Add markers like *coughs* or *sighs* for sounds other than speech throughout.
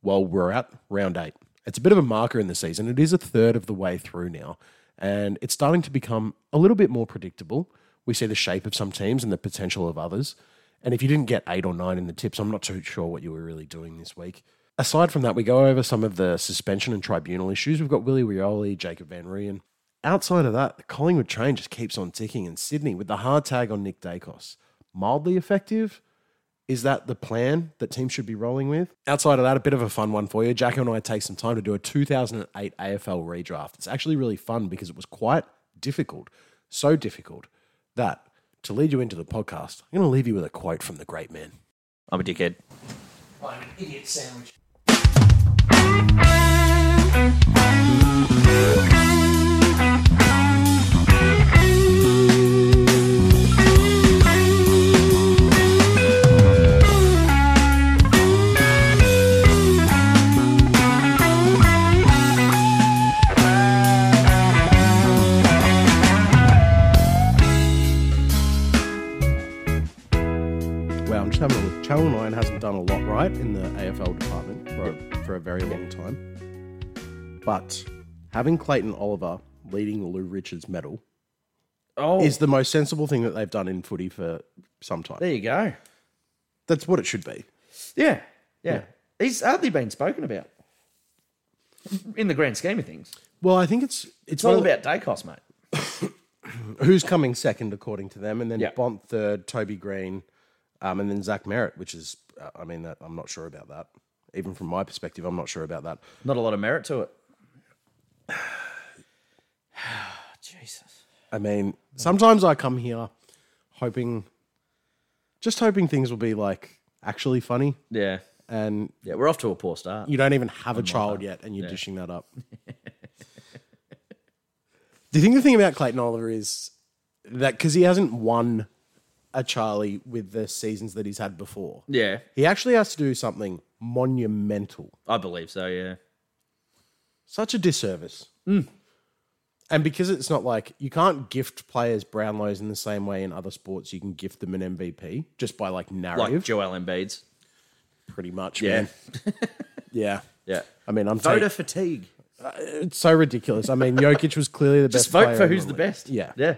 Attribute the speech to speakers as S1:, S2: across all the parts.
S1: while we're at round eight. It's a bit of a marker in the season. It is a third of the way through now, and it's starting to become a little bit more predictable. We see the shape of some teams and the potential of others. And if you didn't get eight or nine in the tips, I'm not too sure what you were really doing this week. Aside from that, we go over some of the suspension and tribunal issues. We've got Willie Rioli, Jacob Van Ryan. Outside of that, the Collingwood train just keeps on ticking. And Sydney with the hard tag on Nick Dacos, mildly effective. Is that the plan that teams should be rolling with? Outside of that, a bit of a fun one for you. Jack and I take some time to do a 2008 AFL redraft. It's actually really fun because it was quite difficult, so difficult that to lead you into the podcast, I'm going to leave you with a quote from the great man.
S2: I'm a dickhead.
S3: I'm an idiot sandwich.
S1: Well, I'm just having a look. Channel 9 hasn't done a lot right in the AFL department for, a, for a very long time. But having Clayton Oliver leading the Lou Richards medal
S2: Oh,
S1: is the most sensible thing that they've done in footy for some time.
S2: there you go.
S1: That's what it should be.
S2: Yeah, yeah. He's hardly been spoken about in the grand scheme of things.
S1: Well, I think it's it's,
S2: It's all
S1: one of
S2: about Dacos, mate.
S1: the- who's coming second according to them, and then
S2: Yeah.
S1: Bont third, Toby Green, um, and then Zach Merritt, which is uh, I mean that I'm not sure about that. Even from my perspective, I'm not sure about that.
S2: Not a lot of merit to it. *sighs* Jesus.
S1: I mean, sometimes I come here hoping, just hoping things will be like actually funny,
S2: Yeah.
S1: and
S2: Yeah, we're off to a poor start.
S1: you don't even have a child yet, and you're dishing that up. Do you think the thing about Clayton Oliver is that because he hasn't won a Charlie with the seasons that he's had before,
S2: Yeah,
S1: he actually has to do something monumental,
S2: I believe so. Yeah.
S1: such a disservice. And because it's not like you can't gift players Brownlows in the same way in other sports, you can gift them an MVP just by like
S2: Like
S1: narrative,
S2: Joel Embiid's.
S1: pretty much,
S2: Yeah.
S1: man. yeah,
S2: Yeah.
S1: I mean, I'm
S2: Voter
S1: taking-
S2: fatigue.
S1: It's so ridiculous. I mean, Jokic was clearly the
S2: Just
S1: best.
S2: vote
S1: player
S2: for
S1: in
S2: who's the
S1: league.
S2: best.
S1: Yeah.
S2: Yeah.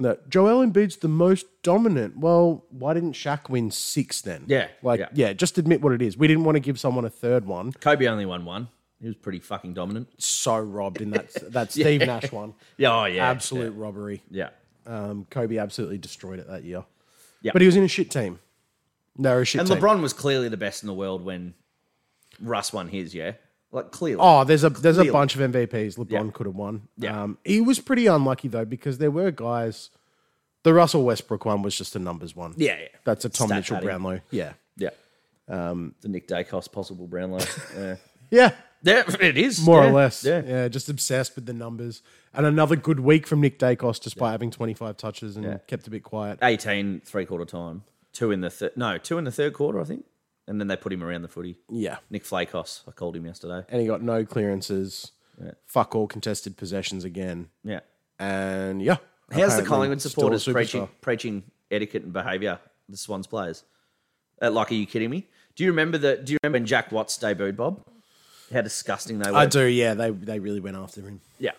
S1: No, Joel Embiid's the most dominant. Well, why didn't Shaq win six then?
S2: Yeah,
S1: Like,
S2: yeah.
S1: yeah. just admit what it is. We didn't want to give someone a third one.
S2: Kobe only won one. He was pretty fucking dominant.
S1: So robbed in
S2: *laughs*
S1: that that Steve Nash one.
S2: Yeah. Oh, yeah.
S1: Absolute robbery.
S2: Yeah.
S1: Um, Kobe absolutely destroyed it that year.
S2: Yeah.
S1: But he was in a shit team. No, a shit
S2: And
S1: team.
S2: LeBron was clearly the best in the world when Russ won his. Yeah. Like clearly.
S1: Oh, there's a there's a
S2: Clearly.
S1: bunch of MVPs LeBron
S2: Yeah.
S1: could have won.
S2: Yeah.
S1: Um, he was pretty unlucky though because there were guys. The Russell Westbrook one was just a numbers one.
S2: Yeah, yeah.
S1: That's a Tom
S2: Stat
S1: Mitchell
S2: padding.
S1: Brownlow. Yeah.
S2: Yeah. Um, the Nick Dacos possible Brownlow.
S1: *laughs*
S2: yeah.
S1: Yeah.
S2: yeah, it is
S1: More
S2: Yeah,
S1: or less.
S2: Yeah.
S1: Yeah. Just obsessed with the numbers. And another good week from Nick Dacos despite having 25 touches and kept a bit quiet.
S2: 18 three quarter time, two in the third. No, two in the third quarter, I think. And then they put him around the footy.
S1: Yeah.
S2: Nick Flakos, I called him yesterday.
S1: And he got no clearances. Fuck all contested possessions again.
S2: Yeah.
S1: And yeah.
S2: How's the
S1: apparently
S2: Collingwood
S1: still a
S2: supporters
S1: superstar.
S2: preaching preaching etiquette and behaviour? The Swans players. Uh, like, are you kidding me? Do you remember the? Do you remember when Jack Watts debuted, Bob? How disgusting they were.
S1: I do, yeah. They they really went after him.
S2: Yeah,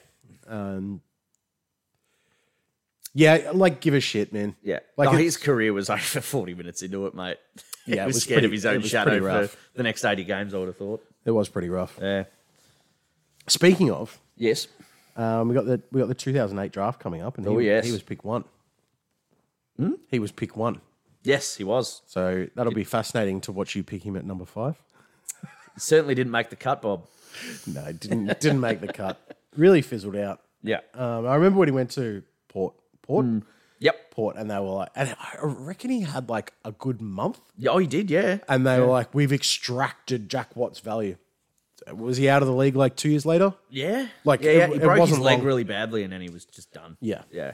S1: Yeah, like give a shit, man.
S2: yeah.
S1: Like
S2: oh,
S1: it's-
S2: his career was *laughs* over forty minutes into it, mate.
S1: Yeah,
S2: he
S1: it
S2: was,
S1: was
S2: scared of
S1: pretty-
S2: his
S1: it
S2: own
S1: was
S2: shadow
S1: pretty rough.
S2: for the next eighty games. I would have thought.
S1: It was pretty rough.
S2: Yeah.
S1: Speaking of,
S2: Yes.
S1: um, we got the we got the 2008 draft coming up, and he,
S2: Oh, yes. Hmm?
S1: he was pick one. He was pick one,
S2: Yes, he was.
S1: so that'll be fascinating to watch you pick him at number five.
S2: He certainly didn't make the cut, Bob.
S1: No, it didn't didn't make the cut. Really fizzled out.
S2: Yeah.
S1: Um, I remember when he went to Port Port
S2: Hmm. yep.
S1: Port, and they were like, and I reckon he had like a good month,
S2: Yeah, Oh, he did. Yeah.
S1: and they were like, we've extracted Jack Watt's value. Was he out of the league like two years later?
S2: Yeah.
S1: Like,
S2: yeah,
S1: it-
S2: yeah. he
S1: it
S2: broke his
S1: wasn't
S2: leg
S1: long.
S2: really badly, and then he was just done.
S1: Yeah.
S2: Yeah.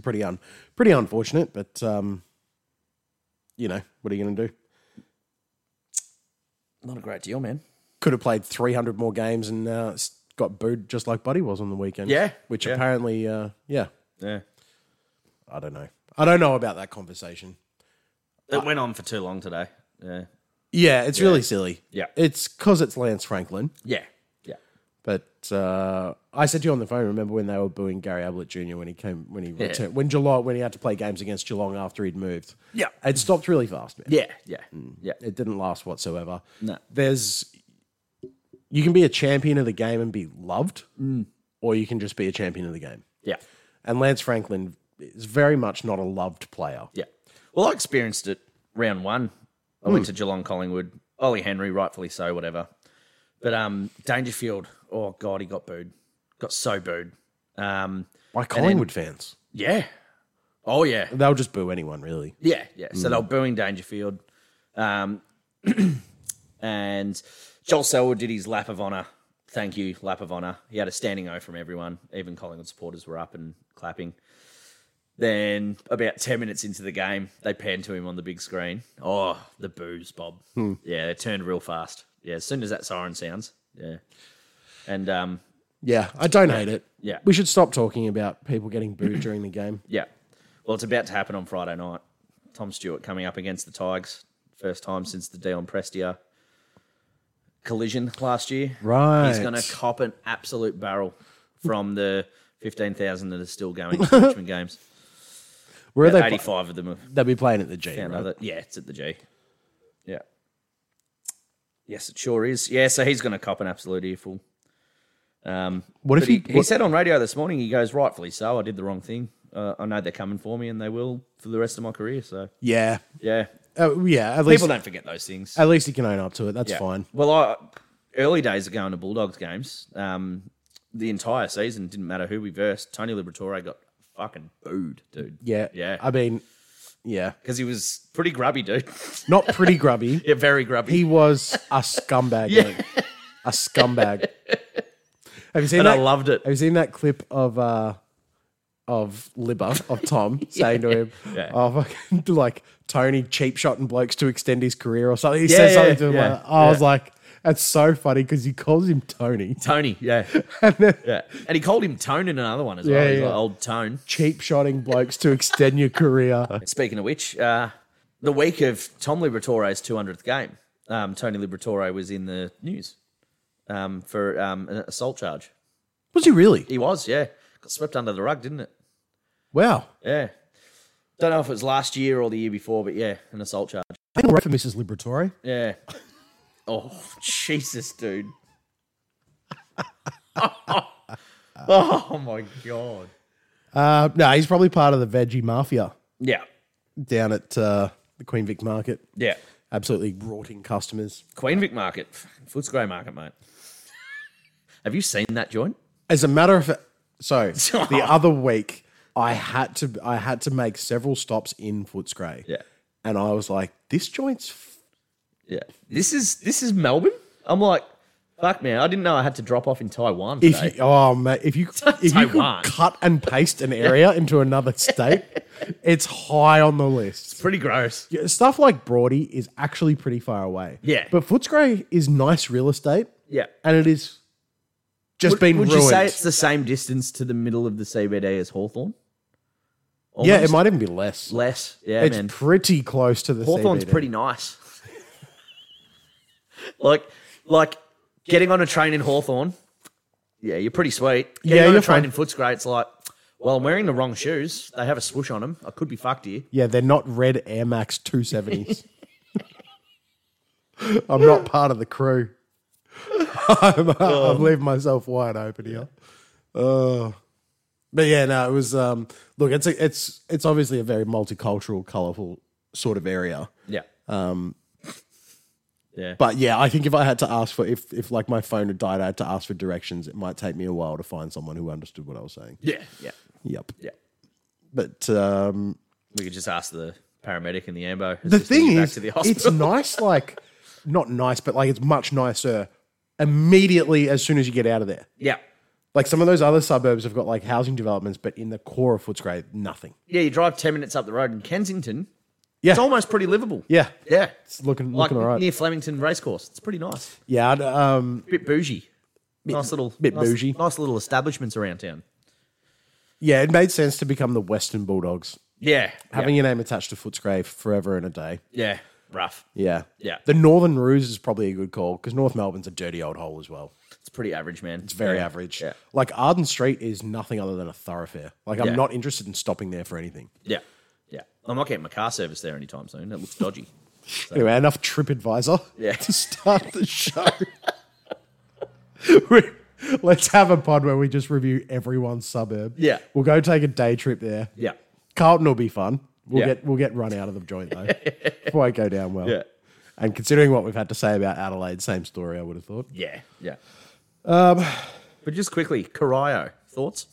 S1: pretty un pretty unfortunate, but um, you know, what are you going to do?
S2: Not a great deal, man.
S1: Could have played 300 more games and uh, s- got booed just like Buddy was on the weekend.
S2: Yeah,
S1: which
S2: yeah.
S1: apparently, uh, yeah,
S2: Yeah.
S1: I don't know. I don't know about that conversation.
S2: It went on for too long today. Yeah.
S1: Yeah, it's really silly.
S2: Yeah.
S1: It's because it's Lance Franklin.
S2: Yeah. Yeah.
S1: But uh, I said to you on the phone, remember when they were booing Gary Ablett Jr. when he came, when he
S2: Yeah.
S1: returned, when Geelong, when he had to play games against Geelong after he'd moved?
S2: Yeah.
S1: It stopped really fast, man.
S2: Yeah. Yeah. Yeah.
S1: It didn't last whatsoever.
S2: No.
S1: There's, you can be a champion of the game and be loved,
S2: Mm.
S1: or you can just be a champion of the game.
S2: Yeah.
S1: And Lance Franklin is very much not a loved player.
S2: Yeah. Well, I experienced it round one. I went to Geelong Collingwood. Ollie Henry, rightfully so, whatever. But um Dangerfield, oh God, he got booed. Got so booed. Um
S1: By Collingwood fans.
S2: yeah. Oh yeah.
S1: They'll just boo anyone, really.
S2: Yeah, yeah. So they were booing Dangerfield. Um, *clears throat* and Joel Selwood did his lap of honour. Thank you, lap of honour. He had a standing O from everyone. Even Collingwood supporters were up and clapping. Then, about 10 minutes into the game, they panned to him on the big screen. Oh, the boos, Bob. Yeah, it turned real fast. Yeah, as soon as that siren sounds. Yeah. And um,
S1: Yeah, I don't hate it.
S2: Yeah.
S1: We should stop talking about people getting booed during the
S2: *coughs*
S1: game.
S2: Yeah. Well, it's about to happen on Friday night. Tom Stewart coming up against the Tigers. First time since the Dion Prestia collision last year.
S1: Right.
S2: He's going to cop an absolute barrel from the 15,000 that are still going
S1: *laughs*
S2: to Richmond games.
S1: Where are they? pl-
S2: 85 of them have
S1: They'll be playing at the G.
S2: found
S1: right?
S2: other. Yeah, it's at the G. Yeah. Yes, it sure is. Yeah, so he's going to cop an absolute earful. Um,
S1: What if
S2: but he,
S1: he-
S2: he
S1: what-
S2: said on radio this morning, he goes, rightfully so, I did the wrong thing. Uh, I know they're coming for me and they will for the rest of my career. So,
S1: Yeah.
S2: yeah.
S1: Oh, yeah. At least,
S2: People don't forget those things.
S1: at least he can own up to it. That's
S2: Yeah.
S1: fine.
S2: Well, I, early days of going to Bulldogs games, um, the entire season didn't matter who we versed. Tony Liberatore got fucking booed, dude.
S1: Yeah.
S2: Yeah.
S1: I mean, yeah.
S2: Because he was pretty grubby, dude. *laughs*
S1: Not pretty grubby.
S2: yeah, very grubby.
S1: He was a scumbag. mate. A
S2: *laughs*
S1: scumbag. Have you seen
S2: and I
S1: that?
S2: loved it.
S1: Have you seen that clip of uh of Libba of
S2: *laughs*
S1: Tom saying to him,
S2: Yeah.
S1: "Oh, fucking, *laughs* like Tony cheap shotting blokes to extend his career or something." He
S2: Yeah,
S1: says
S2: yeah,
S1: something to him.
S2: yeah,
S1: like that. I was like, "That's so funny" because he calls him Tony.
S2: Tony,
S1: *laughs*
S2: yeah. yeah. And he called him Tone in another one as well.
S1: Yeah,
S2: He's
S1: yeah.
S2: like, old Tone.
S1: Cheap shotting blokes to extend your
S2: *laughs*
S1: career.
S2: Speaking of which, uh, the week of Tom Liberatore's 200th game, um, Tony Liberatore was in the news um, for um, an assault charge.
S1: Was he really?
S2: He was, yeah. Got swept under the rug, didn't it?
S1: Wow.
S2: Yeah. Don't know if it was last year or the year before, but yeah, an assault charge.
S1: I think we're right for Mrs. Liberatore. *laughs*
S2: Yeah. Oh, Jesus, dude. *laughs* oh, my God.
S1: Uh, no, he's probably part of the veggie mafia
S2: Yeah.
S1: down at uh, the Queen Vic Market.
S2: Yeah.
S1: Absolutely rorting customers.
S2: Queen Vic Market, Footscray Market, mate. Have you seen that joint?
S1: As a matter of
S2: *laughs*
S1: so, the other week I had to I had to make several stops in Footscray.
S2: Yeah.
S1: and I was like, this joint's f-
S2: Yeah. This is this is Melbourne. I'm like, fuck man, I didn't know I had to drop off in Taiwan
S1: if
S2: today.
S1: you, oh mate, if you if you could
S2: Taiwan.
S1: cut and paste an
S2: *laughs*
S1: area into another state, it's high on the list.
S2: Pretty gross.
S1: Yeah, Stuff like Brodie is actually pretty far away.
S2: Yeah.
S1: but Footscray is nice real estate,
S2: Yeah.
S1: and it is just
S2: Would,
S1: been
S2: would
S1: ruined.
S2: you say it's the same distance to the middle of the CBD as Hawthorn?
S1: yeah, it might even be less.
S2: less. Yeah,
S1: It's
S2: man.
S1: pretty close to the
S2: Hawthorn's
S1: CBD.
S2: pretty nice. *laughs* like, like getting on a train in Hawthorn. Yeah, you're pretty sweet. Getting
S1: Yeah,
S2: on
S1: you're
S2: a train
S1: fine.
S2: in Footscray, it's like, well, I'm wearing the wrong shoes. They have a swoosh on them. I could be fucked here.
S1: Yeah, they're not red Air Max 270s. *laughs* I'm not part of the crew. *laughs* I'm, I'm leaving myself wide open here. Oh. But yeah, no, it was um look, it's a, it's it's obviously a very multicultural, colorful sort of area.
S2: Yeah. Um. Yeah.
S1: But yeah, I think if I had to ask for if if like my phone had died, I had to ask for directions, it might take me a while to find someone who understood what I was saying.
S2: yeah. Yeah.
S1: Yep.
S2: Yeah.
S1: But um
S2: We could just ask the paramedic in the ambo.
S1: the thing
S2: back
S1: is,
S2: to the
S1: it's
S2: hospital. *laughs*
S1: nice, like, not nice, but like, it's much nicer immediately as soon as you get out of there.
S2: yeah.
S1: Like, some of those other suburbs have got like housing developments, but in the core of Footscray, nothing.
S2: Yeah. You drive ten minutes up the road in Kensington.
S1: Yeah.
S2: It's almost pretty livable.
S1: Yeah.
S2: Yeah.
S1: It's looking,
S2: Like
S1: looking all right.
S2: near Flemington Racecourse. It's pretty nice.
S1: Yeah. I'd, um,
S2: bit bougie. nice little
S1: bit
S2: nice,
S1: bougie.
S2: Nice little establishments around town.
S1: yeah. It made sense to become the Western Bulldogs,
S2: Yeah.
S1: having your name attached to Footscray forever and a day.
S2: yeah. rough.
S1: Yeah.
S2: Yeah.
S1: The Northern Ruse is probably a good call because North Melbourne's a dirty old hole as well.
S2: It's pretty average, man.
S1: It's very average.
S2: Yeah.
S1: Like Arden Street is nothing other than a thoroughfare. Like I'm
S2: Yeah.
S1: not interested in stopping there for anything.
S2: Yeah. Yeah. I'm not getting my car serviced there anytime soon. That looks dodgy.
S1: Anyway, enough TripAdvisor *laughs*
S2: Yeah.
S1: to start the show. We- Let's have a pod where we just review everyone's suburb.
S2: Yeah.
S1: We'll go take a day trip there.
S2: *laughs* Yeah.
S1: Carlton will be fun. We'll
S2: Yeah.
S1: get we'll get run out of the joint though. it won't go down well.
S2: Yeah.
S1: And considering what we've had to say about Adelaide, same story I would have thought.
S2: Yeah. Yeah. Um, but just quickly, Cario, thoughts?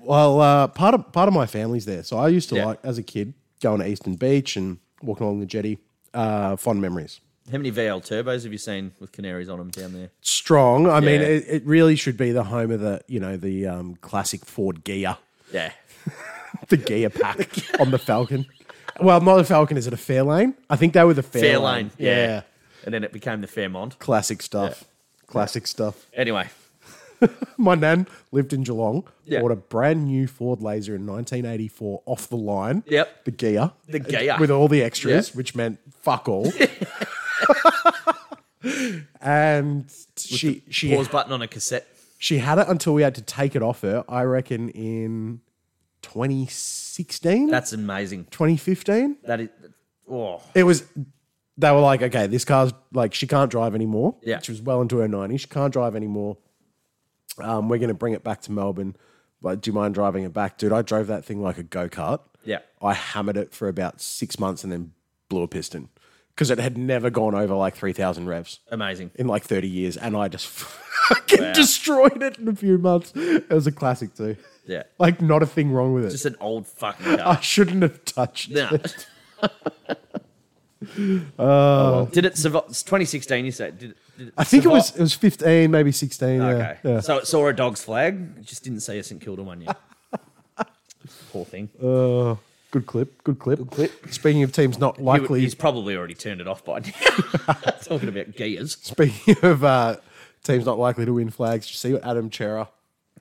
S1: Well, uh, part of part of my family's there, so I used to
S2: Yeah.
S1: like as a kid going to Eastern Beach and walking along the jetty. Uh, fond memories.
S2: How many VL turbos have you seen with canaries on them down there?
S1: Strong. I mean,
S2: Yeah.
S1: it, it really should be the home of the you know the um, classic Ford Gia,
S2: Yeah.
S1: the Gia pack
S2: *laughs*
S1: on the Falcon. Well, not the Falcon. Is it a Fairlane? I think they were the Fairlane.
S2: Fairlane. Yeah.
S1: yeah.
S2: And then it became the Fairmont.
S1: Classic stuff. Classic stuff.
S2: Anyway.
S1: My nan lived in Geelong,
S2: Yeah.
S1: bought a brand new Ford Laser in 1984 off the line.
S2: Yep.
S1: The gear.
S2: The Ghia.
S1: With all the extras,
S2: Yeah.
S1: which meant fuck
S2: *laughs*
S1: all. and she she
S2: Pause button on a cassette.
S1: she had it until we had to take it off her, I reckon in 2016,
S2: That's amazing.
S1: 2015.
S2: That is. Oh.
S1: It was they were like, okay, this car's like she can't drive anymore.
S2: Yeah.
S1: She was well into her 90s. She can't drive anymore. Um, we're gonna bring it back to Melbourne. Like, do you mind driving it back? Dude, I drove that thing like a go-kart.
S2: Yeah.
S1: I hammered it for about six months and then blew a piston. Because it had never gone over like three thousand revs
S2: Amazing.
S1: in like thirty years, and I just *laughs* fucking destroyed it in a few months. It was a classic too.
S2: Yeah.
S1: Like not a thing wrong with it.
S2: Just an old fucking
S1: I
S2: car.
S1: shouldn't have touched it.
S2: *laughs* Nah. Did it survive? it's 2016, you said. Did it, did it
S1: Uh, I think it
S2: survive?
S1: was it was fifteen, maybe sixteen. yeah,
S2: Okay.
S1: yeah.
S2: So it saw a dog's flag. It just didn't see a St Kilda one yet. *laughs* Poor thing.
S1: Uh, Good clip. Good clip. Good clip. Speaking of teams not likely.
S2: He- he's probably already turned it off by now. *laughs* Talking about gears.
S1: speaking *laughs* of uh, teams not likely to win flags, did you see what Adam Chera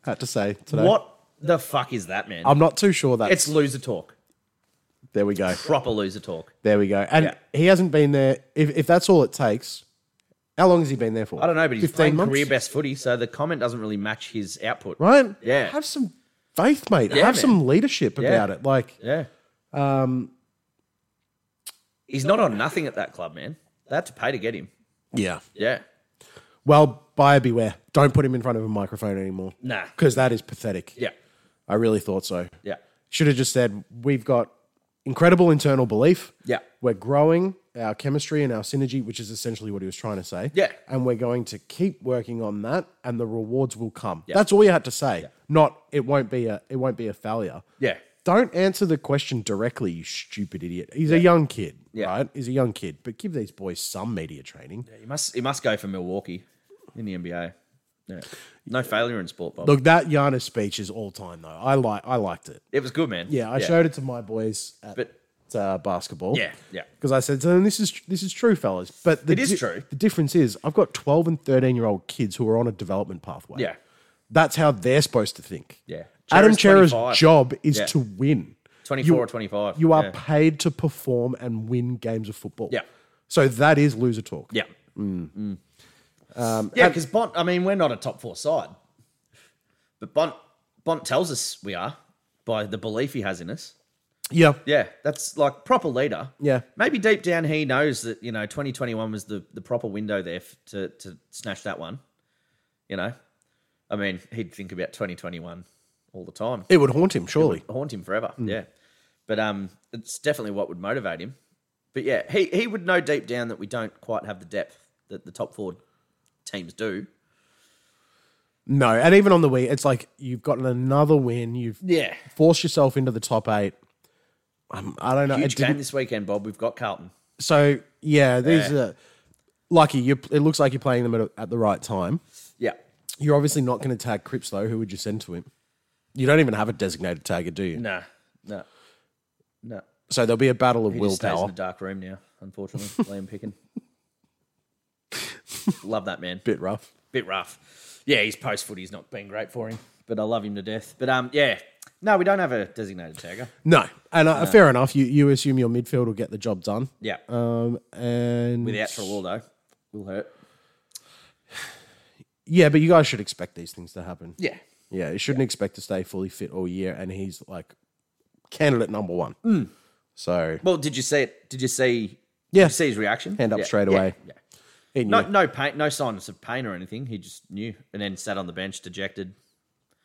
S1: had to say today?
S2: What the fuck is that, man?
S1: I'm not too sure that.
S2: it's loser talk.
S1: there we go.
S2: Proper loser talk.
S1: There we go. And
S2: Yeah.
S1: he hasn't been there. If, if that's all it takes, how long has he been there for?
S2: I don't know, but he's playing career best footy, so the comment doesn't really match his output.
S1: Right?
S2: Yeah.
S1: Have some faith, mate.
S2: Yeah,
S1: Have
S2: man.
S1: some leadership
S2: Yeah.
S1: about it. Like,
S2: Yeah. Um, he's not on nothing at that club, man. They had to pay to get him.
S1: yeah.
S2: Yeah.
S1: Well, buyer beware. Don't put him in front of a microphone anymore.
S2: Nah.
S1: Because that is pathetic.
S2: Yeah.
S1: I really thought so.
S2: Yeah.
S1: should have just said we've got incredible internal belief.
S2: Yeah.
S1: We're growing our chemistry and our synergy, which is essentially what he was trying to say.
S2: Yeah.
S1: And we're going to keep working on that and the rewards will come. That's all you had to say. Not it won't be a it won't be a failure.
S2: Yeah.
S1: Don't answer the question directly, you stupid idiot. He's a young kid,
S2: Yeah.
S1: right? He's a young kid, but give these boys some media training.
S2: He must he must go for Milwaukee in the NBA. Yeah. No failure in sport, Bob.
S1: Look, that Giannis speech is all time though. I like I liked it.
S2: it was good, man.
S1: Yeah, I showed it to my boys at
S2: But
S1: uh, basketball.
S2: Yeah, yeah.
S1: Because I said, to them, this is this is true, fellas. But the
S2: It is true.
S1: The difference is, I've got twelve and thirteen year old kids who are on a development pathway.
S2: Yeah.
S1: that's how they're supposed to think.
S2: Yeah.
S1: Adam Chera's
S2: Chera's 25.
S1: job is
S2: Yeah.
S1: to win.
S2: 24
S1: You-
S2: or 25.
S1: You are
S2: Yeah.
S1: paid to perform and win games of football.
S2: Yeah.
S1: So that is loser talk.
S2: Yeah.
S1: Mm.
S2: Um, yeah, because Bont, I mean, we're not a top four side. But Bont, Bont tells us we are by the belief he has in us.
S1: Yeah.
S2: Yeah, that's like proper leader.
S1: Yeah.
S2: Maybe deep down he knows that, you know, 2021 was the, the proper window there f- to, to snatch that one. You know, I mean, he'd think about 2021 all the time.
S1: It Mm. would haunt him, surely.
S2: haunt him forever. Yeah, but um, it's definitely what would motivate him. But yeah, he he would know deep down that we don't quite have the depth that the top four teams do.
S1: No, and even on the week, it's like you've gotten another win. You've
S2: Yeah,
S1: forced yourself into the top eight. Um, I don't know.
S2: huge
S1: it didn't-
S2: game this weekend, Bob. We've got Carlton.
S1: So yeah, these
S2: Yeah.
S1: are lucky. You it looks like you're playing them at, a, at the right time.
S2: Yeah,
S1: You're obviously not going to tag Cripps though. Who would you send to him? You don't even have a designated tagger, do you?
S2: no, no, no.
S1: So there'll be a battle of
S2: He just stays in
S1: willpower.
S2: the dark room now. Unfortunately,
S1: *laughs*
S2: Liam Pickin. love that man.
S1: Bit rough.
S2: Bit rough. Yeah, his post footy's not been great for him, but I love him to death. But um, yeah, No, we don't have a designated tagger.
S1: No, and uh, fair enough. You you assume your midfield will get the job done.
S2: Yeah.
S1: Um, and
S2: Without for Waldo, will hurt.
S1: yeah, but you guys should expect these things to happen.
S2: Yeah.
S1: Yeah, you shouldn't expect to stay fully fit all year, and he's like candidate number one. So
S2: Well, did Hmm. you see it? Did you see?
S1: Yeah.
S2: Did you see his reaction?
S1: Hand up
S2: Yeah,
S1: straight
S2: yeah,
S1: away.
S2: Yeah.
S1: he knew.
S2: No, no pain, no signs of pain or anything. He just knew, and then sat on the bench, dejected,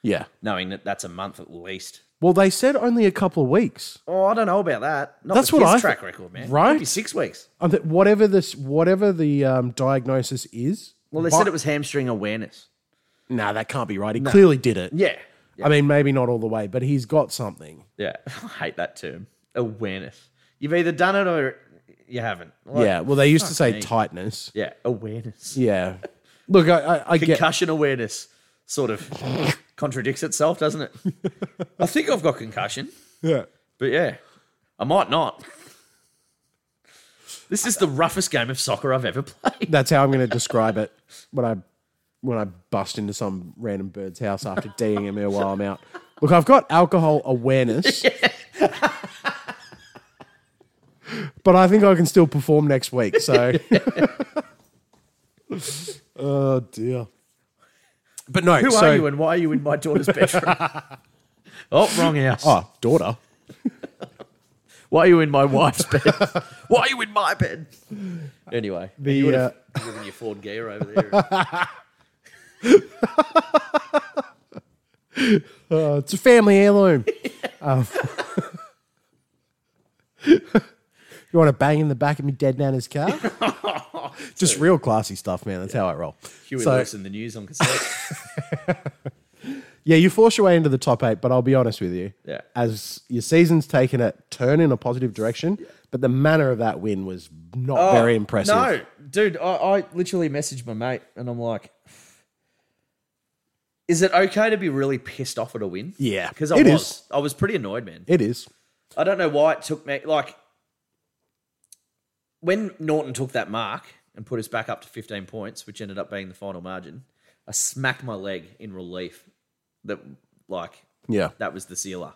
S1: yeah.
S2: knowing that that's a month at least.
S1: Well, they said only a couple of weeks.
S2: Oh, I don't know about that. Not
S1: That's
S2: with
S1: what
S2: his
S1: I
S2: track
S1: thi-
S2: record, man.
S1: Right?
S2: Maybe six weeks.
S1: Um, that whatever this, whatever the um, diagnosis is.
S2: Well, they
S1: but-
S2: said it was hamstring awareness.
S1: Nah, that can't be right. He clearly did it.
S2: Yeah. Yeah.
S1: I mean, maybe not all the way, but he's got something.
S2: yeah. *laughs* I hate that term. Awareness. You've either done it or you haven't. Like,
S1: yeah. Well, they used to
S2: fuck
S1: say
S2: me.
S1: tightness.
S2: Yeah. Awareness. *laughs*
S1: Yeah. Look, I, I, I get.
S2: Concussion awareness sort of *laughs* contradicts itself, doesn't
S1: *laughs*
S2: it? I think I've got concussion,
S1: Yeah.
S2: but yeah, I might not. This is the roughest game of soccer I've
S1: *laughs*
S2: ever played.
S1: That's how I'm going to describe it when I when I bust into some random bird's house after
S2: *laughs*
S1: D'ing him here while I'm out. Look, I've got alcohol
S2: *laughs*
S1: awareness, but I think I can still perform next week.
S2: *laughs*
S1: So, *laughs* oh dear. But no,
S2: Who
S1: so,
S2: are you and why are you in my
S1: *laughs*
S2: daughter's bedroom? oh, wrong house.
S1: Oh, daughter.
S2: Why are you in my
S1: *laughs*
S2: wife's bed? Why are you in my bed? Anyway,
S1: The,
S2: you would
S1: uh,
S2: have driven your Ford gear over there.
S1: uh, it's a family
S2: *laughs*
S1: heirloom. Um, *laughs* you want to bang in the back of me dead nana's
S2: *laughs*
S1: car? Just real classy stuff, man. That's how I roll.
S2: Huey
S1: So-
S2: Lewis in the news on cassette.
S1: Yeah, you force your way into the top eight, but I'll be honest with you.
S2: Yeah.
S1: As your season's taken a turn in a positive direction, but the manner of that win was not *laughs* very impressive.
S2: Oh, No, dude, I, I literally messaged my mate and I'm like, is it okay to be really pissed off at a win?
S1: Yeah,
S2: Because I
S1: it
S2: was.
S1: is.
S2: I was pretty annoyed, man.
S1: It is.
S2: I don't know why it took me. Like, when Norton took that mark and put us back up to 15 points, which ended up being the final margin, I smacked my leg in relief that, like,
S1: Yeah.
S2: that was the sealer.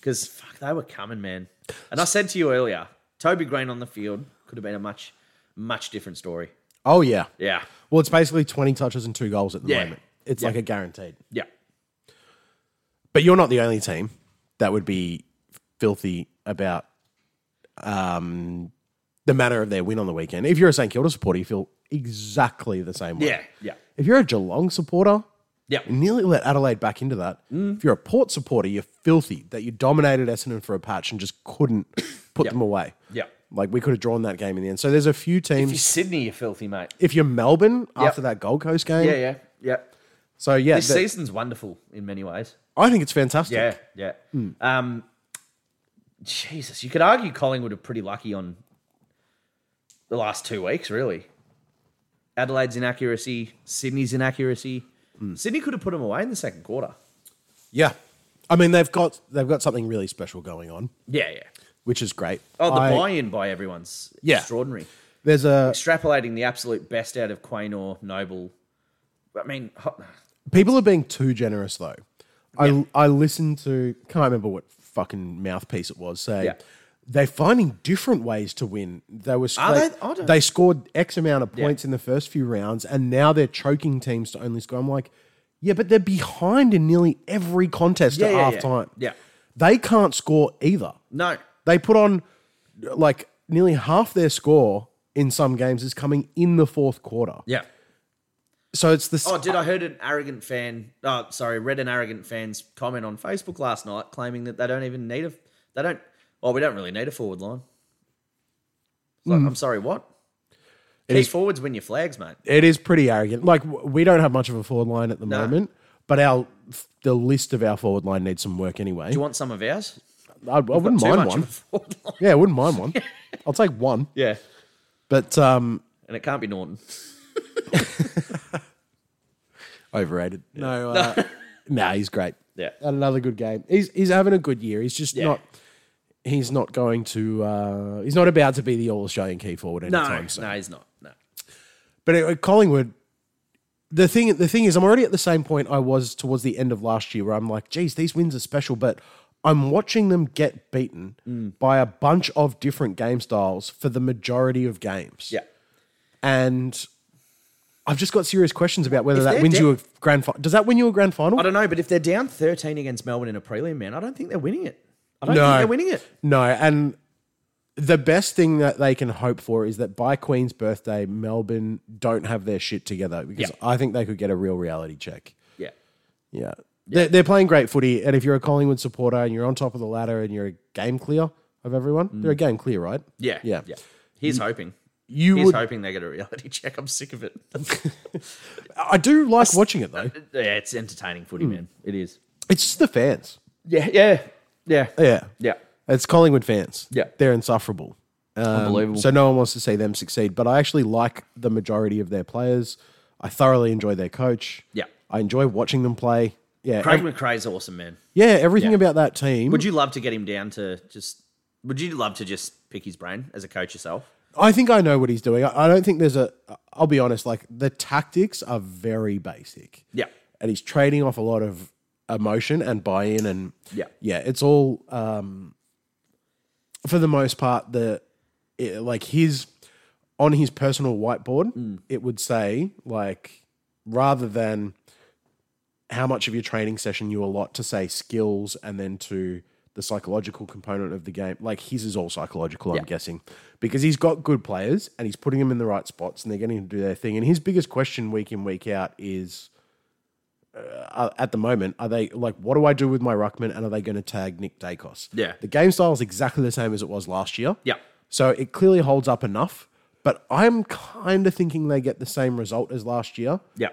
S2: Because fuck, they were coming, man. And I said to you earlier, Toby Green on the field could have been a much, much different story.
S1: Oh, yeah.
S2: Yeah,
S1: Well, it's basically 20 touches and two goals at the
S2: Yeah.
S1: moment. It's
S2: Yeah.
S1: like a guaranteed.
S2: yeah,
S1: But you're not the only team that would be filthy about um, the manner of their win on the weekend. If you're a St Kilda supporter, you feel exactly the same way.
S2: yeah, yeah,
S1: If you're a Geelong supporter,
S2: yeah.
S1: You nearly let Adelaide back into that.
S2: Mm.
S1: If you're a Port supporter, you're filthy that you dominated Essendon for a patch and just
S2: *coughs*
S1: couldn't put them away.
S2: Yeah.
S1: Like we could have drawn that game in the end. So there's a few
S2: If you're
S1: teams.
S2: Sydney, you filthy mate.
S1: If you're Melbourne after that Gold Coast game,
S2: Yeah, yeah, yeah.
S1: so yeah,
S2: This
S1: that-
S2: season's wonderful in many ways.
S1: I think it's fantastic.
S2: Yeah, yeah. Um, Jesus, you could argue Collingwood are pretty lucky on the last two weeks, really. Adelaide's inaccuracy, Sydney's inaccuracy. Sydney could have put them away in the second quarter.
S1: Yeah. I mean they've got they've got something really special going on,
S2: Yeah, yeah.
S1: which is great.
S2: Oh, the
S1: I-
S2: buy-in by everyone's
S1: Yeah.
S2: extraordinary.
S1: There's a
S2: Extrapolating the absolute best out of Quaynor, Noble. I mean, ho-
S1: people are being too generous though. I I listened to can't remember what fucking mouthpiece it was say
S2: Yeah.
S1: they're finding different ways to win. They were
S2: Are
S1: like,
S2: they? I don't-
S1: they scored X amount of points in the first few rounds, and now they're choking teams to only score. I'm like, yeah, but they're behind in nearly every contest
S2: Yeah,
S1: at
S2: yeah,
S1: half
S2: yeah.
S1: time.
S2: Yeah.
S1: they can't score either.
S2: no.
S1: They put on like nearly half their score in some games is coming in the fourth quarter.
S2: Yeah.
S1: So it's the
S2: Oh, dude, I heard an arrogant fan. Oh, sorry, read an arrogant fan's comment on Facebook last night, claiming that they don't even need a. They don't. Oh, we don't really need a forward line. It's like, I'm sorry, what? Key
S1: Hmm. is-
S2: forwards win your flags, mate.
S1: It is pretty arrogant. Like w- we don't have much of a forward line at the
S2: No.
S1: moment, but our the list of our forward line needs some work anyway.
S2: You want some of ours?
S1: I, I wouldn't
S2: Too
S1: mind
S2: much
S1: one.
S2: of a forward line.
S1: yeah, I wouldn't mind
S2: *laughs*
S1: one. I'll take one.
S2: Yeah,
S1: But um,
S2: and it can't be Norton.
S1: overrated. No, uh, *laughs* nah, he's great.
S2: Yeah.
S1: Had another good game. He's he's having a good year. He's just
S2: Yeah.
S1: not. He's not going to. Uh, he's not about to be the All Australian key forward
S2: No,
S1: anytime soon.
S2: no, he's not. No.
S1: But at Collingwood, the thing the thing is I'm already at the same point I was towards the end of last year where I'm like, geez, these wins are special, but I'm watching them get beaten
S2: Mm.
S1: by a bunch of different game styles for the majority of games.
S2: Yeah.
S1: And I've just got serious questions about whether that
S2: they're
S1: wins
S2: de-
S1: you a grand final. Does that win you a grand final?
S2: I don't know, but if they're down 13 against Melbourne in a prelim, man, I don't think they're winning it. I don't
S1: No.
S2: think they're winning it.
S1: No, and the best thing that they can hope for is that by Queen's birthday, Melbourne don't have their shit together because
S2: Yeah.
S1: I think they could get a real reality check.
S2: Yeah.
S1: Yeah. They're, they're playing great footy. And if you're a Collingwood supporter and you're on top of the ladder and you're a game clear of everyone, they're a game clear, right?
S2: Mm. Yeah.
S1: Yeah.
S2: Yeah. He's hoping.
S1: You
S2: He's
S1: would,
S2: hoping they get a reality *laughs* check. I'm sick of it.
S1: I do like watching it, though.
S2: yeah, it's entertaining footy, man. It is.
S1: It's just the fans.
S2: Yeah. Yeah. Yeah.
S1: Hmm. Yeah.
S2: Yeah.
S1: It's Collingwood fans.
S2: Yeah. Mm.
S1: They're insufferable.
S2: Unbelievable.
S1: Um, So no one wants to see them succeed. But I actually like the majority of their players. I thoroughly enjoy their coach.
S2: Yeah.
S1: I enjoy watching them play. Yeah.
S2: Craig
S1: ev-
S2: McRae's awesome, man.
S1: yeah, everything about that team.
S2: Would you love to get him down to just? Would you love to just pick his brain as a coach yourself?
S1: I think I know what he's doing. I, I don't think there's a. I'll be honest. Like the tactics are very basic.
S2: Yeah.
S1: and he's trading off a lot of emotion and buy-in, and
S2: Yeah.
S1: yeah, it's all um, for the most part the it, like his on his personal whiteboard, it would say like rather than how much of your training session you allot to say skills and then to the psychological component of the game. Like his is all psychological, I'm guessing, because he's got good players and he's putting them in the right spots and they're getting to do their thing. And his biggest question week in week out is. Uh, at the moment, are they like, what do I do with my ruckman? And are they going to tag Nick Dacos?
S2: Yeah.
S1: The game style is exactly the same as it was last year.
S2: Yeah.
S1: So it clearly holds up enough, but I'm kind of thinking they get the same result as last year.
S2: Yeah.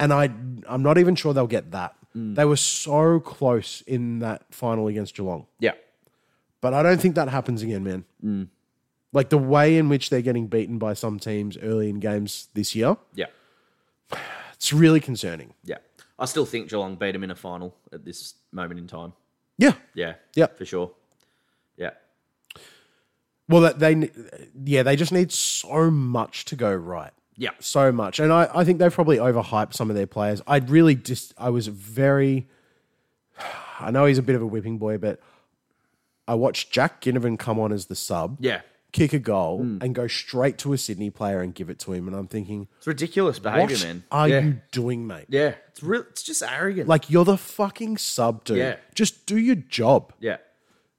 S1: And I, I'm not even sure they'll get that. They were so close in that final against Geelong,
S2: Yeah.
S1: but I don't think that happens again, man. Like the way in which they're getting beaten by some teams early in games this year,
S2: Yeah.
S1: it's really concerning.
S2: Yeah. I still think Geelong beat him in a final at this moment in time.
S1: Yeah.
S2: Yeah.
S1: Yeah.
S2: For sure. Yeah.
S1: Well, that they, yeah, they just need so much to go right.
S2: Yeah.
S1: so much. And I, I think they've probably overhyped some of their players. I really just, I was very, *sighs* I know he's a bit of a whipping boy, but I watched Jack Ginnivan come on as the sub,
S2: Yeah.
S1: kick a goal,
S2: Hmm.
S1: and go straight to a Sydney player and give it to him. And I'm thinking,
S2: It's ridiculous behavior,
S1: what
S2: man.
S1: are
S2: yeah.
S1: you doing, mate?
S2: Yeah. It's real. It's just arrogant.
S1: Like, you're the fucking sub, dude.
S2: Yeah.
S1: Just do your job
S2: yeah.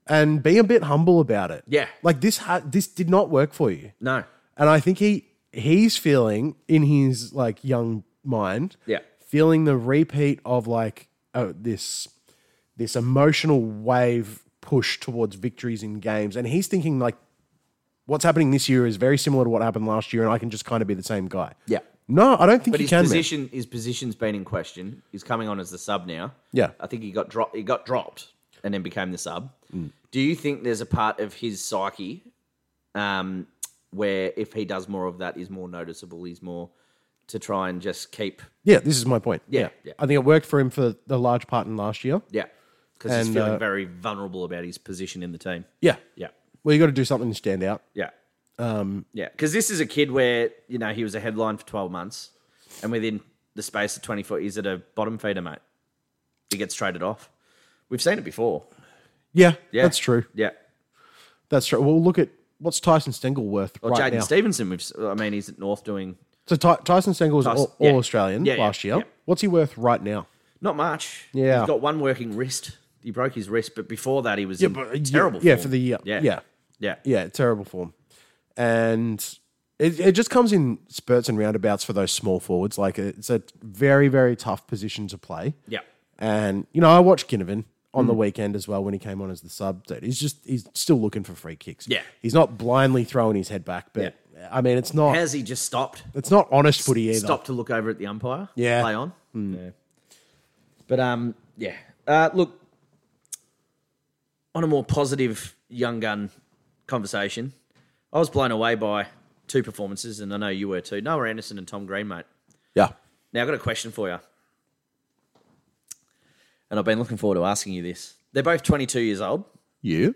S1: and be a bit humble about it.
S2: Yeah.
S1: Like, this, ha- this did not work for you.
S2: No.
S1: And I think he he's feeling in his like young mind,
S2: Yeah.
S1: feeling the repeat of like uh, this this emotional wave push towards victories in games, and he's thinking like what's happening this year is very similar to what happened last year, and I can just kind of be the same guy.
S2: Yeah.
S1: No, I don't think
S2: But
S1: he
S2: his
S1: can. man.
S2: position, his position's been in question. He's coming on as the sub now.
S1: Yeah.
S2: I think he got dropped. He got dropped and then became the sub.
S1: Mm.
S2: Do you think there's a part of his psyche um, where if he does more of that, is more noticeable? He's more to try and just keep.
S1: Yeah, this is my point.
S2: Yeah, yeah.
S1: I think it worked for him for the large part in last year.
S2: Yeah. Because he's
S1: And,
S2: feeling
S1: uh,
S2: very vulnerable about his position in the team.
S1: Yeah,
S2: Yeah.
S1: Well, you got to do something to stand out.
S2: Yeah. Um, yeah. Because this is a kid where, you know, he was a headline for 12 months and within the space of 24, he's at a bottom feeder, mate. He gets traded off. We've seen it before.
S1: Yeah,
S2: Yeah.
S1: that's true.
S2: Yeah.
S1: That's true. Well, look at what's Tyson Stengel worth
S2: Or
S1: right
S2: Jaden
S1: now.
S2: Stevenson, we've, s- I mean, he's at North doing
S1: So Ty- Tyson Stengel was
S2: Tyson-
S1: all, all
S2: yeah.
S1: Australian
S2: Yeah, yeah,
S1: last year.
S2: yeah.
S1: What's he worth right now?
S2: not much.
S1: Yeah.
S2: He's got one working wrist. He broke his wrist, but before that, he was in
S1: but, uh, yeah,
S2: terrible.
S1: yeah,
S2: form.
S1: for the year.
S2: Yeah.
S1: Yeah.
S2: Yeah.
S1: Yeah, terrible form. And it, it just comes in spurts and roundabouts for those small forwards. Like it's a very, very tough position to play.
S2: Yeah. Mm.
S1: And, you know, I watched Ginnivan on the weekend as well when he came on as the sub. Dude, he's just, he's still looking for free kicks.
S2: Yeah.
S1: He's not blindly throwing his head back, but I mean, it's not,
S2: Has he just stopped?
S1: it's not honest footy either.
S2: Stop to look over at the umpire.
S1: Yeah.
S2: Play on. Yeah. Hmm. But um, yeah. Uh, look, on a more positive young gun conversation, I was blown away by two performances, and I know you were too. Noah Anderson and Tom Green, mate.
S1: Yeah.
S2: Now I've got a question for you, and I've been looking forward to asking you this. They're both 22 years old.
S1: You?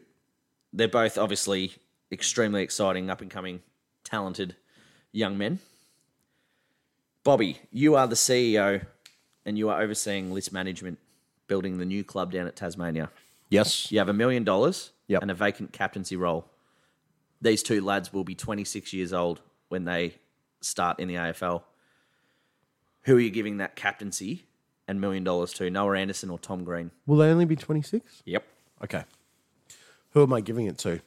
S2: They're both obviously extremely exciting, up and coming, talented young men. Bobby, you are the CEO and you are overseeing list management, building the new club down at Tasmania.
S1: Yes.
S2: You have a million dollars
S1: Yep.
S2: and a vacant captaincy role. These two lads will be 26 years old when they start in the AFL. Who are you giving that captaincy and million dollars to? Noah Anderson or Tom Green?
S1: Will they only be 26?
S2: Yep.
S1: Okay. Who am I giving it to?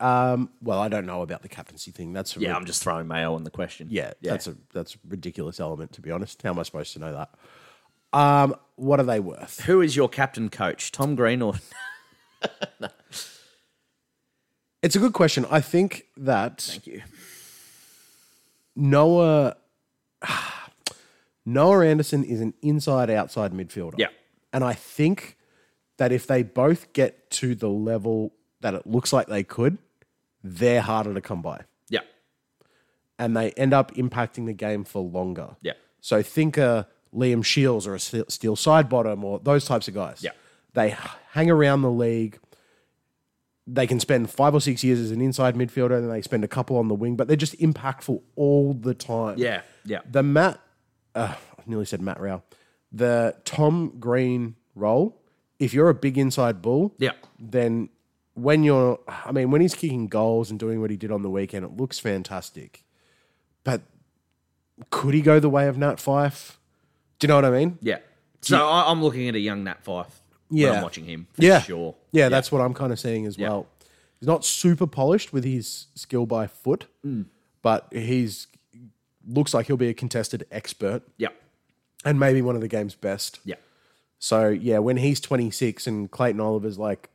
S1: Um, well, I don't know about the captaincy thing. That's a
S2: Yeah,
S1: rid-
S2: I'm just throwing mail on the question.
S1: yeah,
S2: yeah.
S1: that's a that's a ridiculous element to be honest. How am I supposed to know that? Um, what are they worth?
S2: Who is your captain coach, Tom Green or
S1: It's a good question. I think that
S2: Thank you?
S1: Noah Noah Anderson is an inside outside midfielder.
S2: Yeah.
S1: And I think that if they both get to the level that it looks like they could, they're harder to come by.
S2: *laughs* Yeah,
S1: And they end up impacting the game for longer.
S2: yeah,
S1: So think a Liam Shields or a Ste- Steel Side Bottom or those types of guys.
S2: Yeah.
S1: They h- hang around the league. They can spend five or six years as an inside midfielder, and then they spend a couple on the wing, but they're just impactful all the time.
S2: yeah, yeah.
S1: The Matt, uh, I nearly said Matt Rao, the Tom Green role, if you're a big inside bull,
S2: Yeah.
S1: then when you're, I mean, when he's kicking goals and doing what he did on the weekend, it looks fantastic. But could he go the way of Nat Fife? Do you know what I mean?
S2: Yeah. So I, I'm looking at a young Nat Fife.
S1: Yeah.
S2: When I'm watching him. For
S1: yeah.
S2: Sure.
S1: Yeah, that's what I'm kind of seeing as well. He's not super polished with his skill by foot, but he's looks like he'll be a contested expert
S2: Yeah.
S1: and maybe one of the game's best.
S2: Yeah.
S1: So yeah, when he's 26 and Clayton Oliver's like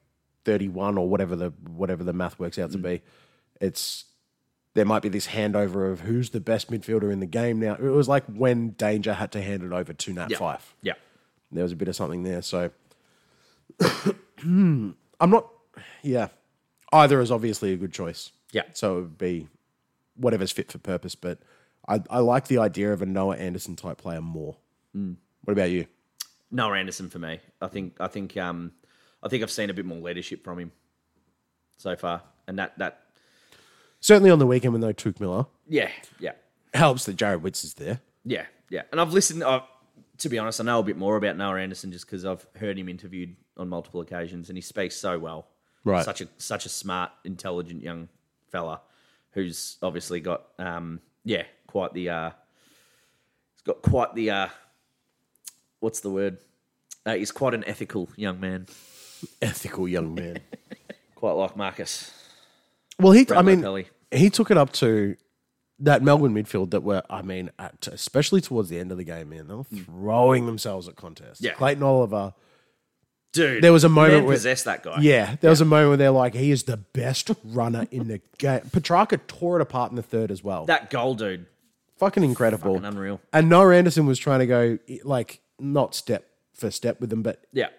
S1: 31 or whatever the whatever the math works
S2: Mm.
S1: out to be, it's there might be this handover of who's the best midfielder in the game now. It was like when Danger had to hand it over to Nat
S2: Yeah.
S1: Fife.
S2: Yeah.
S1: There was a bit of something there. So
S2: *coughs*
S1: I'm not yeah. Either is obviously a good choice.
S2: Yeah.
S1: So it would be whatever's fit for purpose, but I, I like the idea of a Noah Anderson type player more.
S2: Mm.
S1: What about you?
S2: Noah Anderson for me. I think I think um I think I've seen a bit more leadership from him so far. And that that
S1: Certainly on the weekend when they took Miller.
S2: yeah, yeah.
S1: helps that Jared Witz is there.
S2: Yeah, yeah. And I've listened. I've, to be honest, I know a bit more about Noah Anderson just because I've heard him interviewed on multiple occasions, and he speaks so well.
S1: Right.
S2: Such a such a smart, intelligent young fella who's obviously got um yeah quite the uh he's got quite the uh what's the word uh, he's quite an ethical young man
S1: Ethical young man.
S2: quite like Marcus
S1: well, he, I
S2: Brad
S1: mean,
S2: Lapelli.
S1: he took it up to that Melbourne midfield that were, I mean, at, especially towards the end of the game, man, they were throwing themselves at contests.
S2: Yeah.
S1: Clayton Oliver.
S2: dude
S1: There was a moment
S2: man
S1: where-
S2: possessed that guy
S1: Yeah, there was a moment where they're like, he is the best runner in the game. Petrarca tore it apart in the third as well.
S2: that goal dude
S1: fucking incredible.
S2: fucking unreal
S1: and Noah Anderson was trying to go, like, not step for step with them, but
S2: yeah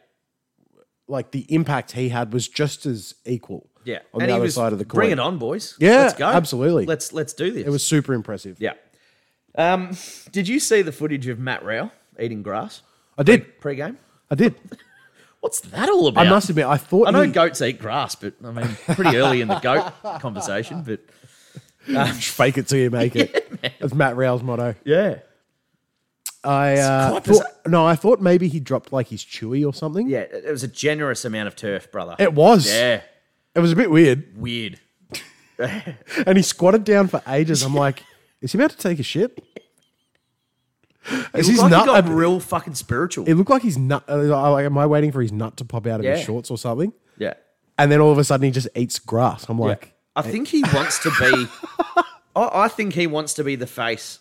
S1: like the impact he had was just as equal.
S2: Yeah,
S1: On
S2: And
S1: the
S2: he
S1: other
S2: was,
S1: side of the court.
S2: Bring it on, boys.
S1: Yeah,
S2: let's go.
S1: absolutely.
S2: Let's let's do this.
S1: It was super impressive.
S2: yeah. Um, did you see the footage of Matt Rao eating grass
S1: I did.
S2: pre-game?
S1: I did.
S2: What's that all about?
S1: I must Mm. admit, I thought
S2: I know
S1: he-
S2: goats eat grass, but I mean, pretty early in
S1: *laughs*
S2: the goat conversation. But
S1: fake it till you make it. That's Matt Rao's motto.
S2: yeah,
S1: I uh,
S2: quite
S1: thought, no, I thought maybe he dropped like his chewy or something.
S2: yeah, it it was a generous amount of turf, brother.
S1: It was.
S2: yeah,
S1: It was a bit weird.
S2: weird.
S1: And he squatted down for ages.
S2: *laughs*
S1: I'm like, is he about to take a shit? Is
S2: It
S1: his
S2: looked like
S1: nut?
S2: he got
S1: ab-
S2: real fucking spiritual.
S1: it looked like he's nut. uh, Like, am I waiting for his nut to pop out of
S2: Yeah.
S1: his shorts or something?
S2: yeah,
S1: And then all of a sudden, he just eats grass. I'm like,
S2: I think he wants to
S1: *laughs*
S2: be. I, I think he wants to be the face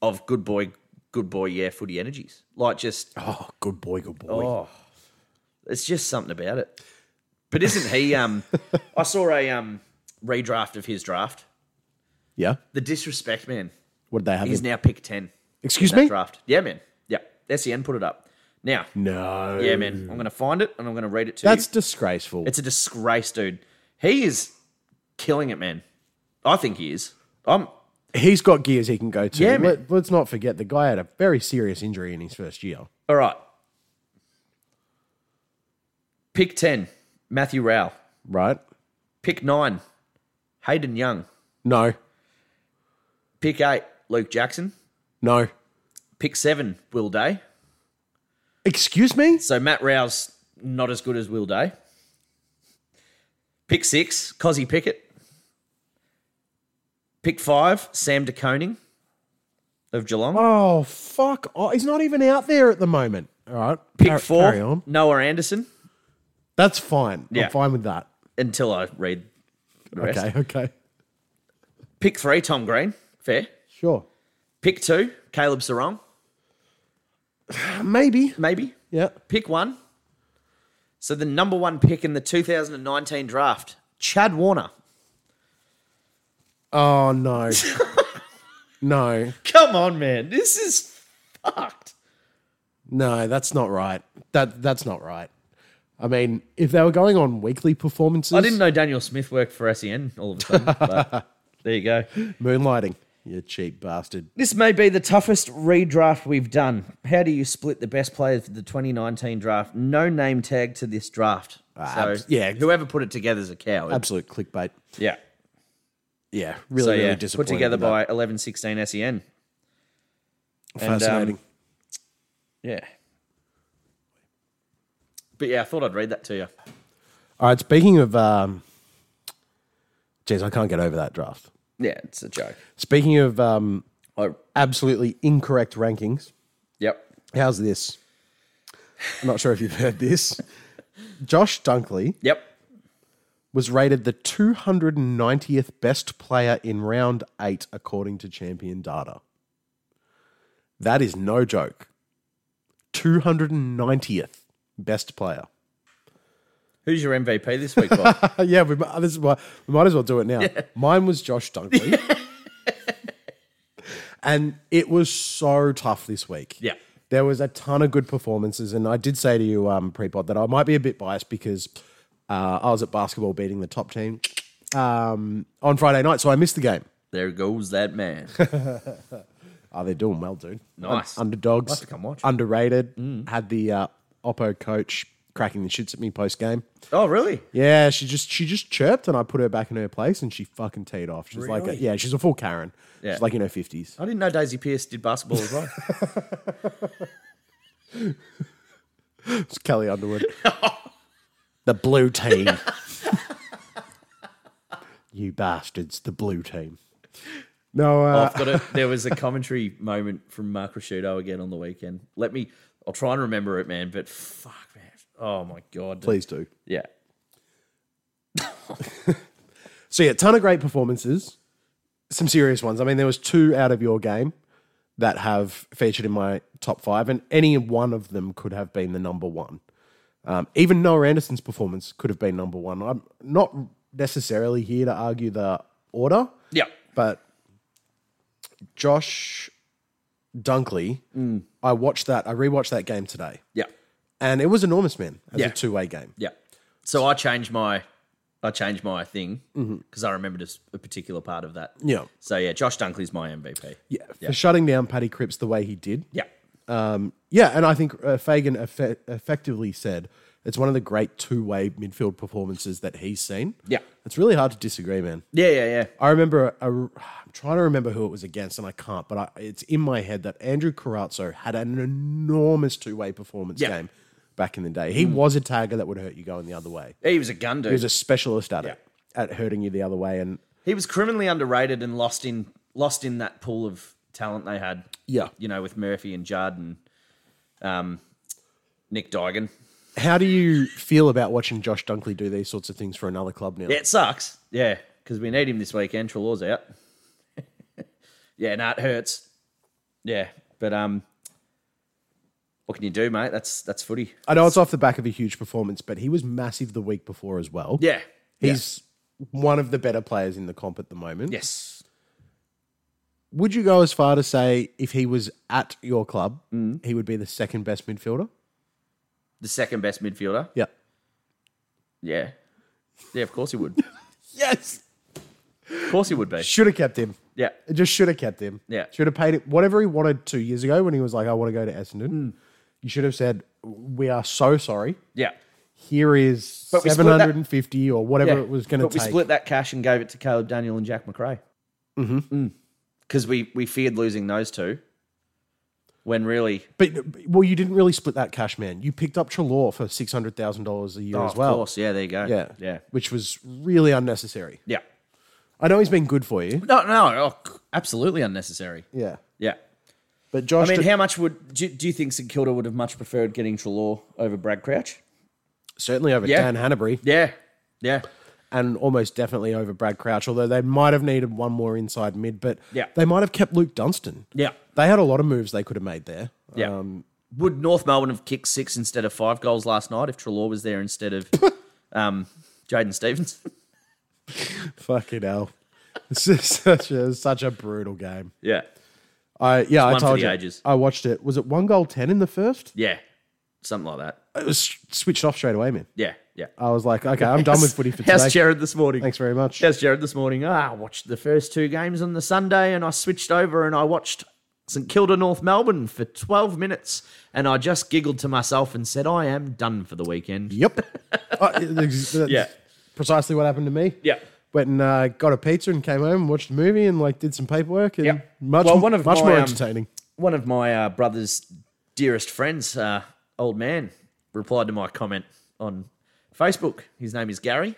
S2: of good boy, good boy. Yeah, footy energies. Like just
S1: oh, good boy, good boy.
S2: oh, it's just something about it. But isn't he? Um,
S1: *laughs*
S2: I saw a um redraft of his draft.
S1: Yeah.
S2: The disrespect man.
S1: What did they have?
S2: He's
S1: in
S2: now pick ten.
S1: Excuse
S2: That
S1: me?
S2: draft. Yeah, man. Yeah, SEN put it up. Now,
S1: No.
S2: yeah, man. I'm gonna find it and I'm gonna read it to you.
S1: That's disgraceful.
S2: It's a disgrace, dude. He is killing it, man. I think he is. I'm
S1: he's got gears he can go to.
S2: Yeah, man.
S1: Let, us not forget the guy had a very serious injury in his first year.
S2: All right. Pick 10, Matthew Rao.
S1: Right?
S2: Pick 9, Hayden Young.
S1: No,
S2: Pick 8, Luke Jackson.
S1: No.
S2: Pick seven, Will Day.
S1: Excuse me?
S2: So Matt Rouse not as good as Will Day. Pick six, Cozzy Pickett. Pick five, Sam DeConing of Geelong.
S1: Oh, fuck. Oh, he's not even out there at the moment. All right.
S2: Pick
S1: Car-
S2: four,
S1: Carry on.
S2: Noah Anderson.
S1: That's fine.
S2: Yeah.
S1: I'm fine with that.
S2: Until I read the rest.
S1: Okay, okay.
S2: Pick three, Tom Green. Fair.
S1: Sure.
S2: Pick two, Caleb Sarong.
S1: Uh, Maybe.
S2: Maybe.
S1: Yeah.
S2: Pick one. So the number one pick in the 2019 draft, Chad Warner.
S1: Oh,
S2: *laughs*
S1: no. no.
S2: Come on, man. This is fucked.
S1: No, that's not right. That That's not right. I mean, if they were going on weekly performances,
S2: I didn't know Daniel Smith worked for SEN all of a sudden. but *laughs* there you go.
S1: moonlighting. You cheap bastard.
S2: This may be the toughest redraft we've done. How do you split the best players for the 2019 draft? No name tag to this draft. so
S1: abs- yeah.
S2: whoever put it together is a coward.
S1: Absolute clickbait.
S2: Yeah.
S1: Yeah, really,
S2: So
S1: really
S2: yeah, put
S1: disappointing.
S2: together
S1: with that.
S2: by 1116 SEN. and, um,
S1: fascinating.
S2: Yeah. But yeah, I thought I'd read that to you.
S1: All right, speaking of, um, geez, I can't get over that draft.
S2: Yeah, it's a joke.
S1: Speaking of um,
S2: Oh,
S1: absolutely incorrect rankings,
S2: yep.
S1: how's this? I'm not sure if you've heard
S2: *laughs*
S1: this. Josh Dunkley
S2: Yep.
S1: was rated the 290th best player in round eight, according to Champion Data. That is no joke. 290th best player.
S2: Who's your MVP this week, *laughs* Bob?
S1: Uh, yeah, we, mi- this is why we might as well do it now. Mine was Josh
S2: *laughs*
S1: Dunkley. and it was so tough this week.
S2: Yeah.
S1: There was a ton of good performances. And I did say to you um, pre pod that I might be a bit biased because uh, I was at basketball beating the top team um, on Friday night. So I missed the game.
S2: there goes that *laughs* man.
S1: Oh, they're doing well, dude.
S2: Nice.
S1: Underdogs.
S2: to come watch.
S1: Underrated. Had the uh, Oppo coach cracking the shits at me post game.
S2: oh, really?
S1: Yeah, she just she just chirped and I put her back in her place and she fucking teed off. She's like, a,
S2: Really?
S1: yeah, she's a full Karen.
S2: Yeah.
S1: She's like in her
S2: *laughs*
S1: fifties.
S2: I didn't know Daisy Pierce did basketball as well.
S1: It's Kelly
S2: *laughs*
S1: Underwood. the blue team. *laughs* you bastards, the blue team. No, uh,
S2: I've got it. There was a commentary moment from Mark Rashudo again on the weekend. Let me. I'll try and remember it, man. But fuck, man. Oh my god.
S1: please do.
S2: Yeah.
S1: So yeah, ton of great performances, some serious ones. I mean, there was two out of your game that have featured in my top five, and any one of them could have been the number one. Um, even Noah Anderson's performance could have been number one. I'm not necessarily here to argue the order,
S2: Yeah.
S1: but Josh Dunkley, I watched that. I rewatched that game today,
S2: Yeah.
S1: and it was enormous, man. As
S2: Yeah.
S1: a two way game.
S2: Yeah. So I changed my. I changed my thing because I remembered a s- a particular part of that.
S1: Mm-hmm. Yeah.
S2: So yeah, Josh Dunkley's my MVP.
S1: Yeah, for shutting down Paddy Cripps the way he did.
S2: Yeah.
S1: Yeah, and I think uh, Fagan effe- effectively said it's one of the great two-way midfield performances that he's seen.
S2: Yeah.
S1: it's really hard to disagree, man.
S2: Yeah. Yeah. Yeah.
S1: I remember i I'm trying to remember who it was against, and I can't. But I, it's in my head that Andrew Carazzo had an enormous two-way performance
S2: Yeah.
S1: game back in the day. He was a tagger that would hurt you going the other way.
S2: He was a gun dude.
S1: He was a specialist at it, at hurting you the other way. And
S2: he was criminally underrated and lost in lost in that pool of talent they had.
S1: Yeah.
S2: you know, with Murphy and Judd and um, Nick Digan.
S1: how do you feel about watching Josh Dunkley do these sorts of things for another club now?
S2: Yeah, it sucks. Yeah, because we need him this weekend. Trelaw's out. *laughs* yeah, no, it hurts. Yeah, but um, what can you do, mate? That's that's footy.
S1: I know it's off the back of a huge performance, but he was massive the week before as well.
S2: Yeah,
S1: He's one of the better players in the comp at the moment.
S2: yes,
S1: Would you go as far to say if he was at your club, he would be the second best midfielder?
S2: the second best midfielder.
S1: Yeah.
S2: Yeah, yeah, of course he would.
S1: Yes.
S2: of course he would *laughs* be.
S1: Should have kept him.
S2: Yeah,
S1: It just should have kept him.
S2: Yeah.
S1: Should have paid it whatever he wanted two years ago when he was like, I want to go to Essendon. You should have said, We are so sorry.
S2: yeah.
S1: Here is
S2: But we split that-
S1: 750 or whatever
S2: Yeah.
S1: it was going to
S2: But
S1: take.
S2: we split that cash and gave Mm. it to Caleb Daniel and Jack McRae. Mm-hmm. Because we, we feared losing those two. When really,
S1: But well, you didn't really split that cash, man. You picked up Trelaw for six hundred thousand dollars a year as
S2: Oh, of
S1: well.
S2: course, yeah, there you go.
S1: Yeah,
S2: yeah,
S1: which was really unnecessary.
S2: yeah.
S1: I know he's been good for you.
S2: No, no, oh, c- absolutely unnecessary.
S1: Yeah,
S2: Yeah.
S1: but Josh.
S2: I mean,
S1: did-
S2: how much would do, do you think St Kilda would have much preferred getting Trelaw over Brad Crouch?
S1: certainly over
S2: Yeah.
S1: Dan Hanbury
S2: Yeah, yeah,
S1: and almost definitely over Brad Crouch. Although they might have needed one more inside mid, but
S2: Yeah.
S1: they might have kept Luke Dunstan.
S2: yeah,
S1: They had a lot of moves they could have made there.
S2: yeah. Um, would North Melbourne have kicked six instead of five goals last night if Trelaw was there instead *laughs* of um, Jaden Stevens? *laughs*
S1: Fucking hell, *laughs* this is such a such a brutal game.
S2: yeah,
S1: I yeah, I
S2: one for
S1: told
S2: the
S1: you.
S2: ages.
S1: I watched it. Was it one goal ten in the first?
S2: yeah, something like that.
S1: It was switched off straight away, man.
S2: Yeah, yeah.
S1: I was like, okay, I'm
S2: *laughs*
S1: done with footy for today.
S2: How's Jared this morning?
S1: Thanks very much.
S2: How's Jared this morning? Ah, I watched the first two games on the Sunday and I switched over and I watched St Kilda North Melbourne for 12 minutes and I just giggled to myself and said, I am done for the
S1: *laughs*
S2: weekend.
S1: Yep. Uh, it- it's- that's
S2: Yeah.
S1: Precisely what happened to me.
S2: Yeah.
S1: Went and uh, got a pizza and came home and watched a movie and like did some paperwork and
S2: Yeah.
S1: much,
S2: Well,
S1: more-
S2: one of
S1: much
S2: my,
S1: more
S2: um,
S1: entertaining.
S2: One of my uh, brother's dearest friends, uh, old man, replied to my comment on Facebook. His name is Gary.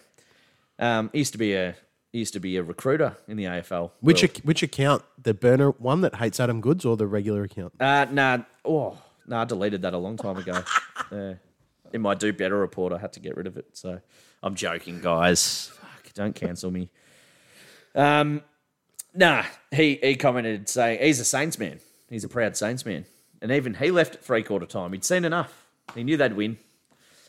S2: Um, he used to be a he used to be a recruiter in the AFL.
S1: Which
S2: world.
S1: ac- which account? The burner one that hates Adam Goods or the regular account?
S2: Uh, nah. Oh, nah. I deleted that a long time ago. yeah. In my do better report, I had to get rid of it. So I'm joking, guys. Fuck, don't cancel me. Um, nah. He he commented saying he's a Saints man. He's a proud Saints man, and even he left at three quarter time. He'd seen enough. He knew they'd win,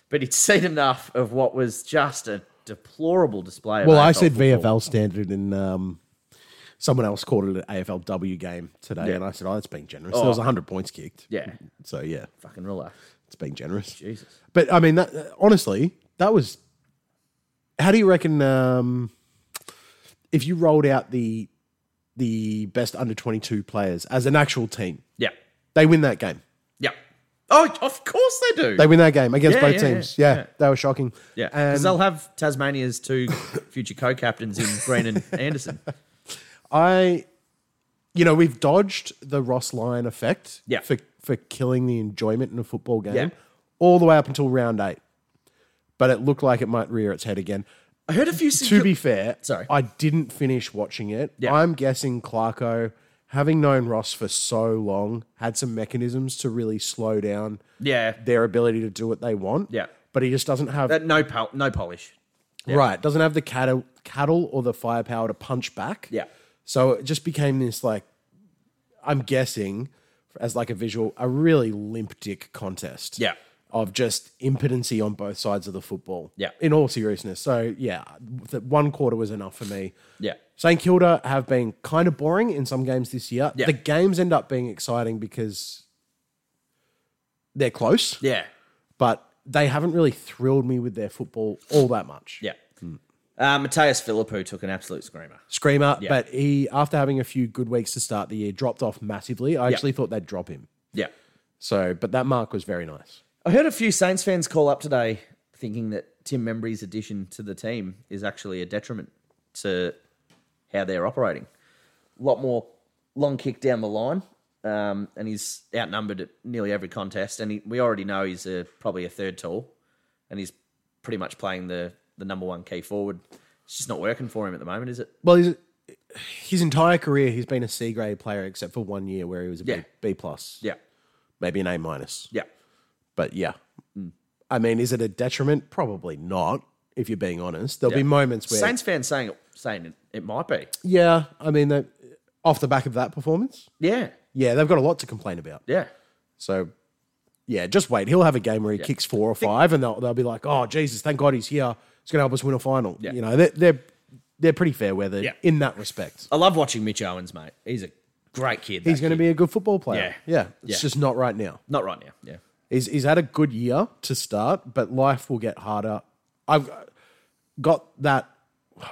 S2: but he'd seen enough of what was just a deplorable display. Of
S1: Well, I
S2: AFL
S1: said
S2: football.
S1: VFL standard and um, someone else called it an AFLW game today. And I said, oh, that's being generous. There was 100 points kicked.
S2: Yeah,
S1: So, yeah,
S2: fucking relax.
S1: it's being generous.
S2: Jesus.
S1: But I mean, that uh, honestly, that was. How do you reckon? Um, if you rolled out the the best under twenty two players as an actual team,
S2: Yeah.
S1: they win that game.
S2: Yeah. Oh, of course they do.
S1: They win that game against
S2: Yeah,
S1: both
S2: yeah,
S1: teams.
S2: yeah,
S1: Yeah,
S2: yeah.
S1: they were shocking.
S2: Yeah, because
S1: and
S2: they'll have Tasmania's two *coughs* future co-captains in
S1: *laughs*
S2: Green and Anderson.
S1: I, you know, we've dodged the Ross Lyon effect.
S2: Yeah.
S1: for for killing the enjoyment in a football game
S2: Yeah.
S1: all the way up until round eight, but it looked like it might rear its head again.
S2: I heard a few.
S1: to be fair,
S2: Sorry.
S1: I didn't finish watching it.
S2: Yeah.
S1: I'm guessing Clarko, having known Ross for so long, had some mechanisms to really slow down
S2: yeah,
S1: their ability to do what they want.
S2: Yeah.
S1: but he just doesn't have
S2: that no pol- no polish.
S1: right. Doesn't have the cattle, cattle or the firepower to punch back.
S2: Yeah.
S1: So it just became this like, I'm guessing, as like a visual, a really limp dick contest.
S2: Yeah.
S1: Of just impotency on both sides of the football.
S2: Yeah.
S1: In all seriousness. So yeah, the one quarter was enough for me.
S2: Yeah,
S1: St Kilda have been kind of boring in some games this year.
S2: Yeah.
S1: The games end up being exciting because they're close,
S2: yeah,
S1: but they haven't really thrilled me with their football all that much.
S2: yeah. Uh, Mateus Philippou took an absolute screamer.
S1: Screamer, but he, after having a few good weeks to start the year, dropped off massively. I actually thought they'd drop him.
S2: Yeah,
S1: So, but that mark was very nice.
S2: I heard a few Saints fans call up today thinking that Tim Membry's addition to the team is actually a detriment to how they're operating. A lot more long kick down the line, um, and he's outnumbered at nearly every contest. And he, we already know he's a, probably a third tall, and he's pretty much playing the, the number one key forward. It's just not working for him at the moment, is it?
S1: Well, he's, his entire career, he's been a C grade player except for one year where he was a B
S2: Yeah.
S1: B plus,
S2: Yeah,
S1: maybe an A minus.
S2: yeah,
S1: But yeah, Mm. I mean, is it a detriment? Probably not. If you're being honest, there'll be moments where,
S2: Saints fans saying it, saying it, it might be.
S1: yeah, I mean, they- off the back of that performance,
S2: Yeah,
S1: yeah, they've got a lot to complain about.
S2: yeah.
S1: So, yeah, just wait. He'll have a game where he kicks four or five, and they'll they'll be like, oh Jesus, thank God he's here. It's going to help us win a final.
S2: Yeah.
S1: You know, they're they're they're pretty fair weather
S2: Yeah.
S1: in that respect.
S2: I love watching Mitch Owens, mate. He's a great kid.
S1: He's
S2: that
S1: going to
S2: kid.
S1: be a good football player.
S2: Yeah.
S1: yeah. It's
S2: Yeah.
S1: just not right now.
S2: not right now. Yeah.
S1: He's, he's had a good year to start, but life will get harder. I've got that,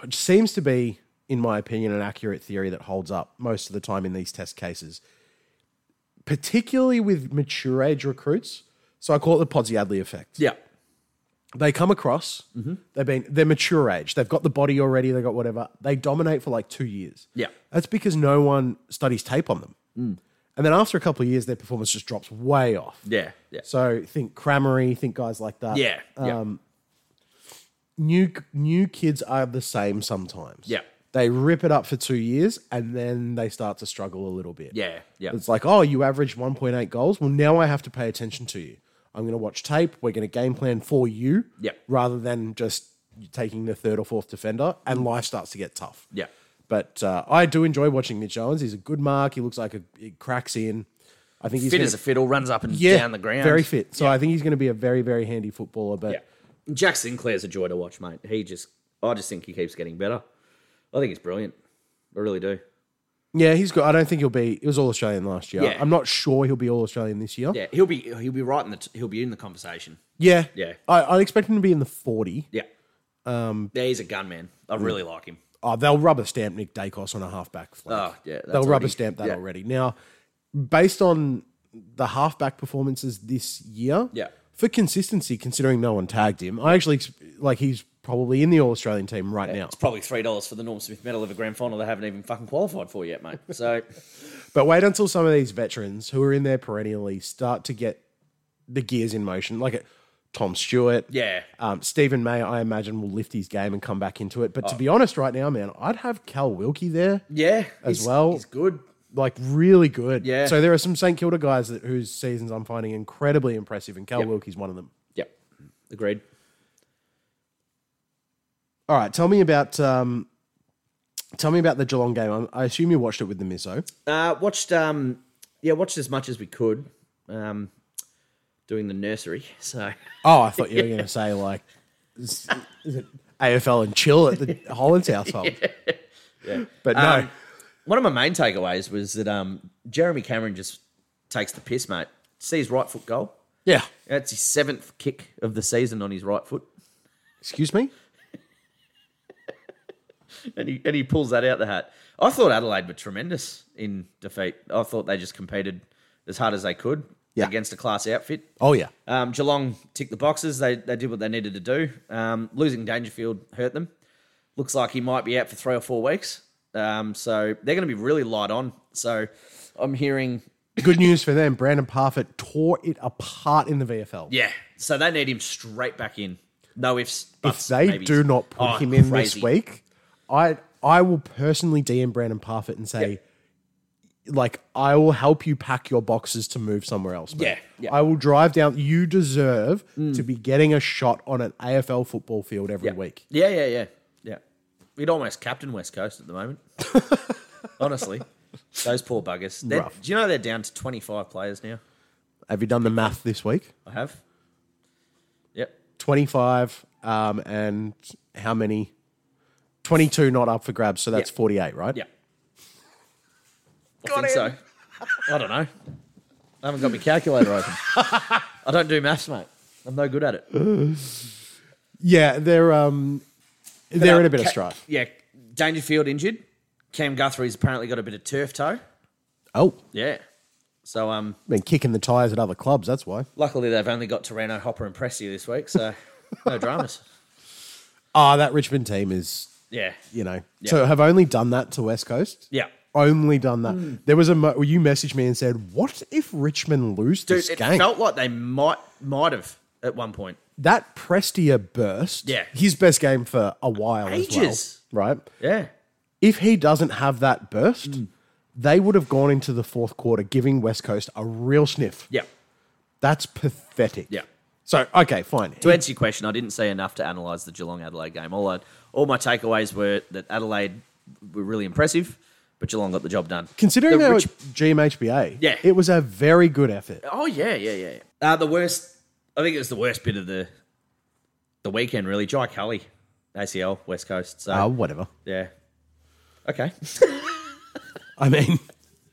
S1: which seems to be, in my opinion, an accurate theory that holds up most of the time in these test cases, particularly with mature age recruits. So I call it the Podsy Adley effect.
S2: Yeah.
S1: They come across,
S2: Mm-hmm.
S1: they've been, they're mature age, they've got the body already, they've got whatever. They dominate for like two years.
S2: Yeah. Mm.
S1: That's because no one studies tape on them. And then after a couple of years, their performance just drops way off.
S2: Yeah, yeah,
S1: So think Cramery, think guys like that. Um,
S2: yeah, yeah.
S1: New new kids are the same sometimes.
S2: Yeah.
S1: They rip it up for two years and then they start to struggle a little bit.
S2: yeah, yeah.
S1: It's like, oh, you averaged 1.8 goals. Well, now I have to pay attention to you. I'm going to watch tape. We're going to game plan for you
S2: Yeah.
S1: rather than just taking the third or fourth defender. And life starts to get tough.
S2: Mm. Yeah.
S1: But uh, I do enjoy watching Mitch Owens. He's a good mark. He looks like a, he cracks in. I think he's
S2: Fit
S1: gonna-
S2: as a fiddle, runs up and
S1: yeah,
S2: down the ground.
S1: Very fit. So I think he's going to be a very, very handy footballer. But
S2: Yeah. Jack Sinclair's a joy to watch, mate. He just, I just think he keeps getting better. I think he's brilliant. I really do.
S1: yeah, he's good. I don't think he'll be. He was all Australian last year.
S2: Yeah.
S1: I'm not sure he'll be all Australian this year.
S2: Yeah, he'll be he'll be right in the t- he'll be in the conversation.
S1: Yeah.
S2: Yeah.
S1: I, I expect him to be in the 40.
S2: Yeah. Um. Yeah, he's a gunman. I really like him.
S1: Oh, they'll rubber stamp Nick Dacos on a halfback flank.
S2: Oh, yeah, that's
S1: they'll rubber
S2: already-
S1: stamp that
S2: yeah.
S1: already. Now, based on the halfback performances this year,
S2: Yeah.
S1: for consistency, considering no one tagged him, I actually ex- like he's probably in the All Australian team right now.
S2: It's probably three dollars for the Norm Smith Medal of a grand final they haven't even fucking qualified for yet, mate. So *laughs*
S1: But wait until some of these veterans who are in there perennially start to get the gears in motion, like it, Tom Stewart.
S2: yeah,
S1: Um, Stephen May, I imagine, will lift his game and come back into it.
S2: Oh.
S1: But to be honest, right now, man, I'd have Cal Wilkie there.
S2: yeah,
S1: As
S2: he's-
S1: well.
S2: He's good.
S1: like really good.
S2: Yeah.
S1: So there are some St Kilda guys that whose seasons I'm finding incredibly impressive, and Cal Wilkie's one of them.
S2: Yep, agreed.
S1: All right, tell me about um, tell me about the Geelong game. I'm- I assume you watched it with the Miso.
S2: Uh, watched um, yeah, watched as much as we could. Um, doing the nursery. *laughs* So
S1: Oh, I thought you were going
S2: *laughs*
S1: to say like, is, is it AFL and chill at the Holland's
S2: *laughs*
S1: household? But no,
S2: Um, one of my main takeaways was that um, Jeremy Cameron just takes the piss, mate. See his right foot goal.
S1: yeah.
S2: That's his seventh kick of the season on his right foot, *laughs*
S1: Excuse me.
S2: and he and he pulls that out the hat. I thought Adelaide were tremendous in defeat. I thought they just competed as hard as they could
S1: Yeah.
S2: against a class outfit.
S1: Oh yeah.
S2: Um, Geelong ticked the boxes. They they did what they needed to do. Um, losing Dangerfield hurt them. Looks like he might be out for three or four weeks. Um, so they're going to be really light on. So I'm hearing
S1: Good news for them. Brandon Parfit tore it apart in the VFL.
S2: Yeah. So they need him straight back in. No ifs,
S1: if
S2: buts.
S1: they
S2: maybes.
S1: do not put
S2: Oh,
S1: him in
S2: crazy.
S1: this week, I I will personally DM Brandon Parfit and say, like, I will help you pack your boxes to move somewhere else. mate.
S2: Yeah, yeah. Mm.
S1: I will drive down. You deserve to be getting a shot on an AFL football field every
S2: yeah.
S1: week.
S2: Yeah, yeah, yeah. Yeah. We'd almost captain West Coast at
S1: *laughs*
S2: the moment. Honestly. Those poor buggers. They're-
S1: Rough.
S2: Do you know they're down to 25 players now?
S1: Have you done the math this week?
S2: I have. Yep.
S1: Twenty five, um, and how many? Twenty two not up for grabs, so that's
S2: Yeah.
S1: forty eight, right?
S2: Yeah. I think so. I don't know. I haven't got my calculator open. I don't do maths, mate. I'm no good at it.
S1: Yeah, they're um,
S2: uh,
S1: they're in a bit of strife.
S2: Yeah. Dangerfield injured. Cam Guthrie's apparently got a bit of turf toe.
S1: Oh,
S2: Yeah. So um,
S1: been kicking the tires at other clubs. That's why.
S2: luckily they've only got Torano, Hopper, and Pressy this week, so *laughs* no dramas.
S1: Ah, that Richmond team is,
S2: Yeah.
S1: you know. So have only done that to West Coast.
S2: Yeah. Hmm.
S1: Only done that. There was a mo- you messaged me and said, "What if Richmond lose
S2: Dude,
S1: this
S2: it
S1: game?"
S2: felt like they might might have at one point.
S1: that Prestia burst.
S2: Yeah.
S1: his best game for a while.
S2: Ages.
S1: as well, right?
S2: Yeah.
S1: If he doesn't have that burst,
S2: Hmm.
S1: they would have gone into the fourth quarter, giving West Coast a real sniff.
S2: Yeah.
S1: That's pathetic.
S2: Yeah.
S1: So okay, fine.
S2: To answer your question, I didn't see enough to analyse the Geelong Adelaide game. All I, all my takeaways were that Adelaide were really impressive, but Geelong got the job done.
S1: Considering
S2: The
S1: they were
S2: Rich-
S1: GMHBA,
S2: Yeah.
S1: it was a very good effort.
S2: Oh yeah, yeah, yeah. yeah. Uh, the worst. I think it was the worst bit of the the weekend. Really, Jai Cully, ACL, West Coast. So
S1: Ah, whatever.
S2: yeah. Okay.
S1: I mean,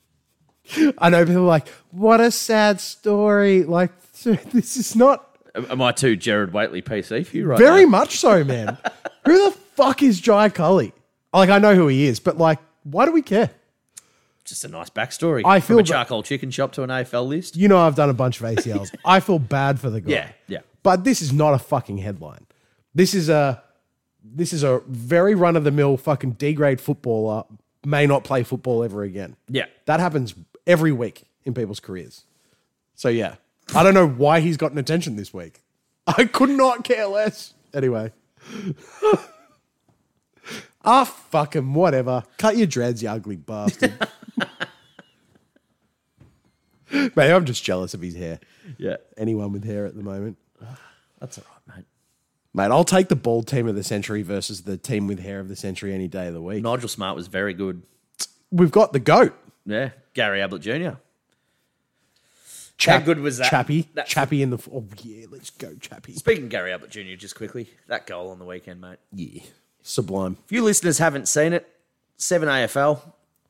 S1: *laughs* I know people are like, what a sad story. Like, *laughs* this is not
S2: Am I too Jared Waitley PC for you right
S1: very
S2: now?
S1: much so,
S2: *laughs*
S1: man. who the fuck is Jai Cully? Like, I know who he is, but like, why do we care?
S2: Just a nice backstory.
S1: I feel
S2: From a
S1: ba-
S2: charcoal chicken shop to an AFL list.
S1: You know, I've done a bunch of
S2: *laughs*
S1: ACLs. I feel bad for the guy.
S2: Yeah, yeah.
S1: But this is not a fucking headline. This is a this is a very run of the mill fucking D grade footballer may not play football ever again.
S2: Yeah.
S1: That happens every week. in people's careers. So yeah, I don't know why he's gotten attention this week. *laughs* I could not care less. Anyway. *laughs* Ah, fuck him, whatever. Cut your dreads, you ugly bastard. *laughs* Mate, I'm just jealous of his hair.
S2: Yeah,
S1: Anyone with hair at the moment.
S2: that's all right, mate.
S1: Mate, I'll take the bald team of the century versus the team with hair of the century any day of the week.
S2: Nigel Smart was very good.
S1: We've got the GOAT.
S2: Yeah, Gary Ablett Jr.
S1: Chap-
S2: How good was that?
S1: Chappie.
S2: That-
S1: Chappie in the. Oh, yeah, let's go, Chappie.
S2: Speaking of Gary Ablett Jr., just quickly, that goal on the weekend, mate.
S1: Yeah. Sublime.
S2: If you listeners haven't seen it, 7 AFL,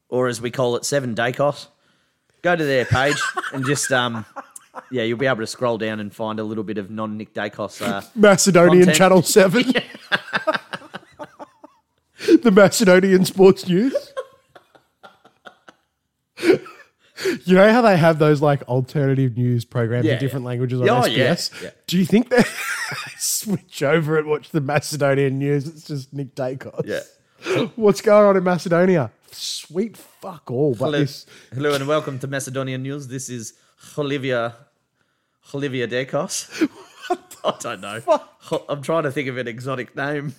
S2: or as we call it, 7 Dacos, go to their *laughs* page and just, um, yeah, you'll be able to scroll down and find a little bit of non Nick Dacos. Uh,
S1: Macedonian
S2: Content.
S1: Channel 7.
S2: *laughs*
S1: the Macedonian Sports News. you know how they have those like alternative news programs
S2: Yeah,
S1: in different
S2: yeah.
S1: languages on
S2: Oh, yeah,
S1: SBS?
S2: yeah.
S1: Do you think they *laughs* switch over and watch the Macedonian news? It's just Nick Dacos.
S2: *laughs* Yeah.
S1: What's going on in Macedonia? Sweet fuck all. But
S2: hello,
S1: this,
S2: hello and welcome to Macedonian News. This is Olivia, Olivia *laughs* Dacos. I don't know. Ho- I'm trying to think of an exotic name.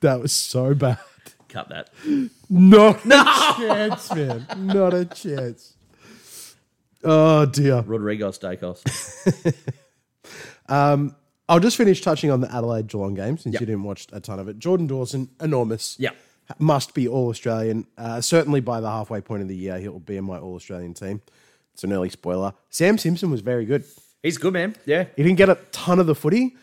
S1: that was so bad.
S2: Cut that.
S1: Not a chance, man. Not a chance. Oh dear.
S2: Rodriguez Dacos. *laughs*
S1: I'll just finish touching on the Adelaide Geelong game since
S2: Yep.
S1: you didn't watch a ton of it. Jordan Dawson, enormous.
S2: Yep.
S1: Must be all Australian. Uh, certainly by the halfway point of the year, he'll be in my all Australian team. It's an early spoiler. Sam Simpson was very good.
S2: He's good, man. Yeah.
S1: He didn't get a ton of the footy.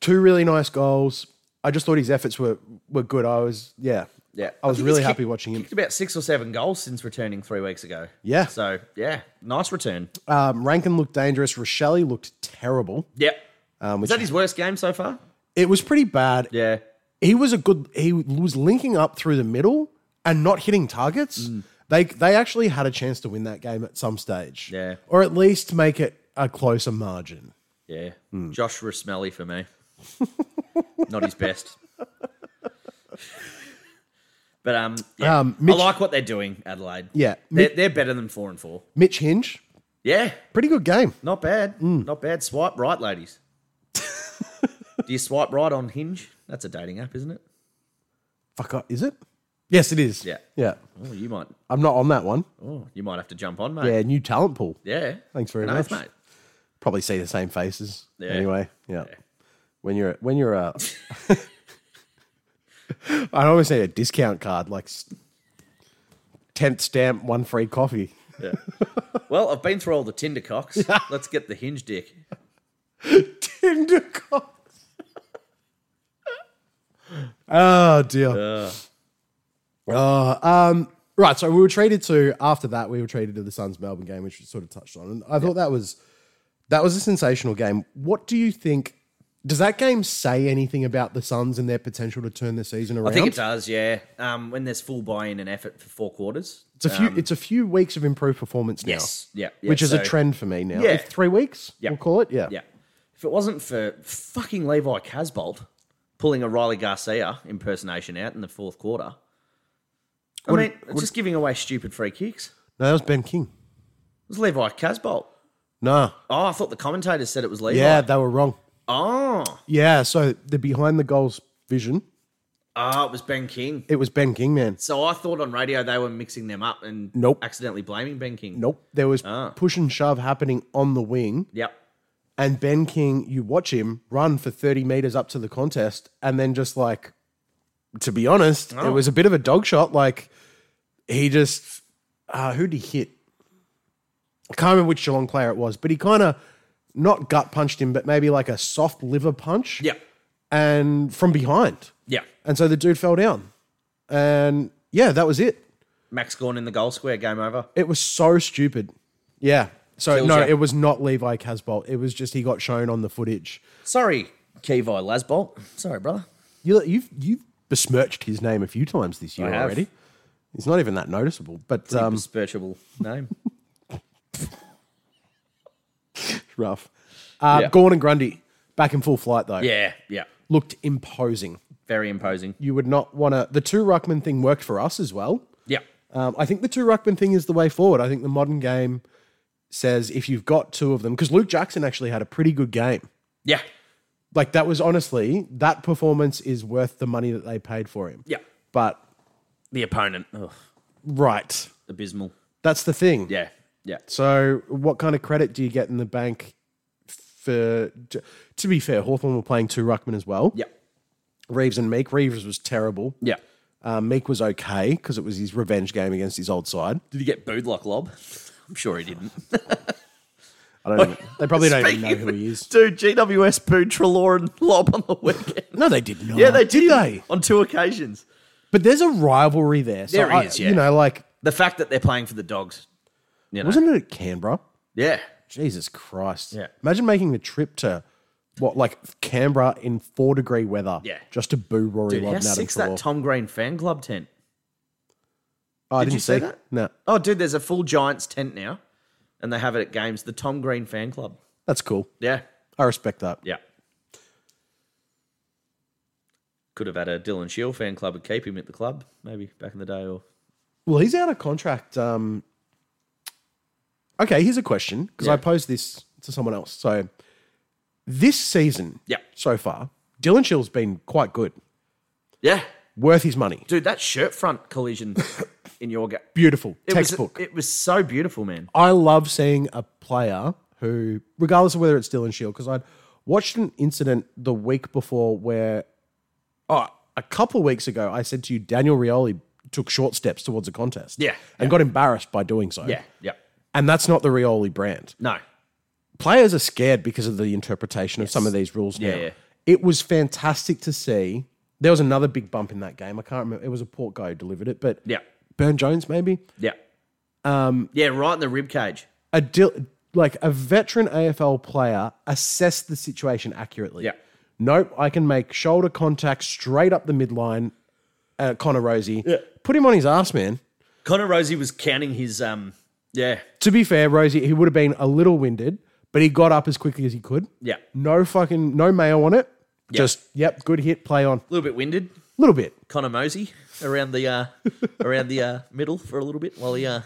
S1: Two really nice goals. I just thought his efforts were were good. I was yeah.
S2: Yeah.
S1: I was
S2: think
S1: really
S2: he's
S1: happy
S2: kicked-
S1: watching him.
S2: Kicked about six or seven goals since returning three weeks ago.
S1: Yeah.
S2: So yeah, nice return.
S1: Um, Rankin looked dangerous. Rochelle looked terrible.
S2: Yep.
S1: Um,
S2: Is
S1: which
S2: that his worst game so far?
S1: it was pretty bad.
S2: Yeah.
S1: he was a good he was linking up through the middle and not hitting targets
S2: Mm.
S1: they they actually had a chance to win that game at some stage
S2: Yeah.
S1: or at least make it a closer margin
S2: Yeah.
S1: Hmm.
S2: Josh Smelly
S1: *laughs*
S2: for me. Not his best. But um, yeah.
S1: Um, Mitch-
S2: I like what they're doing, Adelaide.
S1: Yeah.
S2: They're, they're better than four and four.
S1: mitch hinge
S2: Yeah.
S1: pretty good game
S2: Not bad.
S1: Hmm.
S2: Not bad. Swipe
S1: *laughs*
S2: right, ladies. Do you swipe right on Hinge? That's a dating app, isn't it?
S1: fuck I- is it yes it is
S2: Yeah.
S1: yeah
S2: Oh, you might.
S1: i'm not on that one
S2: Oh, you might have to jump on, mate.
S1: yeah new talent pool
S2: Yeah.
S1: Thanks very
S2: An oath,
S1: much. probably see the same faces
S2: Yeah.
S1: anyway yeah.
S2: Yeah.
S1: when you're when you're uh, *laughs* a i always need a discount card like 10th stamp one free coffee
S2: Well, I've been through all the Tinder cocks.
S1: *laughs*
S2: Let's get the hinge dick.
S1: Tindercox. oh dear. Oh, um, right. So we were treated to after that. We were treated to the Suns Melbourne game, which we sort of touched on, and I thought that was that was a sensational game. What do you think? Does that game say anything about the Suns and their potential to turn the season around?
S2: I think it does, yeah. Um, when there's full buy-in and effort for four quarters.
S1: It's a few. it's a few weeks of improved performance now.
S2: Um, Yes. Yeah, yeah,
S1: which is a
S2: so-
S1: trend for me now.
S2: Yeah.
S1: If three weeks.
S2: Yeah.
S1: We'll call it. Yeah.
S2: Yeah. If it wasn't for fucking Levi Casbolt pulling a Riley Garcia impersonation out in the fourth quarter, I mean, it's just giving away stupid free kicks. It
S1: No, that was Ben King.
S2: was Levi Casbolt.
S1: No.
S2: Oh, I thought the commentators said it was Levi.
S1: Yeah, they were wrong.
S2: Oh.
S1: Yeah, so the behind the goals vision,
S2: Oh, it was Ben King.
S1: it was Ben King, man.
S2: So I thought on radio they were mixing them up and
S1: Nope.
S2: accidentally blaming Ben King.
S1: Nope, there was push and shove happening on the wing,
S2: Yep.
S1: and Ben King, you watch him run for 30 meters up to the contest, and then just like, to be honest, it was a bit of a dog shot. Like, he just, uh, who'd he hit? I can't remember which Geelong player it was, but he kind of not gut punched him, but maybe like a soft liver punch.
S2: Yep.
S1: And from behind.
S2: Yep.
S1: And so the dude fell down. And yeah, that was it.
S2: Max Gorn in the goal square, game over.
S1: It was so stupid. Yeah. So
S2: Kills
S1: no,
S2: ya.
S1: it was not Levi Casbolt. It was just he got shown on the footage.
S2: Sorry, Kevi Lasbolt. Sorry, brother.
S1: You, you've you've besmirched his name a few times this year
S2: I have.
S1: already. He's not even that noticeable. But um,
S2: Spiritual *laughs* name.
S1: rough. Uh,
S2: Yeah.
S1: Gorn and uh, Grundy back in full flight though.
S2: yeah, yeah.
S1: Looked imposing.
S2: Very imposing.
S1: You would not want to. The two Ruckman thing worked for us as well.
S2: Yep.
S1: Um, I think the two Ruckman thing is the way forward. I think the modern game says if you've got two of them, because Luke Jackson actually had a pretty good game.
S2: Yeah.
S1: Like that was honestly that performance is worth the money that they paid for him.
S2: Yeah.
S1: But
S2: The opponent. Ugh.
S1: right,
S2: Abysmal.
S1: that's the thing.
S2: Yeah. Yeah.
S1: So, what kind of credit do you get in the bank for? To, to be fair, Hawthorn were playing two ruckmen as well.
S2: Yeah.
S1: Reeves and Meek. Reeves was terrible.
S2: Yeah.
S1: Um, Meek was okay because it was his revenge game against his old side.
S2: Did he get booed like Lob? I'm sure he didn't.
S1: I don't. Even, they probably don't even know
S2: Oh, Speaking
S1: who
S2: of-
S1: he is.
S2: *laughs* Dude, GWS booed Trelaw and Lob on the weekend.
S1: No, they did not.
S2: *laughs* Yeah, they
S1: did. They.
S2: *laughs* on two occasions.
S1: But there's a rivalry there. So
S2: There
S1: I-
S2: is, yeah.
S1: You know, like
S2: The fact that they're playing for the dogs. You know.
S1: wasn't it at Canberra?
S2: yeah.
S1: Jesus Christ.
S2: Yeah.
S1: Imagine making the trip to what, like Canberra in four degree weather.
S2: Yeah.
S1: Just to boo Rory
S2: Dude,
S1: Lobb
S2: how
S1: and Adam
S2: sick's that
S1: Trelaw.
S2: Tom Green fan club tent?
S1: Oh, I
S2: Did
S1: didn't
S2: you see
S1: see
S2: that?
S1: No.
S2: Oh, dude, there's a full Giants tent now, and they have it at games. The Tom Green fan club.
S1: That's cool.
S2: Yeah,
S1: I respect that.
S2: yeah. Could have had a Dylan Shield fan club and keep him at the club, maybe back in the day. Or
S1: Well, he's out of contract. Um, okay, here's a question because I
S2: Yeah.
S1: posed this to someone else. So this season,
S2: Yeah.
S1: so far, Dylan Chill's been quite good,
S2: yeah,
S1: worth his money.
S2: dude, that shirt front *laughs* collision in your game.
S1: Beautiful
S2: It
S1: textbook.
S2: Was, it was so beautiful, man.
S1: I love seeing a player who, regardless of whether it's Dylan Shield, because I'd watched an incident the week before where, oh, a couple weeks ago, I said to you, Daniel Rioli took short steps towards a contest,
S2: Yeah.
S1: and got embarrassed by doing so,
S2: Yeah, yeah.
S1: and that's not the Rioli brand.
S2: No,
S1: players are scared because of the interpretation of some of these rules now.
S2: yeah.
S1: It was fantastic to see. There was another big bump in that game. I can't remember. It was a port guy who delivered it, but
S2: Yeah.
S1: Burn Jones maybe
S2: yeah, um, yeah, right in the rib cage.
S1: a dil- like a veteran AFL player assessed the situation accurately.
S2: Yeah.
S1: Nope, I can make shoulder contact straight up the midline. Uh, Connor Rosie, put him on his ass, man.
S2: Connor Rosie was counting his um, yeah,
S1: To be fair, Rosie, he would have been a little winded, but he got up as quickly as he could.
S2: yeah, a
S1: No fucking no mayo on it. Just yep, good hit, play on.
S2: little bit winded.
S1: little bit.
S2: Connor Mosey around
S1: *laughs*
S2: the uh, around the uh, middle for a little bit while he uh,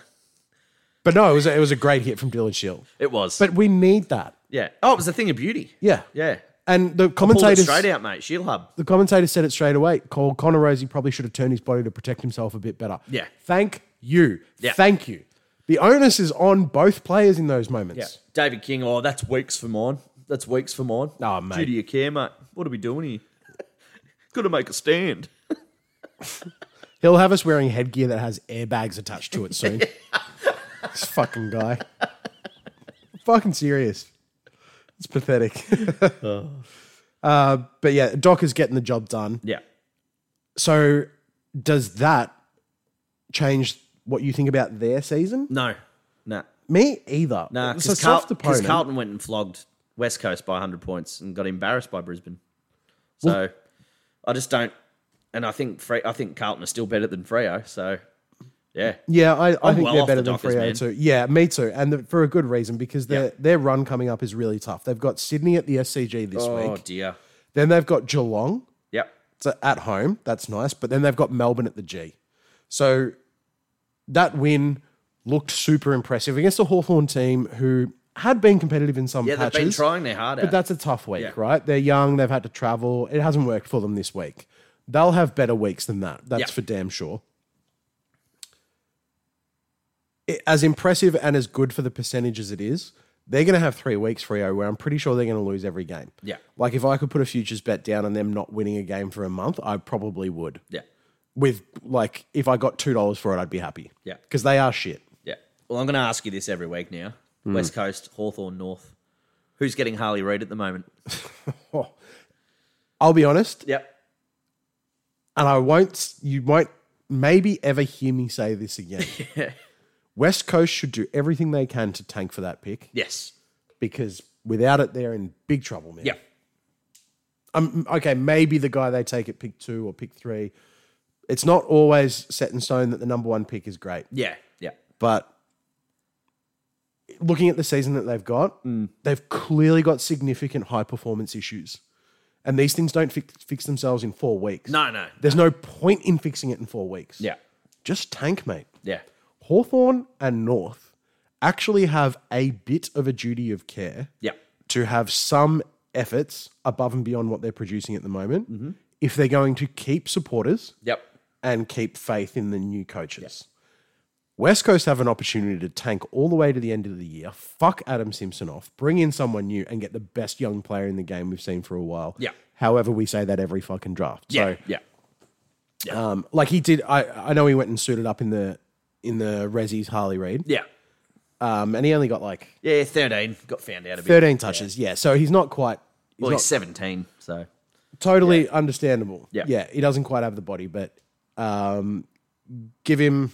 S1: But no, it was a, it was a great hit from Dylan Shield.
S2: it was
S1: But we need that.
S2: yeah oh it was a thing of beauty
S1: Yeah.
S2: yeah
S1: And the
S2: pulled it
S1: commentators
S2: straight out mate Shield Hub
S1: the commentator said it straight away. Called Connor Rosie probably should have turned his body to protect himself a bit better.
S2: Yeah.
S1: Thank you.
S2: Yeah.
S1: Thank you. The onus is on both players in those moments.
S2: David King oh that's weeks for mine that's weeks for mine
S1: Oh, mate.
S2: Judy, you care mate what are we doing
S1: *laughs*
S2: here got to make a stand
S1: He'll have us wearing headgear that has airbags attached to it
S2: *laughs*
S1: soon. this fucking guy. fucking serious. It's
S2: *laughs*
S1: pathetic.
S2: Oh.
S1: uh, but yeah, Doc is getting the job done.
S2: yeah
S1: So does that change what you think about their season?
S2: no nah
S1: Me either.
S2: nah
S1: it's a
S2: because
S1: soft opponent.
S2: Carlton went and flogged West Coast by 100 points and got embarrassed by Brisbane so I just don't and I think Fre- I think Carlton are still better than Freo so yeah
S1: yeah, I, I think
S2: well
S1: they're
S2: off
S1: better
S2: the
S1: than
S2: Dockers,
S1: Freo
S2: man.
S1: too. Yeah, me too, and the, for a good reason because their their run coming up is really tough. They've got Sydney at the SCG this
S2: oh
S1: week.
S2: dear
S1: Then they've got Geelong
S2: yep
S1: it's at home. That's nice. But then they've got Melbourne at the G. So that win looked super impressive against a Hawthorn team who had been competitive in some
S2: Yeah,
S1: patches.
S2: they've been trying their hard
S1: But
S2: out.
S1: that's a tough week,
S2: Yeah.
S1: right? They're young, they've had to travel. It hasn't worked for them this week. They'll have better weeks than that. That's
S2: Yeah.
S1: for damn sure. It- as impressive and as good for the percentage as it is, they're going to have three weeks, Frio, where I'm pretty sure they're going to lose every game.
S2: Yeah.
S1: Like if I could put a futures bet down on them not winning a game for a month, I probably would.
S2: Yeah,
S1: With, like, if I got $2 for it, I'd be happy.
S2: Yeah.
S1: Because they are shit.
S2: yeah. Well, I'm going to ask you this every week now.
S1: Hmm.
S2: West Coast, Hawthorn North. Who's getting Harley Reid at the moment?
S1: I'll be honest,
S2: Yep.
S1: and I won't, you won't maybe ever hear me say this again. West Coast should do everything they can to tank for that pick
S2: Yes.
S1: because without it, they're in big trouble, man.
S2: Yep.
S1: Um, okay, maybe the guy they take at pick two or pick three. It's not always set in stone that the number one pick is great,
S2: Yeah. Yeah.
S1: but looking at the season that they've got, they've clearly got significant high performance issues. And these things don't fix, fix themselves in four weeks.
S2: No, no.
S1: There's no point in fixing it in four weeks.
S2: Yeah.
S1: Just tank, mate.
S2: Yeah.
S1: Hawthorn and North actually have a bit of a duty of care
S2: Yeah.
S1: to have some efforts above and beyond what they're producing at the moment
S2: Mm-hmm.
S1: if they're going to keep supporters
S2: Yep.
S1: and keep faith in the new coaches. West Coast have an opportunity to tank all the way to the end of the year, fuck Adam Simpson off, bring in someone new, and get the best young player in the game we've seen for a while.
S2: Yeah.
S1: However, we say that every fucking draft.
S2: Yeah.
S1: So,
S2: yeah.
S1: um, like he did, I I know he went and suited up in the in the Rezzies Harley Reid,
S2: Yeah.
S1: um, and he only got like
S2: Yeah. 13. Got found out a bit.
S1: thirteen touches. Yeah, so he's not quite. He's
S2: Well,
S1: not
S2: he's 17. So,
S1: totally understandable.
S2: Yeah.
S1: yeah, he doesn't quite have the body, but um, give him.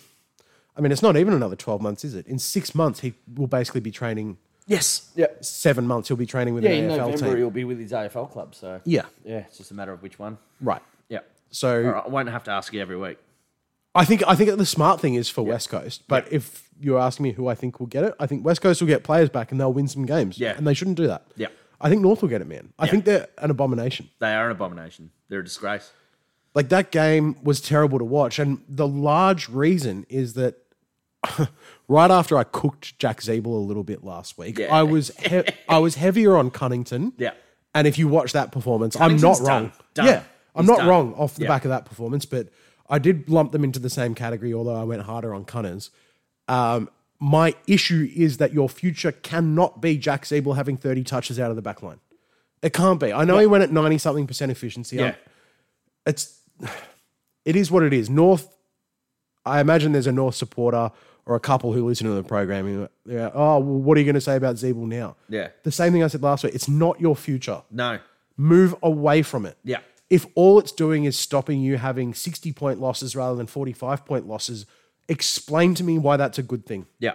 S1: I mean, it's not even another twelve months, is it? In six months, he will basically be training.
S2: yes. Yeah.
S1: Seven months, he'll be training with
S2: Yeah.
S1: an
S2: In
S1: AFL
S2: November,
S1: team.
S2: he'll be with his AFL club. So,
S1: Yeah,
S2: yeah. It's just a matter of which one.
S1: right.
S2: Yeah.
S1: So
S2: All right, I won't have to ask you every week.
S1: I think I think the smart thing is for West Coast. But if you're asking me who I think will get it, I think West Coast will get players back and they'll win some games.
S2: Yeah.
S1: and they shouldn't do that.
S2: Yeah.
S1: I think North will get it, man. I think they're an abomination.
S2: They are an abomination. They're a disgrace.
S1: Like that game was terrible to watch, and the large reason is that *laughs* right after I cooked Jack Zabel a little bit last week,
S2: Yeah.
S1: I was he- I was heavier on Cunnington.
S2: *laughs* Yeah.
S1: and if you watch that performance,
S2: Cunnington's
S1: I'm not wrong.
S2: done. Done.
S1: Yeah, I'm
S2: He's
S1: not
S2: done.
S1: wrong off the
S2: Yeah.
S1: back of that performance, but I did lump them into the same category. Although I went harder on Cunners. Um, my issue is that your future cannot be Jack Zabel having 30 touches out of the back line. It can't be. I know he went at 90 something percent efficiency. I'm-
S2: Yeah.
S1: it's *sighs* it is what it is. North, I imagine there's a North supporter or a couple who listen to the program. who- They're like, oh, well, what are you going to say about Zebul now?
S2: Yeah.
S1: The same thing I said last week. It's not your future.
S2: No.
S1: Move away from it.
S2: Yeah.
S1: If all it's doing is stopping you having 60 point losses rather than 45 point losses, explain to me why that's a good thing.
S2: Yeah.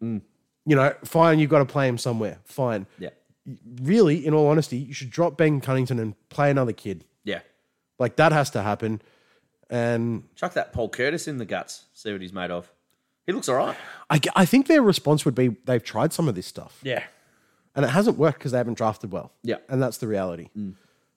S1: You know, fine, you've got to play him somewhere. Fine.
S2: Yeah.
S1: Really, in all honesty, you should drop Ben Cunnington and play another kid.
S2: Yeah.
S1: Like that has to happen. And
S2: Chuck that Paul Curtis in the guts. See what he's made of. He looks all right.
S1: I, g- I think their response would be they've tried some of this stuff
S2: Yeah.
S1: and it hasn't worked because they haven't drafted well.
S2: Yeah. Mm.
S1: And that's the reality.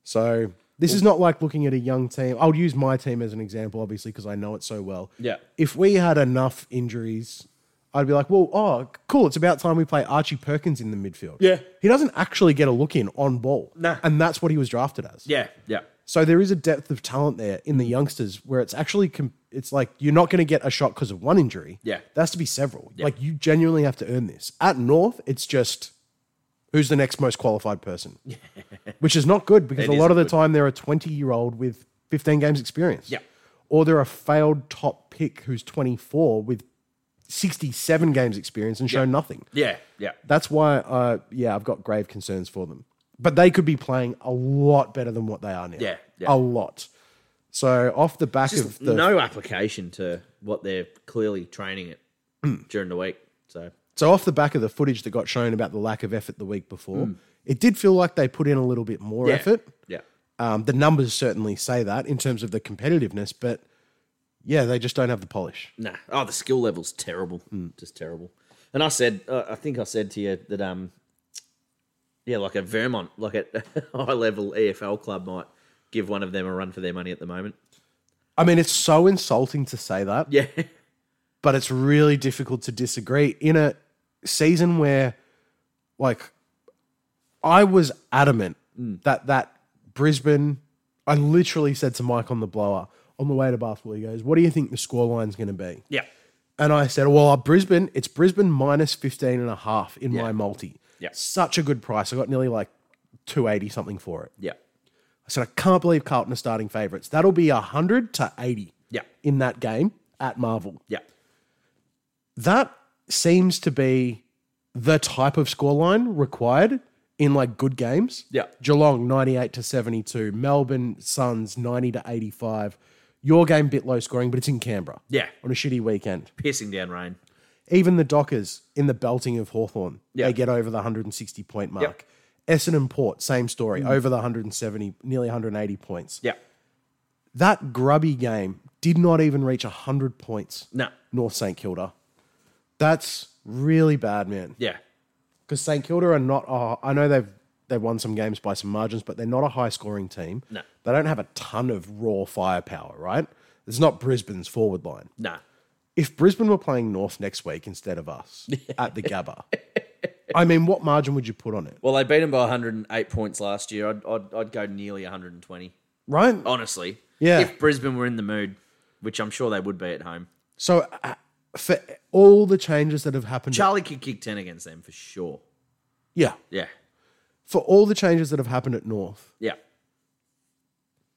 S1: So this is not like looking at a young team. I'll use my team as an example, obviously, because I know it so well.
S2: Yeah.
S1: If we had enough injuries, I'd be like, well, oh, cool. It's about time we play Archie Perkins in the midfield.
S2: Yeah.
S1: He doesn't actually get a look in on ball.
S2: Nah.
S1: And that's what he was drafted as.
S2: Yeah. Yeah.
S1: So there is a depth of talent there in the youngsters where it's actually com- it's like you're not going to get a shot because of one injury.
S2: Yeah.
S1: there has to be several. Like you genuinely have to earn this. At North, it's just who's the next most qualified
S2: *laughs*
S1: person, which is not good because
S2: It
S1: a lot
S2: isn't
S1: of the
S2: good.
S1: time there are 20 year old with 15 games experience.
S2: Yeah.
S1: or they're a failed top pick who's 24 with 67 games experience and shown nothing.
S2: Yeah. Yeah.
S1: That's why, uh, yeah, I've got grave concerns for them. But they could be playing a lot better than what they are now.
S2: Yeah, yeah.
S1: a lot. So off the back of
S2: Just
S1: the,
S2: no application to what they're clearly training it during the week. So
S1: so off the back of the footage that got shown about the lack of effort the week before, it did feel like they put in a little bit more
S2: Mm. yeah.
S1: effort.
S2: Yeah.
S1: Um, the numbers certainly say that in terms of the competitiveness, but yeah, they just don't have the polish.
S2: Nah. Oh, the skill level's terrible. Just terrible. And I said, uh, I think I said to you that, um, yeah, like a Vermont, like a *laughs* high level EFL club might give one of them a run for their money at the moment. *laughs*
S1: I mean, it's so insulting to say that.
S2: Yeah.
S1: but it's really difficult to disagree in a season where like I was adamant
S2: Mm.
S1: that that Brisbane I literally said to Mike on the blower on the way to basketball he goes what do you think the scoreline's going to be
S2: Yeah.
S1: and I said well uh, Brisbane it's Brisbane minus 15 and a half in my multi
S2: Yeah.
S1: such a good price I got nearly like 280 something for it
S2: Yeah.
S1: I said I can't believe Carlton are starting favorites that'll be 100 to 80
S2: Yeah.
S1: in that game at Marvel
S2: Yeah.
S1: that seems to be the type of scoreline required in like good games.
S2: Yeah.
S1: Geelong 98 to 72, Melbourne Suns 90 to 85. Your game bit low scoring, but it's in Canberra.
S2: Yeah.
S1: On a shitty weekend.
S2: Pissing down rain.
S1: Even the Dockers in the belting of Hawthorn,
S2: Yeah.
S1: they get over the 160 point mark.
S2: Yep.
S1: Essendon Port, same story, over the 170, nearly 180 points.
S2: Mm. Yeah.
S1: That grubby game did not even reach 100 points.
S2: No.
S1: North St Kilda. That's really bad, man.
S2: Yeah.
S1: Because St Kilda are not. Oh, I know they've They've won some games by some margins, but they're not a high scoring team.
S2: No.
S1: They don't have a ton of raw firepower, right? It's not Brisbane's forward line.
S2: Nah.
S1: If Brisbane were playing North next week instead of us at the Gabba, I mean, what margin would you put on it,
S2: Well, they beat him by 108 points last year. I'd, I'd, I'd go nearly 120,
S1: right?
S2: honestly.
S1: Yeah.
S2: If Brisbane were in the mood, which I'm sure they would be at home,
S1: So, uh, for all the changes that have happened,
S2: Charlie could kick 10 against them for sure.
S1: yeah,
S2: Yeah.
S1: for all the changes that have happened at North,
S2: Yeah.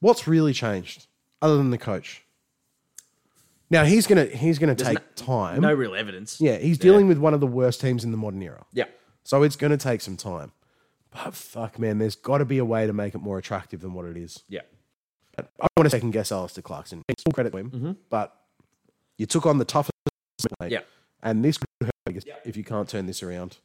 S1: what's really changed other than the coach? Now he's gonna he's gonna take time.
S2: No real evidence.
S1: yeah, he's dealing with one of the worst teams in the modern era,
S2: Yeah.
S1: so it's gonna take some time. But fuck, man, there's got to be a way to make it more attractive than what it is.
S2: Yeah.
S1: I don't want to second guess Alistair Clarkson. Full credit to him,
S2: Mm-hmm.
S1: but you took on the toughest, mate,
S2: Yeah.
S1: and this could hurt I guess, if you can't turn this around.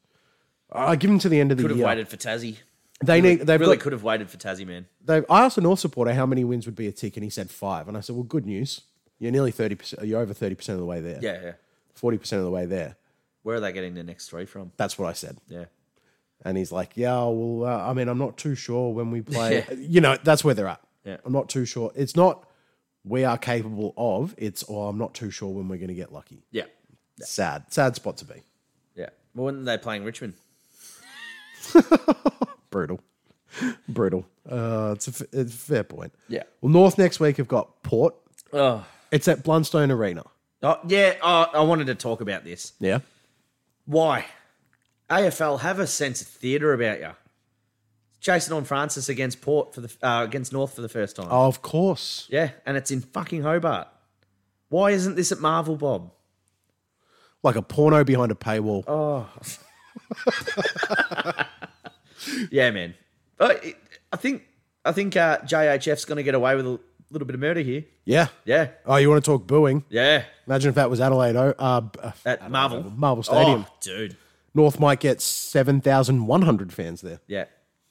S1: I give him to the end of the
S2: Could have
S1: year.
S2: waited for Tassie.
S1: They need. They've
S2: Really
S1: got,
S2: could have waited for Tassie, man.
S1: they I asked a North supporter how many wins would be a tick, and he said five. And I said, "Well, good news. You're nearly thirty percent. You're over thirty percent of the way there.
S2: Yeah. Yeah.
S1: Forty percent of the way there.
S2: Where are they getting the next three from?
S1: That's what I said."
S2: Yeah.
S1: And he's like, "Yeah, well, uh, I mean, I'm not too sure when we play.
S2: Yeah.
S1: *laughs* You know, that's where they're at.
S2: Yeah.
S1: I'm not too sure. It's not we are capable of. It's or I'm not too sure when we're going to get lucky.
S2: Yeah.
S1: Sad, sad spot to be.
S2: Yeah. Well, when they playing Richmond?
S1: Brutal, *laughs* brutal. Uh, it's a, f- it's a fair point.
S2: Yeah.
S1: Well, North next week have got Port.
S2: Oh.
S1: It's at Blundstone Arena.
S2: Oh, yeah. Oh, I wanted to talk about this.
S1: Yeah.
S2: Why? AFL have a sense of theatre about you. Jason on Francis against Port for the uh, against North for the first time.
S1: Of course.
S2: Yeah, and it's in fucking Hobart. Why isn't this at Marvel, Bob?
S1: like a porno behind a paywall.
S2: Oh. Yeah, man. Uh, it- I think I think uh, JHF's going to get away with a little bit of murder here.
S1: Yeah.
S2: Yeah,
S1: Oh, you want to talk booing?
S2: yeah.
S1: Imagine if that was Adelaide, O- uh, b- uh,
S2: At Marvel,
S1: Marvel Stadium.
S2: Oh, dude.
S1: North might get 7,100 fans there.
S2: Yeah.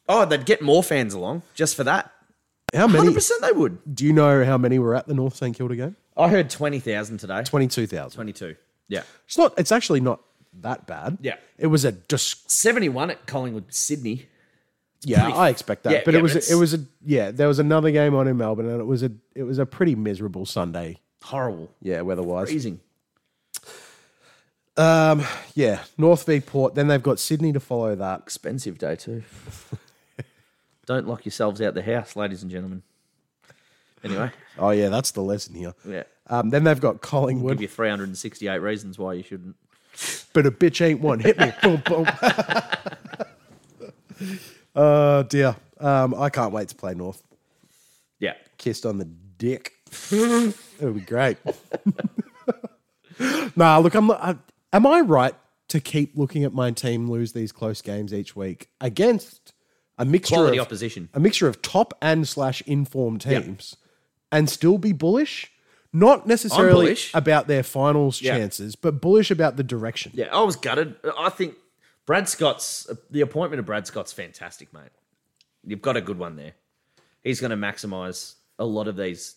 S2: Oh, they'd get more fans along just for that.
S1: How many?
S2: Hundred percent, they would.
S1: Do you know how many were at the North St Kilda game?
S2: I heard twenty thousand today.
S1: 22,000.
S2: Twenty-two. Yeah.
S1: It's not. It's actually not that bad.
S2: Yeah.
S1: It was a dis-
S2: Seventy-one at Collingwood, Sydney.
S1: yeah,
S2: pretty-
S1: I expect that.
S2: yeah,
S1: but
S2: yeah,
S1: it was
S2: but
S1: a, it was a yeah, there was another game on in Melbourne and it was a it was a pretty miserable Sunday.
S2: Horrible.
S1: Yeah, weather-wise.
S2: Freezing.
S1: Yeah, North v Port, then they've got Sydney to follow that.
S2: Expensive day
S1: *laughs*
S2: too. Don't lock yourselves out the house, ladies and gentlemen. Anyway,
S1: Oh yeah, that's the lesson here.
S2: yeah.
S1: Um, then they've got Collingwood.
S2: Give you 368 reasons why you shouldn't.
S1: but a bitch ain't one. Hit *laughs* me. boom, boom. oh, dear. Um, I can't wait to play North.
S2: Yeah.
S1: Kissed on the dick. It'll be great. *laughs* nah, look, I'm, I, am I right to keep looking at my team lose these close games each week against a mixture
S2: Quality
S1: of
S2: opposition.
S1: a mixture of top and slash informed teams and still be bullish? Not necessarily
S2: bullish.
S1: about their finals
S2: Yeah.
S1: chances, but bullish about the direction.
S2: Yeah, I was gutted. I think Brad Scott's, the appointment of Brad Scott's fantastic, mate. You've got a good one there. He's going to maximise a lot of these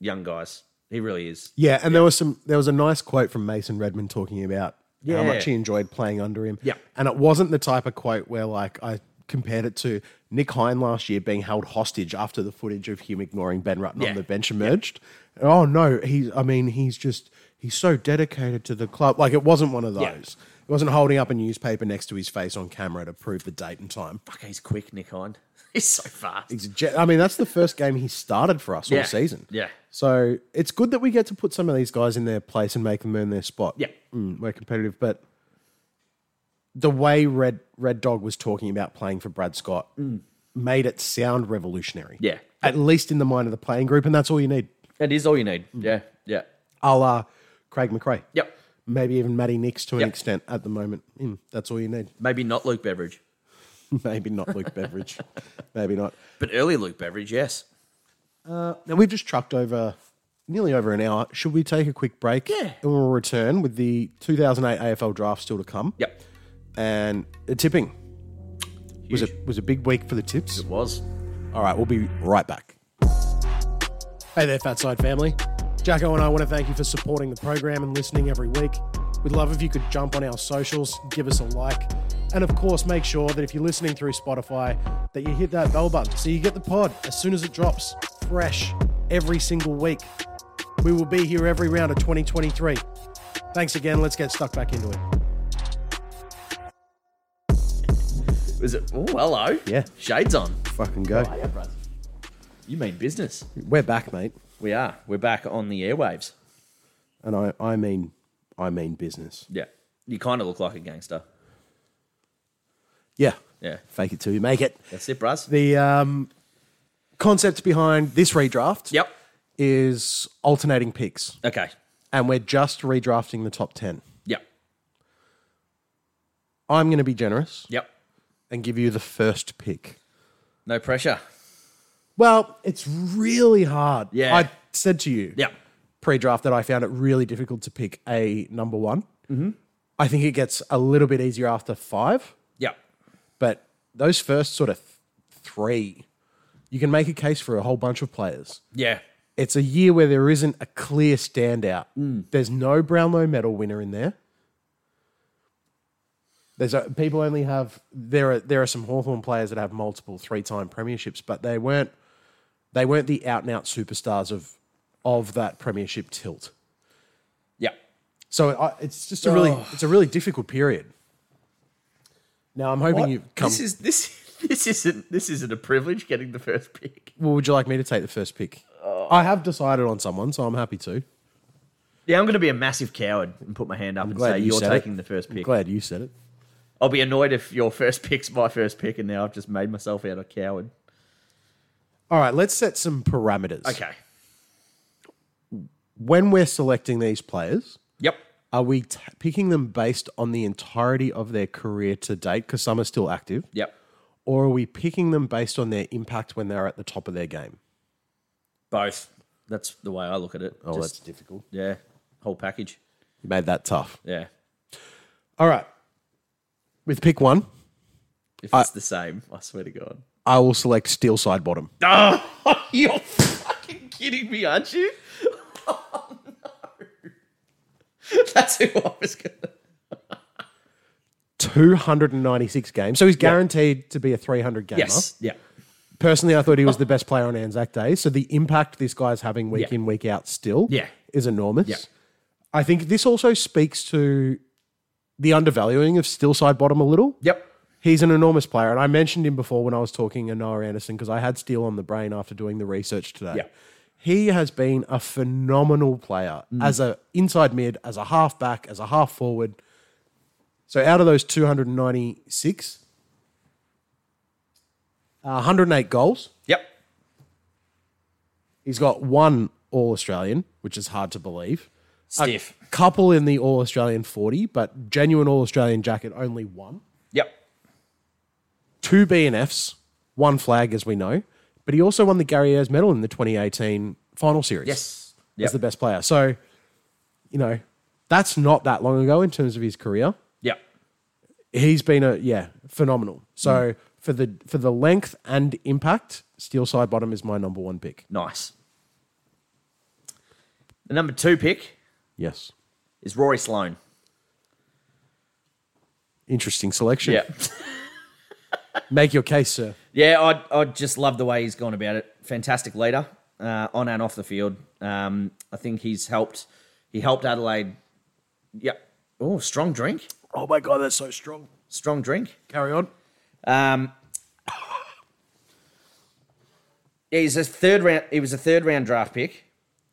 S2: young guys. He really is.
S1: Yeah, and there was some there was a nice quote from Mason Redmond talking about
S2: Yeah.
S1: how much he enjoyed playing under him.
S2: Yeah.
S1: And it wasn't the type of quote where like I compared it to Nick Hine last year being held hostage after the footage of him ignoring Ben Rutten
S2: Yeah.
S1: on the bench emerged. Oh no, he's I mean, he's just he's so dedicated to the club. Like it wasn't one of those.
S2: Yeah.
S1: It wasn't holding up a newspaper next to his face on camera to prove the date and time.
S2: Fuck, he's quick, Nick Hind. *laughs* He's so fast.
S1: He's a jet- I mean, that's the first game he started for us
S2: Yeah.
S1: all season.
S2: Yeah.
S1: So it's good that we get to put some of these guys in their place and make them earn their spot.
S2: Yeah.
S1: Mm, we're competitive, but the way Red Red Dog was talking about playing for Brad Scott made it sound revolutionary.
S2: Mm. Yeah.
S1: At least in the mind of the playing group, and that's all you need.
S2: That is all you need.
S1: Hmm.
S2: Yeah, yeah.
S1: A la Craig McRae.
S2: Yep.
S1: Maybe even Matty Nix to an
S2: Yep.
S1: extent at the moment. Mm, that's all you need. *laughs*
S2: Maybe not Luke Beveridge,
S1: Maybe not Luke
S2: *laughs*
S1: Beveridge. Maybe not.
S2: but early Luke Beveridge, yes.
S1: Now we've just trucked over nearly over an hour. Should we take a quick break?
S2: Yeah.
S1: And we'll return with the 2008 AFL draft still to come.
S2: Yep.
S1: And the tipping was a, was a big week for the tips.
S2: Was.
S1: All right, we'll be right back. Hey there, Fat Side family. Jacko and I want to thank you for supporting the program and listening every week. We'd love if you could jump on our socials, give us a like, And of course, make sure that if you're listening through Spotify, that you hit that bell button so you get the pod as soon as it drops, fresh, every single week. We will be here every round of 2023. Thanks again. Let's get stuck back into it.
S2: Is it? Oh, hello.
S1: Yeah.
S2: Shades on.
S1: Fucking go.
S2: Oh, You mean business?
S1: We're back, mate.
S2: We are. We're back on the airwaves.
S1: And I, I mean, I mean business.
S2: Yeah. You kind of look like a gangster.
S1: Yeah.
S2: Yeah.
S1: Fake it till you make it.
S2: That's it, bros.
S1: The um, concept behind this redraft
S2: Yep.
S1: is alternating picks.
S2: Okay.
S1: And we're just redrafting the top 10.
S2: Yep.
S1: I'm going to be generous
S2: Yep.
S1: and give you the first pick.
S2: No pressure.
S1: Well, it's really hard.
S2: Yeah.
S1: I said to you
S2: Yep.
S1: pre draft that I found it really difficult to pick a number one. Mm-hmm. I think it gets a little bit easier after five,
S2: Yep.
S1: but those first sort of th- three, you can make a case for a whole bunch of players.
S2: Yeah.
S1: It's a year where there isn't a clear standout.
S2: Hmm.
S1: There's no Brownlow medal winner in there. There's a, people only have there are there are some Hawthorn players that have multiple three time premierships, but they weren't they weren't the out and out superstars of of that premiership tilt.
S2: Yep.
S1: So I, it's just a really
S2: Oh.
S1: it's a really difficult period. Now I'm hoping
S2: What?
S1: you come.
S2: This is this this isn't this isn't a privilege getting the first pick.
S1: well, would you like me to take the first pick?
S2: Oh.
S1: I have decided on someone, so I'm happy to.
S2: Yeah, I'm going to be a massive coward and put my hand up and
S1: glad
S2: say
S1: you
S2: you are
S1: said it.
S2: taking the first pick.
S1: Glad you said it.
S2: I'll be annoyed if your first pick's my first pick, and now I've just made myself out a coward.
S1: All right, let's set some parameters.
S2: Okay.
S1: when we're selecting these players,
S2: Yep.
S1: are we t- picking them based on the entirety of their career to date? Because some are still active.
S2: Yep.
S1: Or are we picking them based on their impact when they're at the top of their game?
S2: Both. That's the way I look at it.
S1: Oh,
S2: Just-
S1: that's difficult.
S2: yeah. Whole package.
S1: You made that tough.
S2: Yeah.
S1: All right. With pick one,
S2: If it's the same, I swear to God. *laughs*
S1: I will select steel side bottom.
S2: Oh, you're fucking kidding me, aren't you? *laughs* Oh, no. *laughs* That's who I was going to.
S1: 296 games. So he's guaranteed to be a 300 gamer.
S2: Yes. Yeah.
S1: Personally, I thought he was the best player on Anzac Day. So the impact this guy's having week
S2: Yeah.
S1: in, week out still
S2: Yeah.
S1: is enormous.
S2: Yeah.
S1: I think this also speaks to the undervaluing of still side bottom a little.
S2: Yep.
S1: He's an enormous player. And I mentioned him before when I was talking to Noah Anderson because I had Steele on the brain after doing the research today.
S2: Yeah.
S1: He has been a phenomenal player as a inside mid, as a half back, as a half forward. So out of those 296, uh, 108 goals.
S2: Yep.
S1: He's got one All Australian, which is hard to believe.
S2: Stiff.
S1: Couple in the All Australian 40, but genuine All Australian jacket, only one.
S2: Yep.
S1: two BNFs, one flag, as we know, but he also won the Gary Ayres medal in the 2018 final series.
S2: Yes.
S1: As
S2: Yep.
S1: the best player. So, you know, that's not that long ago in terms of his career.
S2: Yep.
S1: He's been a, yeah, phenomenal.
S2: Mm.
S1: So for the for the length and impact, Steel Side Bottom is my number one pick.
S2: Nice. The number two pick
S1: Yes.
S2: is Rory Sloan.
S1: Interesting selection.
S2: *laughs*
S1: Make your case, sir.
S2: Yeah, I I just love the way he's gone about it. Fantastic leader uh, on and off the field. Um, I think he's helped. He helped Adelaide. Yep. Oh, strong drink.
S1: Oh my god, that's so strong.
S2: Strong drink.
S1: Carry on.
S2: Um, yeah, he's a third round. He was a third round draft pick,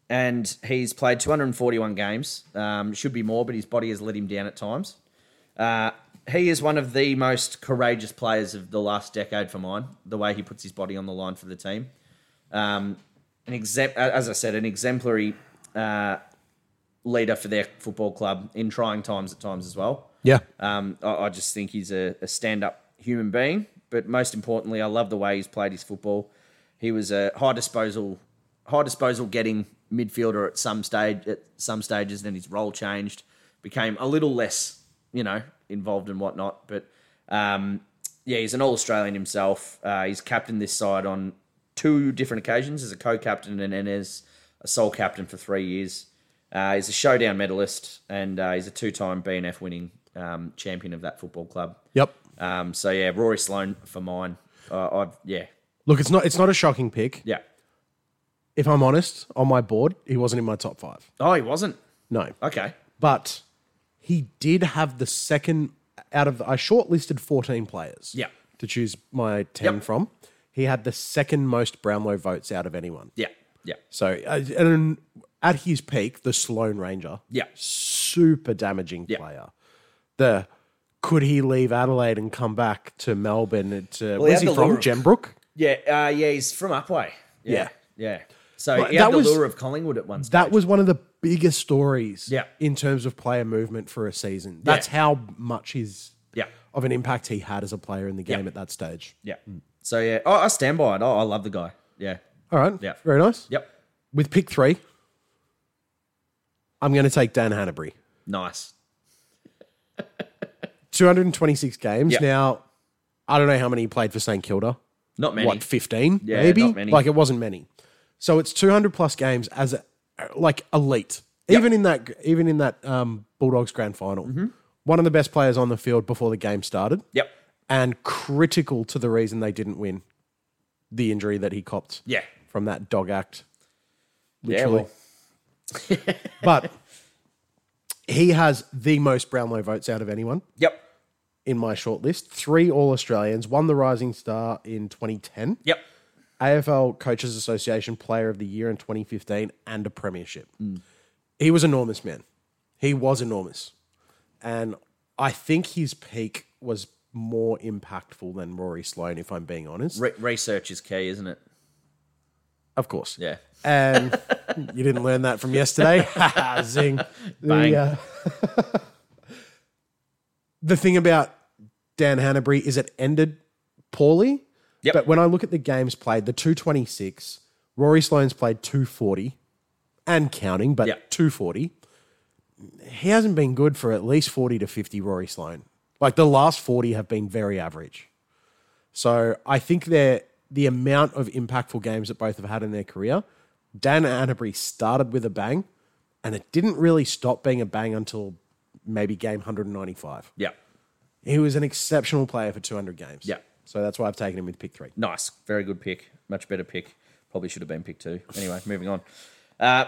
S2: and he's played 241 games. Um, should be more, but his body has let him down at times. Uh, he is one of the most courageous players of the last decade for mine. The way he puts his body on the line for the team, um, an exem- as I said, an exemplary uh, leader for their football club in trying times at times as well.
S1: Yeah.
S2: Um, I, I just think he's a, a stand up human being. But most importantly, I love the way he's played his football. He was a high disposal, high disposal getting midfielder at some stage. At some stages, then his role changed, became a little less, you know, involved and whatnot. But um, yeah, he's an All Australian himself. Uh, he's captained this side on two different occasions as a co-captain and then as a sole captain for three years. Uh, he's a showdown medalist and uh, he's a two-time BNF winning um, champion of that football club.
S1: Yep.
S2: Um, so yeah, Rory Sloan for mine. Uh, I've yeah,
S1: Look, it's not it's not a shocking pick.
S2: yeah.
S1: If I'm honest, on my board, he wasn't in my top five.
S2: Oh, he wasn't.
S1: No.
S2: Okay.
S1: But he did have the second out of I shortlisted 14 players.
S2: Yeah.
S1: To choose my 10
S2: Yep.
S1: from. He had the second most Brownlow votes out of anyone.
S2: Yeah. Yeah.
S1: So uh, and at his peak, the Sloan Ranger.
S2: Yeah.
S1: Super damaging
S2: Yeah.
S1: player. The could he leave Adelaide and come back to Melbourne? At, uh, where's
S2: had
S1: he
S2: the
S1: from?
S2: lure of-
S1: Gembrook?
S2: Yeah. Uh, yeah. He's from Upway.
S1: Yeah.
S2: Yeah. Yeah. So
S1: But
S2: he had
S1: that
S2: the
S1: was-
S2: lure of Collingwood at one stage.
S1: That was one of the biggest stories
S2: Yeah.
S1: in terms of player movement for a season. That's how much his
S2: Yeah.
S1: of an impact he had as a player in the game
S2: Yeah.
S1: at that stage.
S2: yeah. So yeah. Oh, I stand by it. Oh, I love the guy. Yeah.
S1: All right.
S2: Yeah.
S1: Very nice.
S2: Yep.
S1: With pick three, I'm going to take Dan Hannabury.
S2: Nice.
S1: 226 games.
S2: Yeah.
S1: Now, I don't know how many he played for St Kilda.
S2: Not many.
S1: What, 15?
S2: Yeah,
S1: maybe?
S2: not many.
S1: Like it wasn't many. So it's 200 plus games as a, like elite. Even in that even in that um, Bulldogs grand final. One of the best players on the field before the game started.
S2: Mm-hmm. Yep.
S1: and critical to the reason they didn't win the injury that he copped
S2: Yeah.
S1: from that dog act.
S2: Yeah.
S1: Literally.
S2: well,
S1: *laughs* But he has the most Brownlow votes out of anyone
S2: yep.
S1: in my shortlist. Three All Australians, won the Rising Star in 2010,
S2: Yep.
S1: AFL Coaches Association Player of the Year in 2015, and a Premiership. He was enormous, man. He was enormous. And I think his peak was more impactful than Rory Sloan, if I'm being honest.
S2: Re- research is key, isn't it?
S1: Of course.
S2: Yeah.
S1: And you didn't learn that from yesterday. *laughs*
S2: *laughs*
S1: Ha, ha, Zing. The,
S2: Bang.
S1: uh, *laughs* the thing about Dan Hannabury is it ended poorly.
S2: Yep.
S1: But when I look at the games played, the 226, Rory Sloan's played 240 and counting, but
S2: Yep.
S1: 240. He hasn't been good for at least 40 to 50, Rory Sloan. Like the last 40 have been very average. So I think they're the amount of impactful games that both have had in their career. Dan Atterbury started with a bang, and it didn't really stop being a bang until maybe game 195.
S2: Yep.
S1: He was an exceptional player for 200 games.
S2: Yeah.
S1: So that's why I've taken him with pick three.
S2: Nice. Very good pick. Much better pick. Probably should have been pick two. Anyway, moving on. Uh,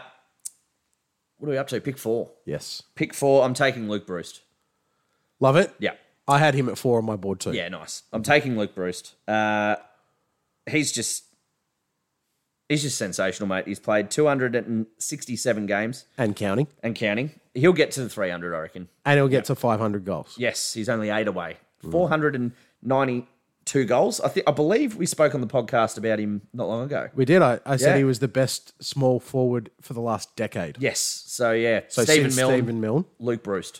S2: what are we up to? Pick four.
S1: Yes.
S2: Pick four. I'm taking Luke Bruce.
S1: Love it.
S2: Yeah.
S1: I had him at four on my board too.
S2: Yeah, nice. I'm taking Luke Bruce. Uh, he's just he's just sensational, mate. He's played 267 games
S1: And counting.
S2: and counting. He'll get to the 300, I reckon.
S1: And he'll get to 500 goals.
S2: Yes, he's only eight away.
S1: Mm.
S2: 492 goals. I think I believe we spoke on the podcast about him not long ago.
S1: We did. I, I said
S2: Yeah.
S1: he was the best small forward for the last decade.
S2: Yes. So yeah,
S1: So
S2: Stephen
S1: since
S2: Milne,
S1: Stephen Milne.
S2: Luke Bruce.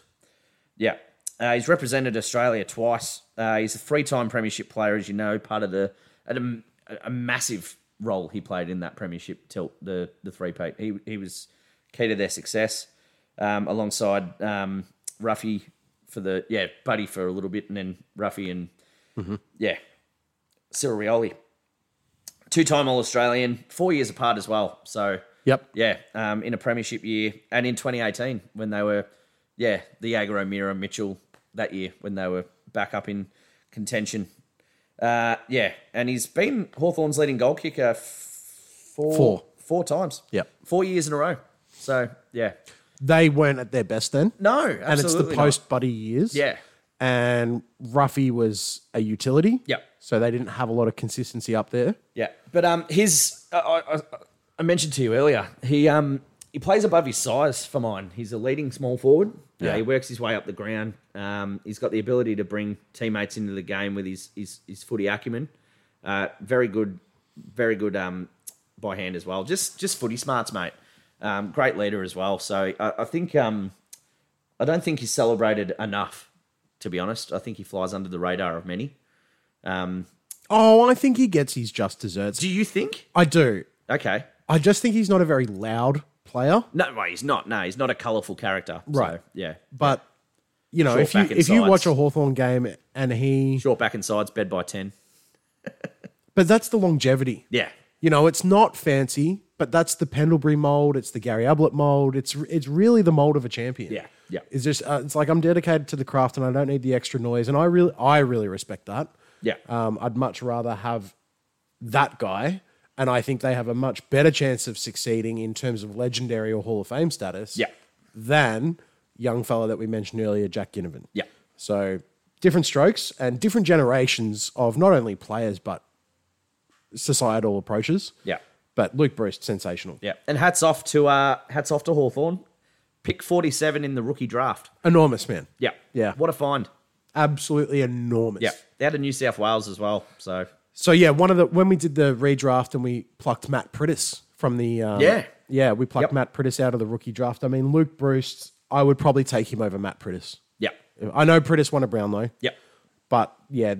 S2: Yeah. Uh, he's represented Australia twice. Uh, he's a three-time Premiership player, as you know, part of the a, a massive role he played in that Premiership tilt, the the three peat. He he was key to their success, um, alongside um, Ruffy for the yeah Buddy for a little bit, and then Ruffy and yeah Cyril Rioli, two-time All Australian, four years apart as well. So
S1: Yep.
S2: yeah, um, in a premiership year and in 2018 when they were, yeah, the Agro Mira Mitchell that year when they were back up in contention. Uh, yeah, and he's been Hawthorn's leading goal kicker f- four,
S1: Four.
S2: four times.
S1: Yep.
S2: Four years in a row. So, yeah.
S1: They weren't at their best then.
S2: No,
S1: and it's the
S2: absolutely not.
S1: post Buddy years.
S2: Yeah.
S1: And Ruffy was a utility.
S2: Yep.
S1: So they didn't have a lot of consistency up there.
S2: Yeah, but um, his I, I, I- I mentioned to you earlier. He um he plays above his size for mine. He's a leading small forward. Yeah,
S1: Yeah.
S2: he works his way up the ground. Um, he's got the ability to bring teammates into the game with his his, his footy acumen. Uh, very good, very good um by hand as well. Just just footy smarts, mate. Um, great leader as well. So I, I think um I don't think he's celebrated enough. To be honest, I think he flies under the radar of many. Um,
S1: Oh, I think he gets his just desserts.
S2: do you think?
S1: I do.
S2: Okay.
S1: I just think he's not a very loud player.
S2: No, well, he's not. No, he's not a colourful character. So,
S1: Right.
S2: yeah.
S1: But you know,
S2: Short
S1: if you
S2: back and
S1: if you
S2: sides.
S1: watch a Hawthorn game and he
S2: Short back and sides, bed by 10.
S1: but that's the longevity.
S2: Yeah.
S1: You know, it's not fancy. But that's the Pendlebury mold. It's the Gary Ablett mold. It's it's really the mold of a champion.
S2: Yeah, yeah.
S1: It's just uh, it's like I'm dedicated to the craft and I don't need the extra noise. And I really I really respect that.
S2: Yeah.
S1: Um, I'd much rather have that guy, and I think they have a much better chance of succeeding in terms of legendary or Hall of Fame status.
S2: Yeah.
S1: Than young fella that we mentioned earlier, Jack Ginnivan.
S2: Yeah.
S1: So different strokes and different generations of not only players but societal approaches.
S2: Yeah.
S1: But Luke Bruce, sensational.
S2: Yeah, and hats off to uh, hats off to Hawthorn, pick forty seven in the rookie draft.
S1: Enormous man.
S2: Yeah,
S1: Yeah.
S2: what a find.
S1: Absolutely enormous.
S2: Yeah, they had a New South Wales as well. So
S1: So yeah, one of the when we did the redraft and we plucked Matt Prittis from the um,
S2: Yeah.
S1: yeah we plucked
S2: Yep.
S1: Matt Prittis out of the rookie draft. I mean Luke Bruce, I would probably take him over Matt Prittis.
S2: yeah,
S1: I know Prittis won a Brownlow,
S2: yeah,
S1: but yeah,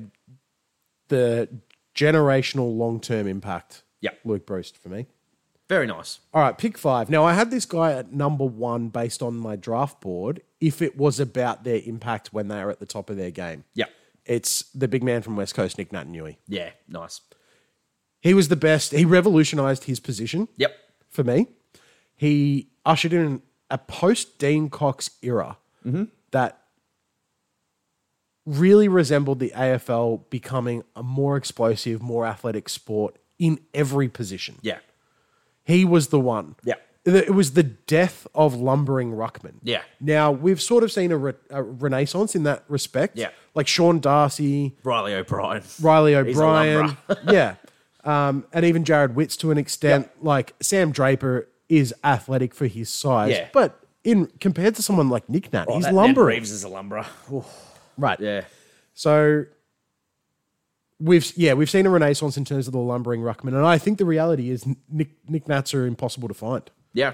S1: the generational long term impact.
S2: Yep.
S1: Luke Bruce for me.
S2: very nice.
S1: All right, pick five. Now I had this guy at number one based on my draft board. If it was about their impact when they are at the top of their game,
S2: Yeah,
S1: it's the big man from West Coast, Nick Natanui.
S2: yeah, nice.
S1: He was the best. He revolutionized his position
S2: Yep,
S1: for me. He ushered in a post Dean Cox era that really resembled the AFL becoming a more explosive, more athletic sport in every position.
S2: yeah,
S1: He was the one.
S2: Yeah.
S1: It was the death of lumbering ruckman.
S2: Yeah.
S1: Now we've sort of seen a, re- a renaissance in that respect.
S2: Yeah.
S1: Like Sean Darcy,
S2: Riley O'Brien.
S1: Riley
S2: a
S1: O'Brien.
S2: *laughs*
S1: yeah. Um, and even Jared Witz to an extent. Like Sam Draper is athletic for his size,
S2: Yeah. Oh,
S1: but in compared to someone like Nick Nat, he's
S2: That Ned
S1: lumbering.
S2: Reeves is a lumberer.
S1: Right.
S2: Yeah,
S1: So we've yeah, we've seen a renaissance in terms of the lumbering ruckman. And I think the reality is Nick Nick Nats are impossible to find.
S2: yeah,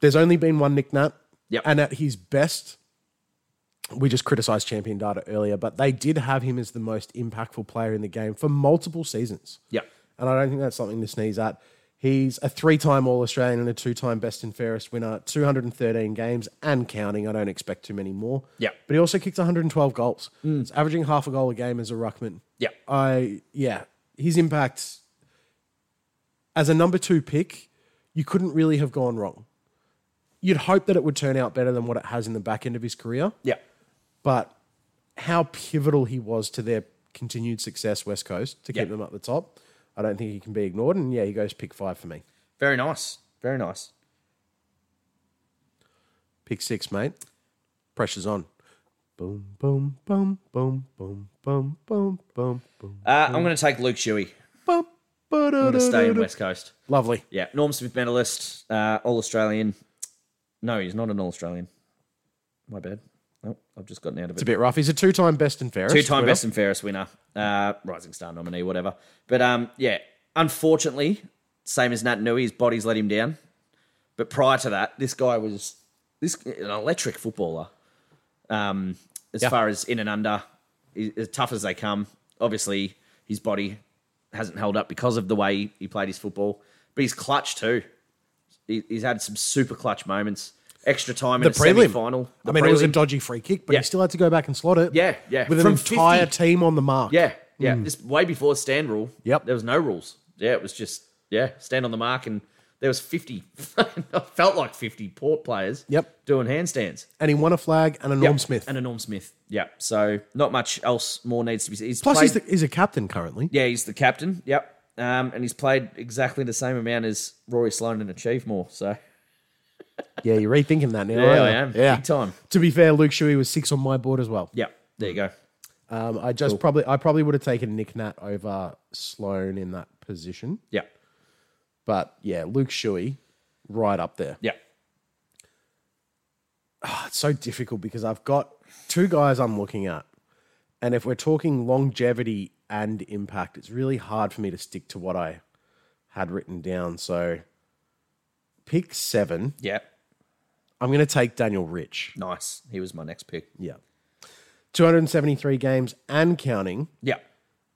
S1: There's only been one Nick Nat.
S2: Yep.
S1: And at his best, we just criticized champion data earlier, but they did have him as the most impactful player in the game for multiple seasons.
S2: yeah,
S1: And I don't think that's something to sneeze at. He's a three time All Australian and a two time Best and Fairest winner, 213 games and counting. I don't expect too many more.
S2: Yeah.
S1: But he also kicked 112 goals. He's averaging half a goal a game as a ruckman.
S2: Yeah.
S1: I, yeah, his impact as a number two pick, you couldn't really have gone wrong. You'd hope that it would turn out better than what it has in the back end of his career
S2: yeah,
S1: but how pivotal he was to their continued success, West Coast, to keep
S2: Yeah.
S1: them up the top. I don't think he can be ignored. And yeah, he goes pick five for me.
S2: very nice, very nice.
S1: Pick six, mate. Pressure's on. Boom, boom, boom, boom, boom, boom, boom, boom, boom.
S2: Uh, I'm going to take Luke Shuey.
S1: boom.
S2: I'm going to stay in West Coast.
S1: Lovely.
S2: Yeah, Norm Smith medalist, uh, all Australian. No, he's not an all Australian. My bad. Nope, I've just gotten out of
S1: It's a
S2: it.
S1: bit rough. He's a two-time best and fairest.
S2: Two time best and fairest winner, uh, rising star nominee, whatever. But um, yeah, unfortunately, same as Nat Nui, his body's let him down. But prior to that, this guy was this an electric footballer. Um, as
S1: Yeah.
S2: far as in and under, he- as tough as they come. Obviously, his body hasn't held up because of the way he played his football. But he's clutch too. He- He's had some super clutch moments. Extra time in
S1: The
S2: the
S1: prelim
S2: final.
S1: I mean, it was a
S2: prelim.
S1: dodgy free kick, but
S2: Yeah.
S1: he still had to go back and slot it.
S2: Yeah, yeah.
S1: With an
S2: From
S1: entire
S2: 50.
S1: team on the mark.
S2: Yeah, yeah. This way before stand rule.
S1: Hmm. Yep.
S2: There was no rules. Yeah, it was just yeah, stand on the mark, and there was fifty. *laughs* I felt like fifty port players.
S1: Yep.
S2: Doing handstands.
S1: And he won a flag and a Norm
S2: Yep.
S1: Smith.
S2: and a Norm Smith. Yeah. So not much else more needs to be. He's
S1: Plus,
S2: played,
S1: he's, the, he's a captain currently.
S2: yeah, he's the captain. Yep. Um, and he's played exactly the same amount as Rory Sloan and achieved more. So
S1: Yeah, you're rethinking that now.
S2: Yeah,
S1: aren't
S2: I
S1: you?
S2: am.
S1: Yeah.
S2: Big time.
S1: To be fair, Luke Shuey was six on my board as well.
S2: yeah, there you go.
S1: Um, I just probably I probably would have taken Nick Nat over Sloan in that position.
S2: Yeah,
S1: But yeah, Luke Shuey, right up there.
S2: yeah,
S1: Ah, It's so difficult because I've got two guys I'm looking at. And if we're talking longevity and impact, it's really hard for me to stick to what I had written down. So pick seven.
S2: yeah.
S1: I'm gonna take Daniel Rich.
S2: Nice. He was my next pick.
S1: Yeah. 273 games and counting.
S2: Yeah,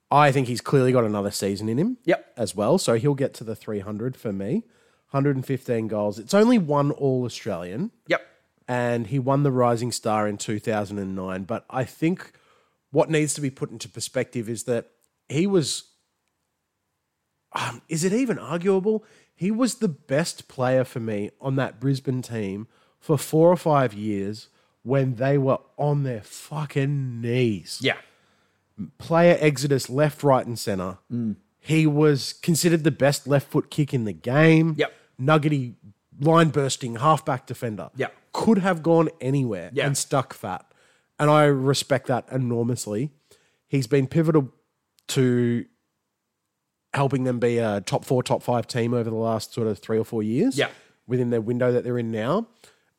S1: I think he's clearly got another season in him.
S2: Yep.
S1: As well. So he'll get to the 300 for me. 115 goals. It's only one All Australian
S2: yep,
S1: and he won the Rising Star in 2009. But I think what needs to be put into perspective is that he was, um, is it even arguable? He was the best player for me on that Brisbane team for four or five years when they were on their fucking knees.
S2: Yeah.
S1: Player exodus left, right, and center. He was considered the best left foot kick in the game.
S2: Yep.
S1: Nuggety line bursting halfback defender.
S2: Yep.
S1: Could have gone anywhere
S2: Yeah.
S1: and stuck fat. And I respect that enormously. He's been pivotal to helping them be a top four, top five team over the last sort of three or four years.
S2: Yeah.
S1: Within their window that they're in now.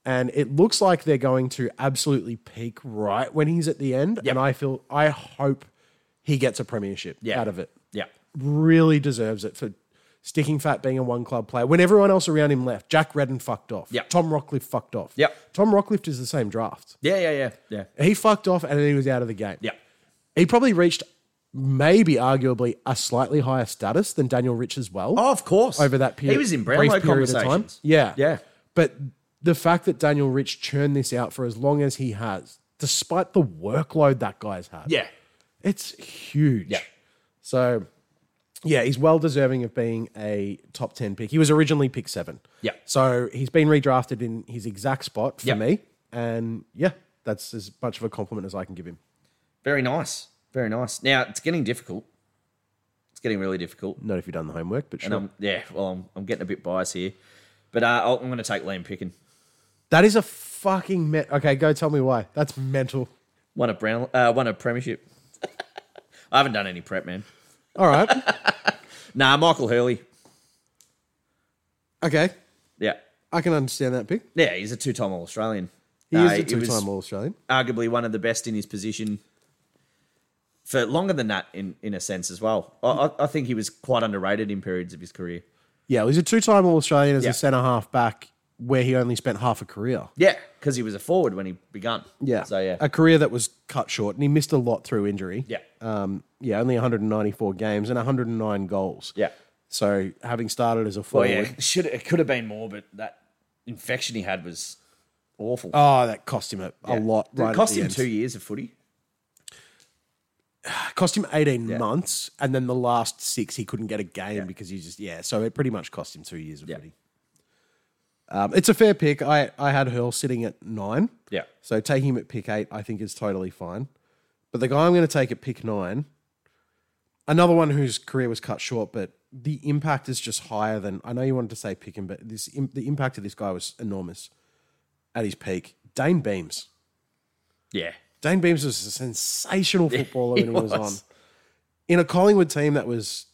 S1: And it looks like they're going to absolutely peak right when he's at the end. And I feel I hope he gets a premiership
S2: Yeah.
S1: out of it.
S2: Yeah.
S1: Really deserves it for sticking fat being a one club player. When everyone else around him left, Jack Redden fucked off.
S2: Yeah.
S1: Tom Rockcliffe fucked off.
S2: Yeah.
S1: Tom Rockcliffe is the same draft.
S2: Yeah. Yeah. Yeah. Yeah.
S1: He fucked off and then he was out of the game
S2: Yeah.
S1: he probably reached maybe arguably a slightly higher status than Daniel Rich as well
S2: Oh, of course.
S1: over that period.
S2: He was in
S1: brief
S2: Brownlow
S1: period of time.
S2: conversations.
S1: Yeah.
S2: Yeah.
S1: But the fact that Daniel Rich churned this out for as long as he has, despite the workload that guy's had,
S2: Yeah.
S1: it's huge.
S2: Yeah.
S1: So yeah, he's well deserving of being a top 10 pick. He was originally pick seven.
S2: Yeah.
S1: So he's been redrafted in his exact spot for
S2: Yeah.
S1: me. And yeah, that's as much of a compliment as I can give him.
S2: Very nice. Very nice. Now it's getting difficult. It's getting really difficult.
S1: Not if you've done the homework, but sure.
S2: And I'm, yeah, well, I'm, I'm getting a bit biased here, but uh, I'll, I'm going to take Liam Pickin.
S1: That is a fucking me- okay. Go tell me why. That's mental.
S2: Won a brown, uh, won a premiership. *laughs* I haven't done any prep, man.
S1: All right.
S2: Nah, Michael Hurley.
S1: *laughs* okay,
S2: Yeah,
S1: I can understand that pick.
S2: yeah, he's a two-time All Australian.
S1: He is
S2: Uh,
S1: a
S2: he was
S1: two-time All Australian.
S2: Arguably one of the best in his position for longer than that, in in a sense as well. I, I, I think he was quite underrated in periods of his career.
S1: Yeah, he's a two-time All Australian as
S2: Yeah.
S1: a centre half back, where he only spent half a career.
S2: Yeah, because he was a forward when he begun. so yeah,
S1: a career that was cut short, and he missed a lot through injury.
S2: yeah,
S1: um, yeah, only 194 games and 109 goals.
S2: yeah.
S1: So having started as a
S2: Well,
S1: Uh, forward,
S2: yeah, should it could have been more, but that infection he had was awful.
S1: oh, that cost him a, a lot.
S2: Did
S1: right
S2: it
S1: at
S2: cost
S1: the
S2: him
S1: end.
S2: two years of footy.
S1: cost him 18 months, and then the last six he couldn't get a game because he just yeah. So it pretty much cost him two years of
S2: Yeah.
S1: footy. Um, it's a fair pick. I I had Hurl sitting at nine,
S2: Yeah.
S1: so taking him at pick eight I think is totally fine. But the guy I'm going to take at pick nine, another one whose career was cut short, but the impact is just higher than I know you wanted to say pick him, but this im- the impact of this guy was enormous at his peak. Dane Beams.
S2: Yeah.
S1: Dane Beams was a sensational footballer
S2: he
S1: when he was.
S2: was.
S1: on. In a Collingwood team that was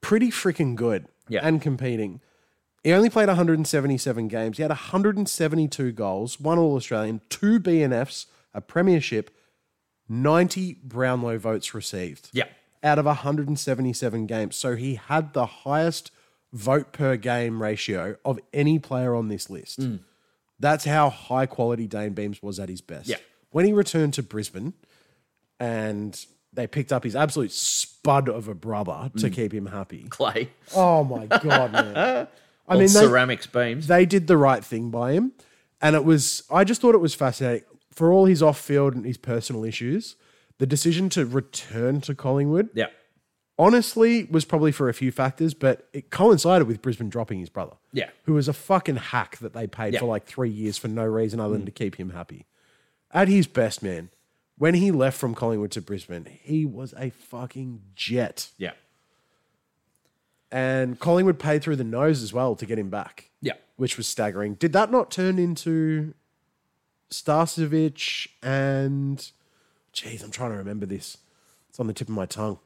S1: pretty freaking good
S2: Yeah.
S1: and competing. He only played 177 games. He had 172 goals, one All Australian, two BNFs, a premiership, 90 Brownlow votes received
S2: Yeah.
S1: out of 177 games. So he had the highest vote per game ratio of any player on this list. That's how high quality Dane Beams was at his best.
S2: Yeah.
S1: When he returned to Brisbane and they picked up his absolute spud of a brother to keep him happy.
S2: Clay.
S1: Oh my God, man. *laughs* I
S2: I
S1: mean, they,
S2: ceramics beams.
S1: they did the right thing by him. And it was, I just thought it was fascinating. For all his off field and his personal issues, the decision to return to Collingwood
S2: yeah.
S1: honestly was probably for a few factors, but it coincided with Brisbane dropping his brother.
S2: Yeah.
S1: Who was a fucking hack that they paid
S2: Yeah. Mm.
S1: for like three years for no reason other than to keep him happy. At his best, man, when he left from Collingwood to Brisbane, he was a fucking jet.
S2: Yeah.
S1: And Collingwood paid through the nose as well to get him back.
S2: Yeah.
S1: Which was staggering. Did that not turn into Starcevic and jeez, I'm trying to remember this. It's on the tip of my tongue.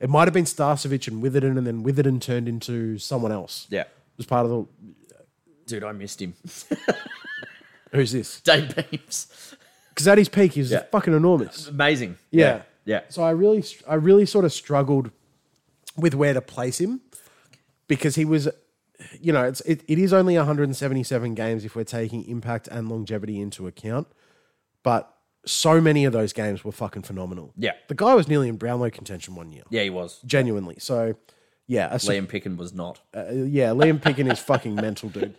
S1: It might have been Starcevic and Witherden, and then Witherden turned into someone else.
S2: Yeah.
S1: It was part of the
S2: Dude, I missed him.
S1: who's this?
S2: *laughs* Dave Beams.
S1: Because at his peak, he was
S2: Yeah.
S1: fucking enormous.
S2: Amazing.
S1: Yeah.
S2: Yeah.
S1: So I really, I really sort of struggled with where to place him because he was, you know, it's it, it is only 177 games if we're taking impact and longevity into account, but so many of those games were fucking phenomenal.
S2: Yeah.
S1: the guy was nearly in Brownlow contention one year,
S2: Yeah, he was.
S1: genuinely. So. Yeah, a
S2: Liam Pickin was not.
S1: uh, yeah, Liam Pickin is fucking mental,
S2: *laughs*
S1: dude.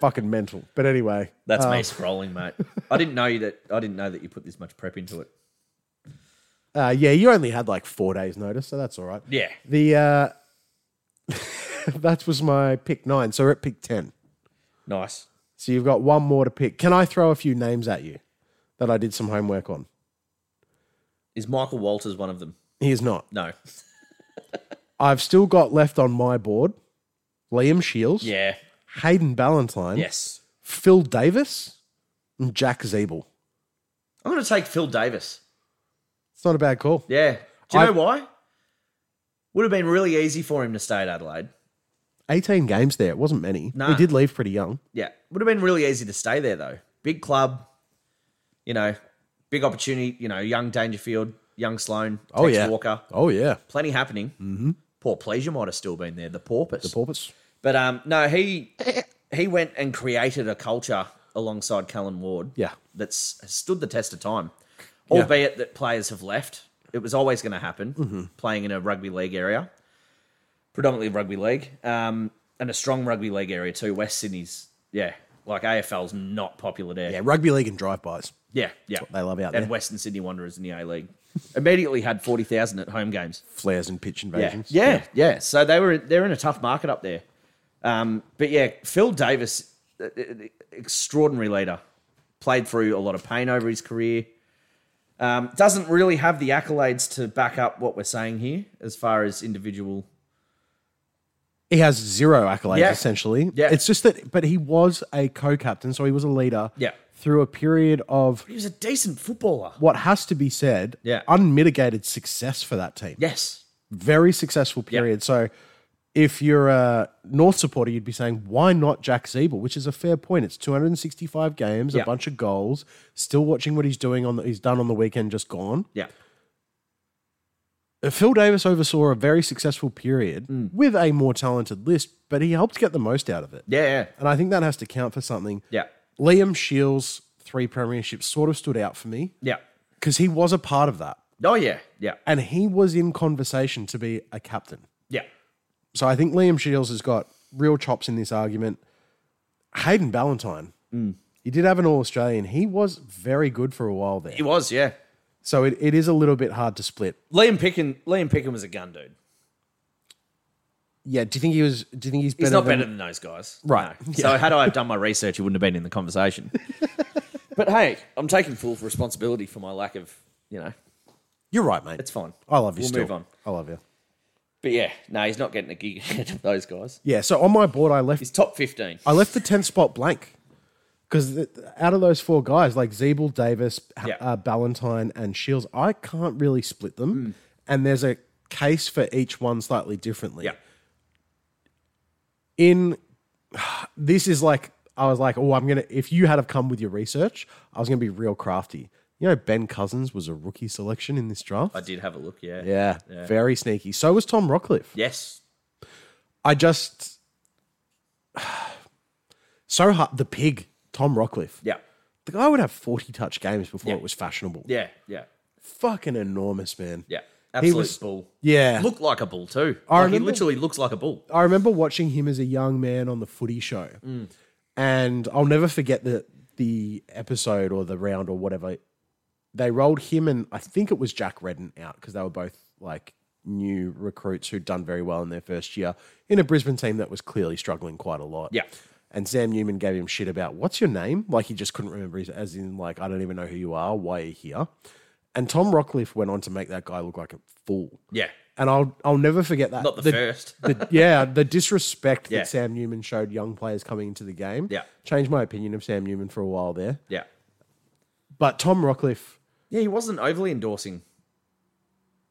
S1: fucking mental. But anyway,
S2: That's me scrolling, mate. I didn't know that. I didn't know that you put this much prep into it.
S1: Uh, *laughs* yeah, you only had like four days' notice, so that's all right.
S2: Yeah.
S1: The uh, that was my pick nine. So we're at pick 10.
S2: Nice.
S1: So you've got one more to pick. Can I throw a few names at you that I did some homework on?
S2: Is Michael Walters one of them?
S1: He is not.
S2: No.
S1: I've still got left on my board Liam Shields,
S2: Yeah.
S1: Hayden Ballantyne,
S2: Yes.
S1: Phil Davis, and Jack Zeeble.
S2: I'm going to take Phil Davis.
S1: It's not a bad call.
S2: Yeah. Do you
S1: I-
S2: know why? Would have been really easy for him to stay at Adelaide.
S1: 18 games there. It wasn't many.
S2: Nah.
S1: We did leave pretty young.
S2: Yeah. Would have been really easy to stay there, though. Big club, you know, big opportunity, you know, young Dangerfield, young Sloan, Tex Walker.
S1: Oh, yeah.
S2: Plenty happening. Mm-hmm. Poor Pleasure might have still been there, the porpoise.
S1: The Porpoise.
S2: but um, no, he he went and created a culture alongside Cullen Ward.
S1: Yeah.
S2: That's has stood the test of time.
S1: Yeah.
S2: Albeit that players have left. It was always going to happen,
S1: Mm-hmm.
S2: playing in a rugby league area, predominantly rugby league, um, and a strong rugby league area too. West Sydney's, yeah, like AFL's not popular there.
S1: Yeah, rugby league and drive-bys.
S2: yeah, yeah.
S1: what they love out
S2: and
S1: there.
S2: Western Sydney Wanderers in the A League immediately had forty thousand at home games.
S1: Flares and pitch
S2: Yeah,
S1: invasions.
S2: yeah, yeah. So they were they're in a tough market up there. Um, but yeah, Phil Davis, uh, uh, extraordinary leader, played through a lot of pain over his career. Um, doesn't really have the accolades to back up what we're saying here as far as individual.
S1: He has zero accolades,
S2: Yeah.
S1: essentially.
S2: Yeah.
S1: It's just that, but he was a co-captain, so he was a leader
S2: Yeah.
S1: through a period of
S2: He was a decent footballer.
S1: what has to be said,
S2: Yeah.
S1: unmitigated success for that team.
S2: Yes.
S1: Very successful period. So if you're a North supporter, you'd be saying, why not Jack Zeeble? Which is a fair point. It's 265 games,
S2: Yeah.
S1: a bunch of goals, still watching what he's doing on the, he's done on the weekend, just gone.
S2: Yeah.
S1: Uh, Phil Davis oversaw a very successful period
S2: Mm.
S1: with a more talented list, but he helped get the most out of it.
S2: Yeah. Yeah.
S1: And I think that has to count for something.
S2: Yeah.
S1: Liam Shields' three premierships sort of stood out for me
S2: Yeah.
S1: because he was a part of that
S2: Oh yeah. Yeah.
S1: and he was in conversation to be a captain.
S2: Yeah.
S1: So I think Liam Shields has got real chops in this argument. Hayden Ballantyne, he did have an All Australian. He was very good for a while there.
S2: He was. Yeah.
S1: So it, it is a little bit hard to split.
S2: Liam Picken. Liam Picken was a gun dude.
S1: Yeah. Do you think he was? Do you think he's better?
S2: He's not
S1: than,
S2: better than those guys.
S1: Right.
S2: No. So had I done my research, he wouldn't have been in the conversation. *laughs* but hey, I'm taking full responsibility for my lack of, you know,
S1: You're right, mate.
S2: it's fine.
S1: I love you.
S2: We'll
S1: still.
S2: move on.
S1: I love you.
S2: But yeah, no, he's not getting a gig *laughs* ahead of those guys.
S1: Yeah. So on my board, I left
S2: He's top 15.
S1: I left the 10th spot blank because out of those four guys, like Zeeble, Davis, ha-
S2: Yeah.
S1: uh, Ballantyne, and Shields, I can't really split
S2: Hmm.
S1: them. And there's a case for each one slightly differently.
S2: Yeah.
S1: In *sighs* this is like, I was like, oh, I'm going to, if you had have come with your research, I was going to be real crafty. You know, Ben Cousins was a rookie selection in this draft.
S2: I did have a look, yeah.
S1: Yeah, very sneaky. So was Tom Rockcliffe.
S2: Yes.
S1: I just *sighs* so hard. The pig, Tom Rockcliffe.
S2: Yeah.
S1: The guy would have forty touch games before
S2: Yeah.
S1: it was fashionable.
S2: Yeah. Yeah.
S1: Fucking enormous, man.
S2: Yeah. Absolute
S1: was-
S2: bull.
S1: Yeah.
S2: Looked like a bull, too.
S1: I
S2: Like, he
S1: remember-
S2: literally looks like a bull.
S1: I remember watching him as a young man on the Footy Show,
S2: Mm.
S1: and I'll never forget the the episode or the round or whatever. They rolled him and I think it was Jack Redden out because they were both like new recruits who'd done very well in their first year in a Brisbane team that was clearly struggling quite a lot.
S2: Yeah.
S1: And Sam Newman gave him shit about what's your name? Like he just couldn't remember his, as in like I don't even know who you are, why you're here. And Tom Rockcliffe went on to make that guy look like a fool.
S2: Yeah.
S1: And I'll I'll never forget that.
S2: Not the, first.
S1: the- yeah, the disrespect
S2: Yeah.
S1: that Sam Newman showed young players coming into the game
S2: Yeah.
S1: changed my opinion of Sam Newman for a while there.
S2: yeah.
S1: But Tom Rockcliffe,
S2: Yeah, he wasn't overly endorsing.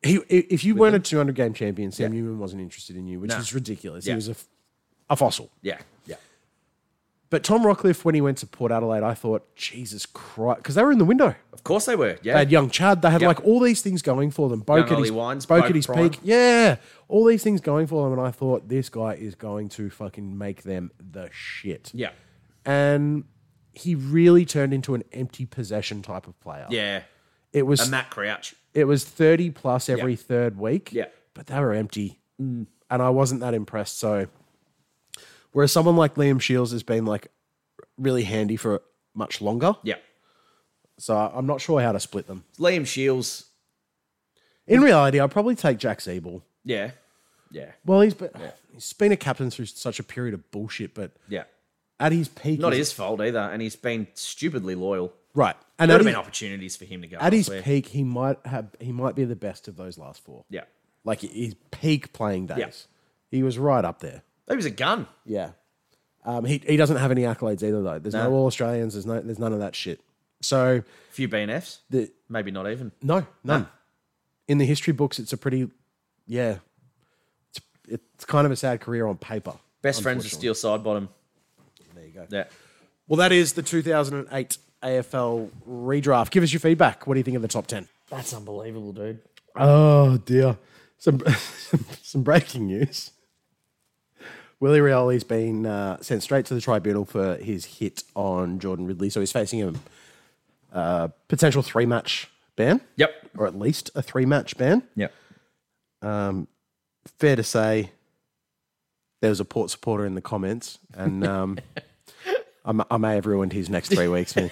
S1: he, i- if you weren't a 200 game champion, Sam Newman wasn't interested in you, which
S2: No.
S1: is ridiculous.
S2: Yeah.
S1: He was a, f- a fossil.
S2: Yeah. Yeah.
S1: But Tom Rockcliffe, when he went to Port Adelaide, I thought, Jesus Christ, because they were in the window.
S2: Of course they were.
S1: They
S2: Yeah.
S1: had young Chad. They had
S2: Yeah.
S1: like all these things going for them. Boke at
S2: Ollie
S1: his,
S2: Wines,
S1: Boke
S2: Boke
S1: at his
S2: Prime.
S1: peak. Yeah, all these things going for them, and I thought this guy is going to fucking make them the shit.
S2: Yeah.
S1: and he really turned into an empty possession type of player.
S2: Yeah.
S1: It was
S2: And Matt Crouch.
S1: it was 30 plus every
S2: Yeah.
S1: third week.
S2: Yeah.
S1: But they were empty. Mm. And I wasn't that impressed. So whereas someone like Liam Shields has been like really handy for much longer.
S2: Yeah.
S1: So I- I'm not sure how to split them.
S2: Liam Shields.
S1: In reality, I'd probably take Jack Zeeble.
S2: Yeah. Yeah.
S1: Well, he's been, he's been a captain through such a period of bullshit, but
S2: Yeah.
S1: at his peak,
S2: Not
S1: he's-
S2: his fault either, and he's been stupidly loyal.
S1: right. And
S2: There
S1: at
S2: would have
S1: his,
S2: been opportunities for him to go.
S1: at his
S2: elsewhere.
S1: peak, he might have he might be the best of those last four.
S2: yeah.
S1: like his peak playing days,
S2: Yeah.
S1: he was right up there.
S2: He was a gun.
S1: Yeah. Um, he, he doesn't have any accolades either though. There's no,
S2: No.
S1: All Australians. There's no there's none of that shit. So
S2: A few BNFs.
S1: the
S2: Maybe not even.
S1: no none in the history books. It's a pretty yeah. It's, it's kind of a sad career on paper.
S2: Best friends with Steel Side Bottom.
S1: There you go.
S2: Yeah.
S1: Well, that is the 2008 AFL redraft. Give us your feedback. What do you think of the top ten?
S2: That's unbelievable, dude.
S1: Oh dear. Some *laughs* some breaking news. Willie Rioli's been uh, sent straight to the tribunal for his hit on Jordan Ridley, so he's facing a uh, potential three match ban,
S2: Yep.
S1: or at least a three match ban.
S2: Yep.
S1: Fair to say, there was a Port supporter in the comments, and
S2: *laughs*
S1: um, I, m- I may have ruined his next three weeks. man.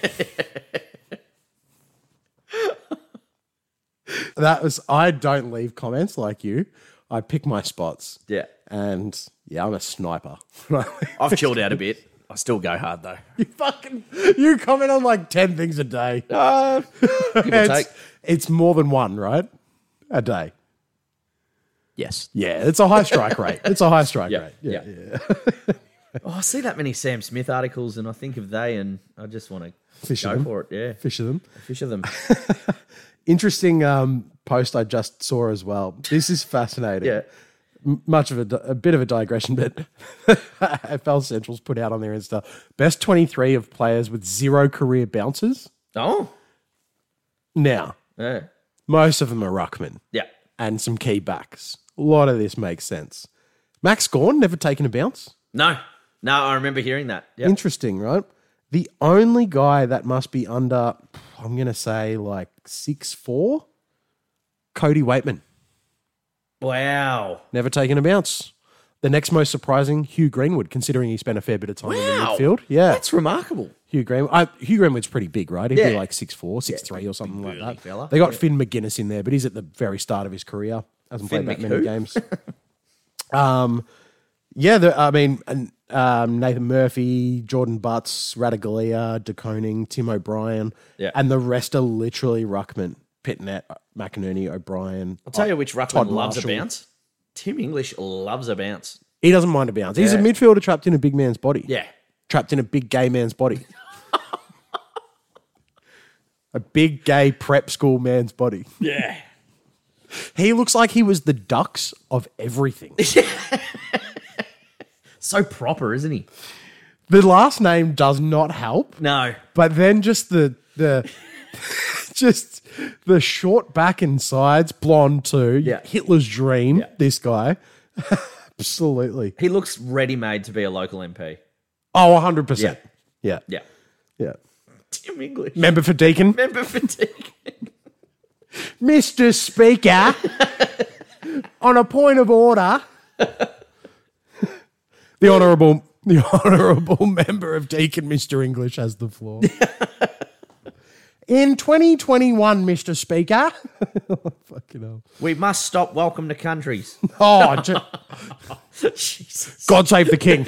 S1: that was I don't leave comments like you. I pick my spots.
S2: Yeah.
S1: And yeah, I'm a sniper. *laughs*
S2: I've chilled out a bit. I still go hard though.
S1: you fucking you comment on like ten things a
S2: *laughs*
S1: day. it's,
S2: Uh, take.
S1: it's more than one, right? A day.
S2: yes.
S1: Yeah, it's a high strike rate. It's a high strike rate.
S2: Yeah. oh, I see that many Sam Smith articles, and I think of they, and I just want to
S1: Fish
S2: go
S1: them.
S2: for it. Yeah,
S1: Fish of them.
S2: fish of them.
S1: Interesting um, post I just saw as well. This is fascinating.
S2: Yeah.
S1: Much of a, di- a bit of a digression, but *laughs* AFL Central's put out on their Insta best 23 of players with zero career bounces.
S2: Oh.
S1: Now,
S2: Yeah.
S1: most of them are ruckmen
S2: Yeah.
S1: and some key backs. A lot of this makes sense. Max Gorn never taken a bounce.
S2: No. No, I remember hearing that. Yeah.
S1: Interesting, right? The only guy that must be under, I'm going to say like six four, Cody Waitman.
S2: Wow.
S1: Never taken a bounce. The next most surprising, Hugh Greenwood, considering he spent a fair bit of time in the
S2: Wow.
S1: midfield. Yeah,
S2: That's remarkable.
S1: Hugh Greenwood. I, Hugh Greenwood's pretty big, right? He'd be
S2: Yeah.
S1: like 6'4", 6'3", or something like
S2: burly
S1: that.
S2: fella.
S1: They got Finn McGuinness in there, but he's at the very start of his career. Hasn't
S2: Finn
S1: played that
S2: Mc
S1: many
S2: who? *laughs*
S1: games. um, yeah, the, I mean, and, um, Nathan Murphy, Jordan Butts, Radagalia, DeConing, Tim O'Brien,
S2: Yeah.
S1: and the rest are literally ruckman. Pitnet, McInerney, O'Brien.
S2: I'll tell you which Ruckman
S1: Todd
S2: loves
S1: Marshall.
S2: a bounce. Tim English loves a bounce.
S1: He doesn't mind a bounce. He's a
S2: Yeah.
S1: midfielder trapped in a big man's body.
S2: Yeah.
S1: trapped in a big gay man's body. a big gay prep school man's body.
S2: Yeah.
S1: He looks like he was the ducks of everything.
S2: So proper, isn't he?
S1: the last name does not help,
S2: No.
S1: but then just the the *laughs* just the short back and sides, blonde too.
S2: Yeah.
S1: Hitler's dream,
S2: Yeah.
S1: this guy. *laughs* Absolutely.
S2: He looks ready made to be a local MP.
S1: Oh, 100%. Yeah. Yeah.
S2: Yeah.
S1: yeah.
S2: Tim English.
S1: Member for Deacon.
S2: Member fatigue.
S1: Mr. *laughs* Speaker, on a point of order, the honourable the honourable member of Deacon, Mr. English, has the floor. *laughs* In 2021, Mr. Speaker, *laughs* fucking hell.
S2: We must stop welcome to *laughs* countries.
S1: Oh, ju-
S2: Jesus.
S1: God save the *laughs* king!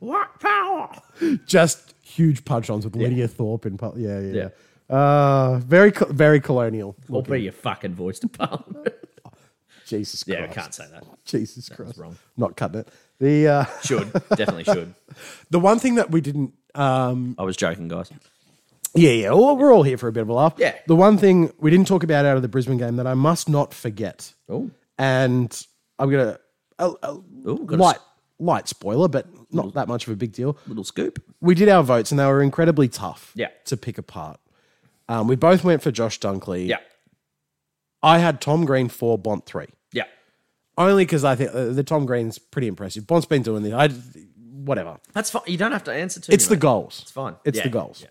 S2: What power?
S1: Just huge punch-ons with Lydia Thorpe in pub- yeah, yeah, yeah.
S2: Yeah.
S1: Uh, very, co- very colonial.
S2: Or be your fucking voice to *laughs* parliament.
S1: Jesus Christ!
S2: Yeah, I can't say that.
S1: Jesus Christ!
S2: wrong.
S1: Not cutting it. The uh,
S2: Should. Definitely should.
S1: the one thing that we didn't
S2: *laughs* I was joking, guys.
S1: Yeah, yeah. Well, we're all here for a bit of a laugh.
S2: Yeah.
S1: The one thing we didn't talk about out of the Brisbane game that I must not forget,
S2: Oh.
S1: and I'm gonna a, a
S2: Oh, got
S1: light light spoiler, but
S2: Mm.
S1: not that much of a big deal.
S2: a little scoop.
S1: We did our votes, and they were incredibly tough.
S2: Yeah.
S1: To pick apart, um, we both went for Josh Dunkley.
S2: Yeah.
S1: I had Tom Green four, Bont three,
S2: Yeah.
S1: only because I think uh, the Tom Green's pretty impressive. Bont's been doing this. I whatever.
S2: That's fine. You don't have to answer to
S1: It's
S2: me,
S1: the
S2: mate.
S1: goals.
S2: It's fine.
S1: It's
S2: Yeah.
S1: the goals.
S2: Yeah.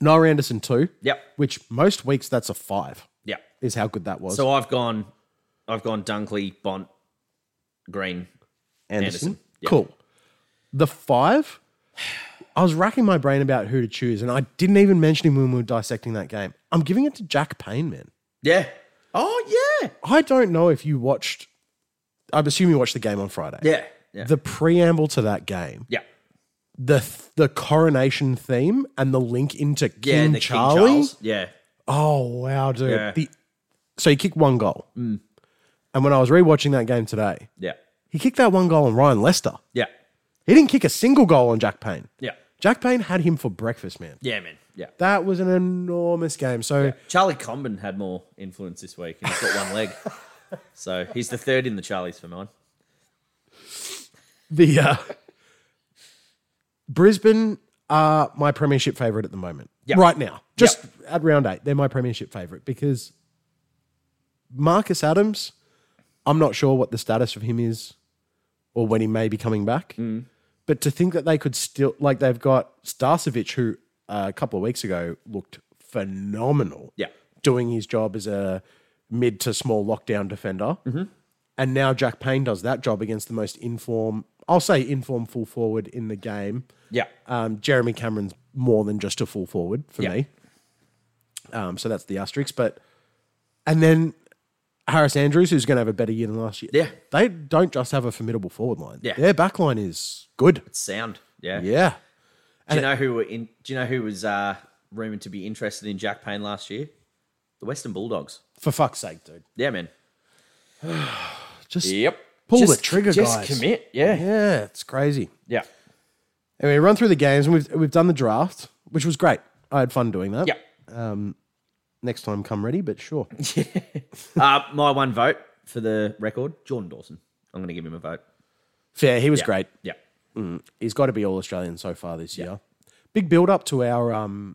S1: Noah Anderson two.
S2: Yep.
S1: Which most weeks that's a five.
S2: Yeah.
S1: Is how good that was.
S2: So I've gone I've gone Dunkley, Bont, Green.
S1: Anderson.
S2: Anderson. Yeah.
S1: Cool. The five, I was racking my brain about who to choose, and I didn't even mention him when we were dissecting that game. I'm giving it to Jack Payne, man.
S2: Yeah. Oh Yeah.
S1: I don't know if you watched. I assume you watched the game on Friday.
S2: Yeah. Yeah.
S1: The preamble to that game,
S2: yeah.
S1: the the coronation theme, and the link into
S2: Yeah.
S1: King
S2: the
S1: Charlie.
S2: King Charles. Yeah.
S1: Oh wow, dude!
S2: Yeah. Mm.
S1: The, so he kicked one goal, and when I was rewatching that game today,
S2: Yeah.
S1: he kicked that one goal on Ryan Lester.
S2: Yeah.
S1: He didn't kick a single goal on Jack Payne.
S2: Yeah.
S1: Jack Payne had him for breakfast, man.
S2: Yeah, man. Yeah.
S1: That was an enormous game. So
S2: Charlie Comben had more influence this week, and he's got
S1: *laughs*
S2: one leg, so he's the third in the Charlies for mine.
S1: the uh, Brisbane are my premiership favourite at the moment.
S2: Yep.
S1: Right now, just at round eight, they're my premiership favourite because Marcus Adams. I'm not sure what the status of him is, or when he may be coming back. But to think that they could still like they've got Starcevic, who uh, a couple of weeks ago looked phenomenal.
S2: Yeah.
S1: doing his job as a mid to small lockdown defender. And now Jack Payne does that job against the most inform, I'll say inform full forward in the game.
S2: Yeah.
S1: Um, Jeremy Cameron's more than just a full forward for
S2: Yeah.
S1: me. Um, so that's the asterisk. But and then Harris Andrews, who's going to have a better year than last year.
S2: Yeah.
S1: they don't just have a formidable forward line.
S2: Yeah.
S1: their back line is good.
S2: Sound. Yeah.
S1: Yeah,
S2: Do you know who were in? Do you know who was uh, rumored to be interested in Jack Payne last year? The Western Bulldogs.
S1: for fuck's sake, dude,
S2: Yeah, man.
S1: just
S2: Yep.
S1: pull the trigger,
S2: just
S1: guys.
S2: commit. Yeah.
S1: Yeah, it's crazy.
S2: Yeah.
S1: And we run through the games, and we've we've done the draft, which was great. I had fun doing that.
S2: Yeah.
S1: Next time, come ready, but sure.
S2: Uh, my one vote for the record, Jordan Dawson. I'm going to give him a vote.
S1: Fair. He was great.
S2: Yeah.
S1: He's got to be all Australian so far this year. Big build up to our um,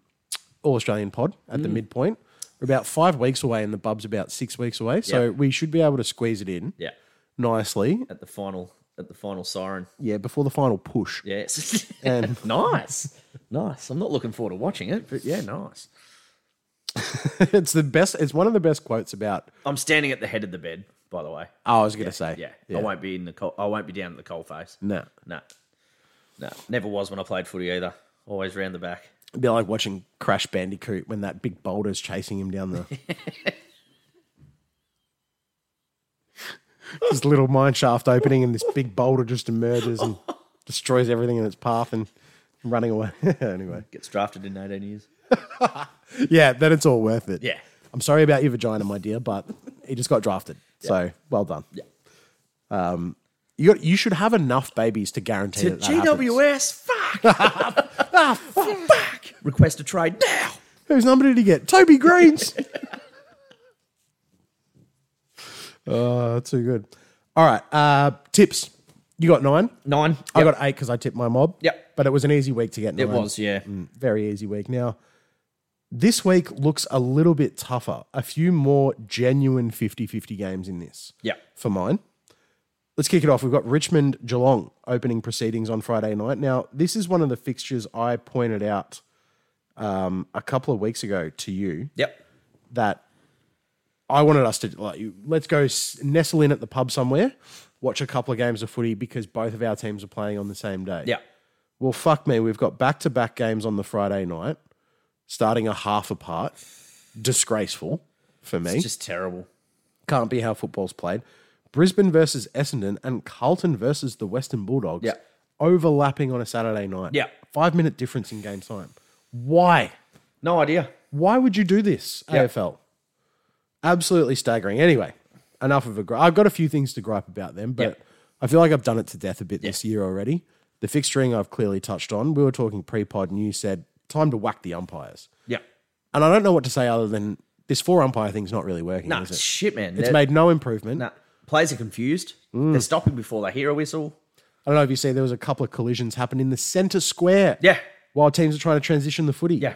S1: all Australian pod at
S2: Mm.
S1: the midpoint. We're about five weeks away, and the bub's about six weeks away. So
S2: Yeah.
S1: we should be able to squeeze it in
S2: Yeah.
S1: nicely.
S2: At the final, at the final siren.
S1: Yeah, before the final push.
S2: Yes. *laughs*
S1: And
S2: nice. Nice. I'm not looking forward to watching it, but yeah, nice.
S1: *laughs* it's the best. It's one of the best quotes about.
S2: I'm standing at the head of the bed, by the way.
S1: Oh, I was going to say.
S2: Yeah, I won't be in the coal. I won't be down at the coal face.
S1: No.
S2: no, no. Never was when I played footy either. Always round the back.
S1: It'd be like watching Crash Bandicoot when that big boulder's chasing him down the. *laughs* this little mine shaft opening, and this big boulder just emerges and destroys everything in its path and running away. *laughs* anyway,
S2: Gets drafted in 18 years.
S1: yeah, then it's all worth it.
S2: Yeah.
S1: I'm sorry about your vagina, my dear, but he just got drafted. So well done. Um,
S2: Yeah.
S1: You got, you should have enough babies to E guarantee that that happens.
S2: Fuck. *laughs*
S1: Ah,
S2: fuck. Request a trade now.
S1: Whose number did he get? Toby
S2: *laughs*
S1: Green's. Oh, too good. All right. Uh, tips. You got nine.
S2: Nine.
S1: I got eight because I tipped my mob.
S2: Yep.
S1: But it was an easy week to get nine. Mm,
S2: It was. Yeah.
S1: Very easy week. Now, this week looks a little bit tougher. A few more genuine 50 50 games in this
S2: Yeah.
S1: for mine. Let's kick it off. We've got Richmond Geelong opening proceedings on Friday night. Now, this is one of the fixtures I pointed out um, a couple of weeks ago to you
S2: Yep.
S1: that I wanted us to like you- let's go s- nestle in at the pub somewhere, watch a couple of games of footy because both of our teams are playing on the same day.
S2: Yeah.
S1: Well, fuck me. We've got back to back games on the Friday night, starting a half apart. Disgraceful for me.
S2: It's just terrible.
S1: Can't be how football's played. Brisbane versus Essendon and Carlton versus the Western Bulldogs
S2: Yeah.
S1: overlapping on a Saturday night.
S2: Yeah.
S1: Five minute difference in game time. Why?
S2: No idea.
S1: Why would you do this, AFL? Absolutely staggering. Anyway, enough of a gripe. I've got a few things to gripe about them, but
S2: Yep.
S1: I feel like I've done it to death a bit this year already. The fixturing I've clearly touched on. We were talking pre pod, and you said time to whack the umpires.
S2: Yeah.
S1: And I don't know what to say other than this four umpire thing's not really working,
S2: Nah.
S1: is it?
S2: Shit, man.
S1: it's
S2: They're-
S1: made Mm. no improvement.
S2: Nah. Players are confused. They're stopping before they hear a whistle.
S1: I don't know if you see there was a couple of collisions happen in the centre square.
S2: Yeah.
S1: While teams are trying to transition the footy.
S2: Yeah.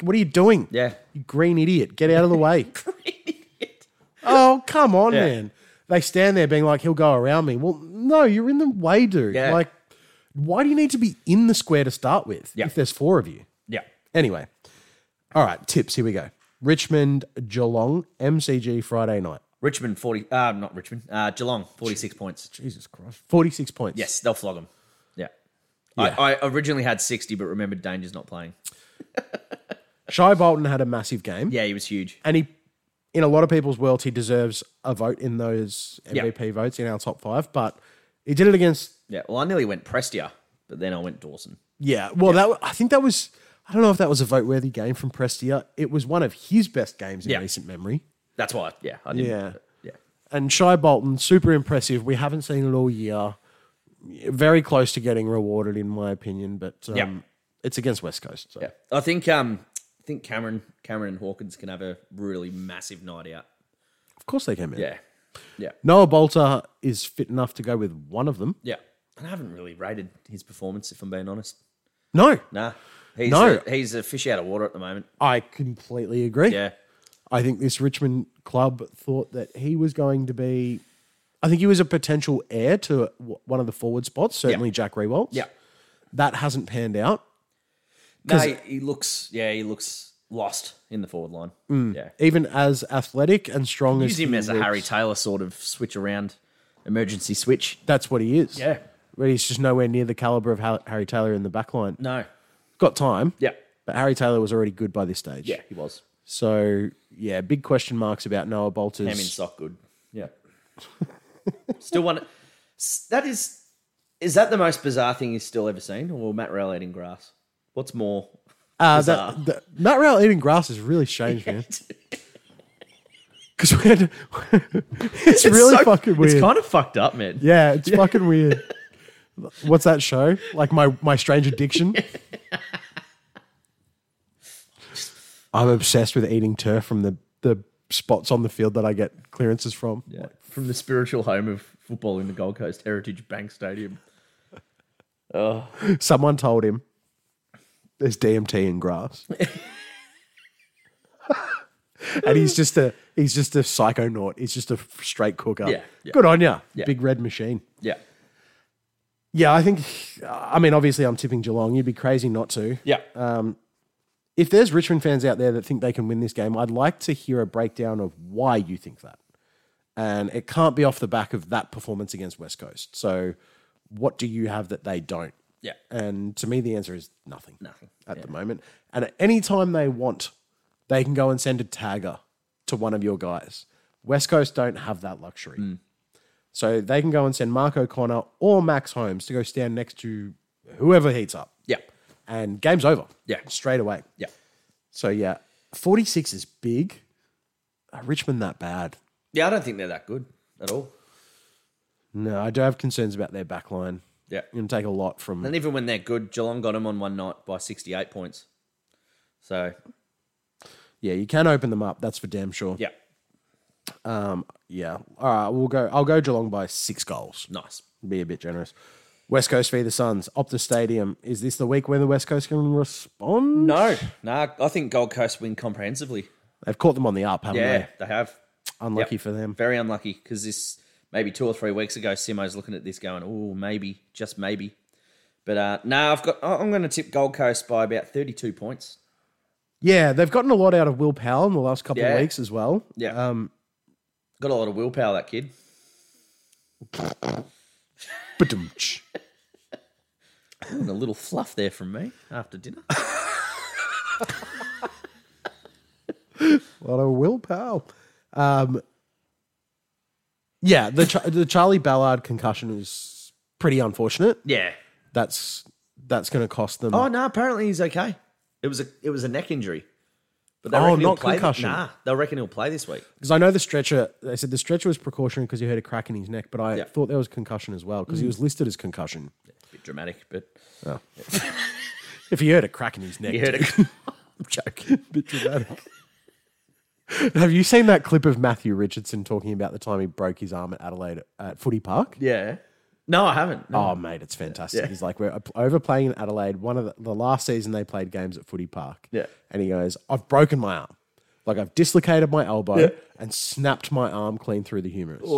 S1: What are you doing?
S2: Yeah.
S1: You green idiot. Get out of the
S2: *laughs*
S1: way. Oh, come on,
S2: Yeah.
S1: man. They stand there being like, he'll go around me. Well, no, you're in the way, dude.
S2: Yeah.
S1: Like, why do you need to be in the square to start with
S2: Yeah.
S1: if there's four of you?
S2: Yeah.
S1: Anyway, all right, tips. Here we go. Richmond, Geelong, MCG Friday night.
S2: Richmond forty. Uh, not Richmond. Uh, Geelong forty six points.
S1: Jesus Christ. 46 points.
S2: Yes, they'll flog them. Yeah.
S1: Yeah.
S2: I, I originally had 60, but remembered Danger's not playing.
S1: Shy Bolton had a massive game
S2: Yeah, he was huge.
S1: and he in a lot of people's worlds, he deserves a vote in those MVP votes in our top five. But he did it against
S2: Yeah. Well, I nearly went Prestia, but then I went Dawson.
S1: yeah. Well, that I think that was I don't know if that was a vote worthy game from Prestia. It was one of his best games in
S2: Yeah.
S1: recent memory.
S2: That's why. Yeah. I didn't,
S1: Yeah.
S2: Yeah.
S1: And Shy Bolton, super impressive. We haven't seen it all year. Very close to getting rewarded, in my opinion. But um,
S2: Yeah.
S1: it's against West Coast. So.
S2: Yeah. I think um I think Cameron Cameron and Hawkins can have a really massive night out.
S1: Of course they came in.
S2: Yeah. Yeah.
S1: Noah Bolter is fit enough to go with one of them.
S2: Yeah. And I haven't really rated his performance if I'm being honest.
S1: No,
S2: Nah. He's
S1: No.
S2: a, he's a fish out of water at the moment.
S1: I completely agree.
S2: Yeah.
S1: I think this Richmond club thought that he was going to be. I think he was a potential heir to w- one of the forward spots, certainly Jack Rewalt.
S2: Yeah.
S1: That hasn't panned out.
S2: No, he, he looks yeah, he looks lost in the forward line. Yeah.
S1: Even as athletic and strong as
S2: Use him
S1: he
S2: as a
S1: looks,
S2: Harry Taylor sort of switch around emergency switch.
S1: That's what he is.
S2: Yeah.
S1: But he's just nowhere near the caliber of Har- Harry Taylor in the back line.
S2: No.
S1: Got time.
S2: Yeah.
S1: But Harry Taylor was already good by this stage.
S2: Yeah, he was.
S1: So, yeah, big question marks about Noah Bolter's.
S2: Ham in sock good. Yeah. *laughs* still one. s- That is. Is that the most bizarre thing you've still ever seen? Or Matt Rowell eating grass? What's more?
S1: Uh,
S2: Bizarre.
S1: that, that, Matt Rowell eating grass is really strange,
S2: *laughs*
S1: man. Because we're *laughs* *laughs* it's really
S2: so-
S1: fucking weird.
S2: It's kind of fucked up, man.
S1: yeah, it's fucking weird. What's that show? Like my my Strange
S2: *laughs*
S1: Addiction. I'm obsessed with eating turf from the the spots on the field that I get clearances from.
S2: Yeah. From the spiritual home of football in the Gold Coast, Heritage Bank Stadium.
S1: Someone told him there's DMT in
S2: *laughs*
S1: grass. and he's just a he's just a psychonaut. He's just a straight cooker.
S2: Yeah, yeah.
S1: Good on ya,
S2: Yeah.
S1: Big red machine.
S2: Yeah.
S1: Yeah, I think I mean obviously I'm tipping Geelong. You'd be crazy not to.
S2: Yeah.
S1: Uh, If there's Richmond fans out there that think they can win this game, I'd like to hear a breakdown of why you think that. And it can't be off the back of that performance against West Coast. So what do you have that they don't?
S2: yeah.
S1: And to me, the answer is nothing.
S2: Nothing.
S1: At the moment. And at any time they want, they can go and send a tagger to one of your guys. West Coast don't have that luxury.
S2: Mm.
S1: So they can go and send Mark O'Connor or Max Holmes to go stand next to whoever heats up.
S2: Yeah.
S1: And game's over.
S2: Yeah.
S1: Straight away.
S2: Yeah.
S1: So yeah, 46 is big. Are Richmond that bad?
S2: Yeah. I don't think they're that good at all.
S1: No, I do have concerns about their back line.
S2: Yeah.
S1: Going to take a lot from
S2: And even when they're good, Geelong got them on one night by 68 points. So,
S1: Yeah, you can open them up. That's for damn sure.
S2: yeah.
S1: Yeah. All right. We'll go. I'll go Geelong by six goals.
S2: Nice.
S1: Be a bit generous. West Coast v the Suns. Optus Stadium. Is this the week when the West Coast can respond?
S2: No, no, I think Gold Coast win comprehensively.
S1: They've caught them on the up, haven't
S2: Yeah,
S1: they?
S2: they have.
S1: Unlucky
S2: Yep.
S1: for them.
S2: Very unlucky because this maybe two or three weeks ago, Simo's looking at this going, oh, maybe, just maybe. But uh, no, I've got. I- I'm going to tip Gold Coast by about 32 points.
S1: Yeah, they've gotten a lot out of Will Powell in the last couple
S2: Yeah.
S1: of weeks as well.
S2: Yeah,
S1: Um,
S2: got a lot of willpower that kid.
S1: ba-dum-tsh.
S2: Ooh, and a little fluff there from me after
S1: *laughs*
S2: dinner.
S1: a lot of Will Powell. Um, yeah, the Cha- the Charlie Ballard concussion is pretty unfortunate.
S2: yeah.
S1: That's that's going to cost them.
S2: Oh no, apparently he's okay. It was a it was a neck injury. But they
S1: Oh,
S2: reckon he'll
S1: not
S2: play thi-
S1: concussion.
S2: Nah, they reckon he'll play this week.
S1: Because I know the stretcher, they said the stretcher was precautionary because he heard a crack in his neck, but I
S2: Yeah. Mm.
S1: thought there was concussion as well because he was listed as concussion.
S2: bit dramatic, but
S1: If he heard a crack in his neck,
S2: you heard
S1: *laughs*
S2: it.
S1: I'm joking. Bit dramatic. Have you seen that clip of Matthew Richardson talking about the time he broke his arm at Adelaide at Footy Park?
S2: yeah. No, I haven't. No.
S1: Oh, mate, it's fantastic. He's like, we're op- overplaying in Adelaide. One of the, the last season they played games at Footy Park.
S2: Yeah.
S1: And he goes, I've broken my arm. Like, I've dislocated my elbow
S2: Yeah. Oh.
S1: and snapped my arm clean through the humerus.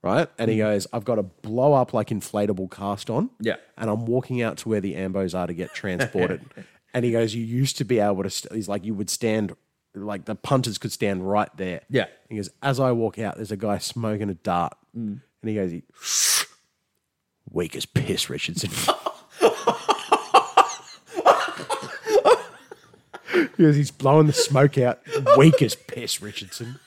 S1: Right? And he goes, I've got a blow up, like, inflatable cast on.
S2: Yeah.
S1: And I'm walking out to where the ambos are to get
S2: *laughs*
S1: transported. and he goes, You used to be able to, st-, he's like, you would stand, like, the punters could stand right there.
S2: Yeah.
S1: He goes, As I walk out, there's a guy smoking a dart.
S2: Mm.
S1: And he goes, he, weak as piss, *laughs* Richardson. Because he's blowing the smoke out. Weak as piss, Richardson.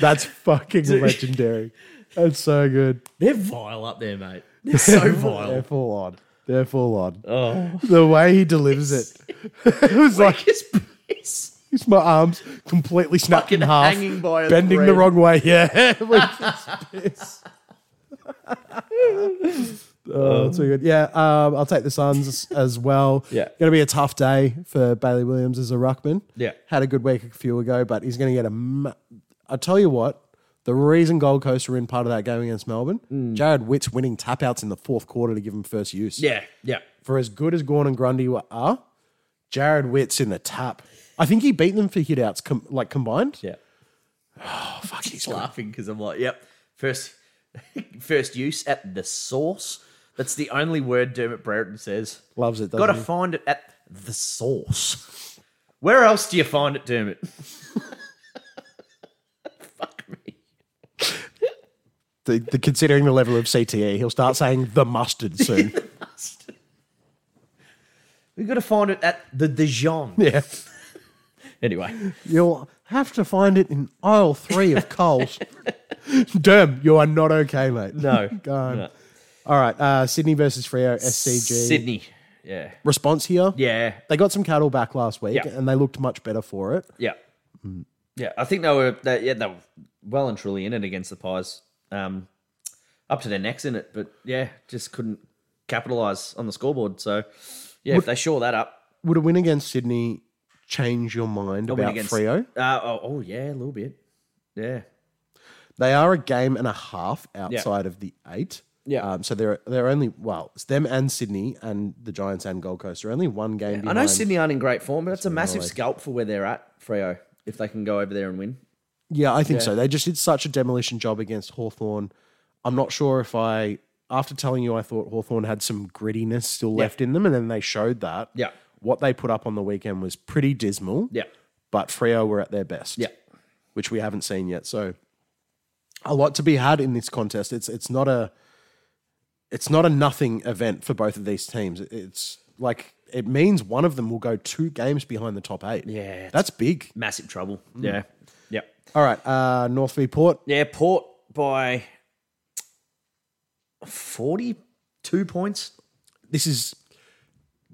S1: That's
S2: *laughs*
S1: fucking legendary. That's so good.
S2: They're vile up there, mate. They're
S1: *laughs*
S2: so
S1: They're
S2: vile.
S1: full on. They're full on.
S2: Oh,
S1: The way he
S2: *laughs*
S1: delivers it. *laughs* it was like
S2: his piss.
S1: it's my arms completely snapped in
S2: Fucking
S1: half,
S2: hanging by a
S1: bending the
S2: thread.
S1: wrong way. Yeah, *laughs* Like, it's piss. oh, too good. Yeah, um, I'll take the Suns as well.
S2: Yeah.
S1: going to be a tough day for Bailey Williams as a ruckman.
S2: Yeah.
S1: had a good week a few ago, but he's going to get a. Ma- I tell you what. The reason Gold Coast were in part of that game against Melbourne,
S2: Mm.
S1: Jared Witt's winning tap outs in the fourth quarter to give him first use
S2: Yeah, yeah.
S1: for as good as Gorn and Grundy were, are, Jared Witt's in the tap. I think he beat them for hit outs com- like combined.
S2: Yeah.
S1: Oh, fuck, he's
S2: Just laughing because I'm like, yep. First, *laughs* first use at the source. That's the only word Dermot Brereton says.
S1: Loves it,
S2: Got to
S1: doesn't he?
S2: find it at the source. Where else do you find it, Dermot? Fuck me.
S1: The, the, considering the level of CTE, he'll start saying the mustard
S2: *laughs*
S1: soon.
S2: We got to find it at the Dijon.
S1: yeah.
S2: Anyway,
S1: *laughs* You'll have to find it in aisle three of
S2: *laughs*
S1: Coles. Derm, you are not okay, mate.
S2: no.
S1: Go on.
S2: no.
S1: All right. Uh, Sydney versus Freo, SCG.
S2: Sydney. Yeah.
S1: Response here.
S2: Yeah.
S1: They got some cattle back last week
S2: Yeah.
S1: and they looked much better for it.
S2: Yeah.
S1: Mm.
S2: Yeah, I think they were they, yeah, they were well and truly in it against the Pies. Um up to their necks in it, but yeah, just couldn't capitalize on the scoreboard. So yeah, if they shore that up,
S1: Would a win against Sydney change your mind
S2: I win
S1: about Freo?
S2: Uh, oh, oh yeah, a little bit. Yeah.
S1: They are a game and a half outside of the eight.
S2: Yeah.
S1: Um, so they're they're only well, it's them and Sydney and the Giants and Gold Coast are only one game behind.
S2: I know Sydney aren't in great form, but that's a massive scalp for where they're at, Freo, if they can go over there and win.
S1: Yeah, I think so. They just did such a demolition job against Hawthorn. I'm not sure if I after telling you I thought Hawthorn had some grittiness still left in them, and then they showed that.
S2: Yeah.
S1: What they put up on the weekend was pretty dismal.
S2: Yeah.
S1: But Freo were at their best.
S2: Yeah.
S1: Which we haven't seen yet. So a lot to be had in this contest. It's it's not a it's not a nothing event for both of these teams. It's like it means one of them will go two games behind the top eight.
S2: Yeah.
S1: That's big.
S2: Massive trouble.
S1: Mm.
S2: Yeah. Yep.
S1: All right. Uh North v Port.
S2: Yeah, Port by forty two points.
S1: This is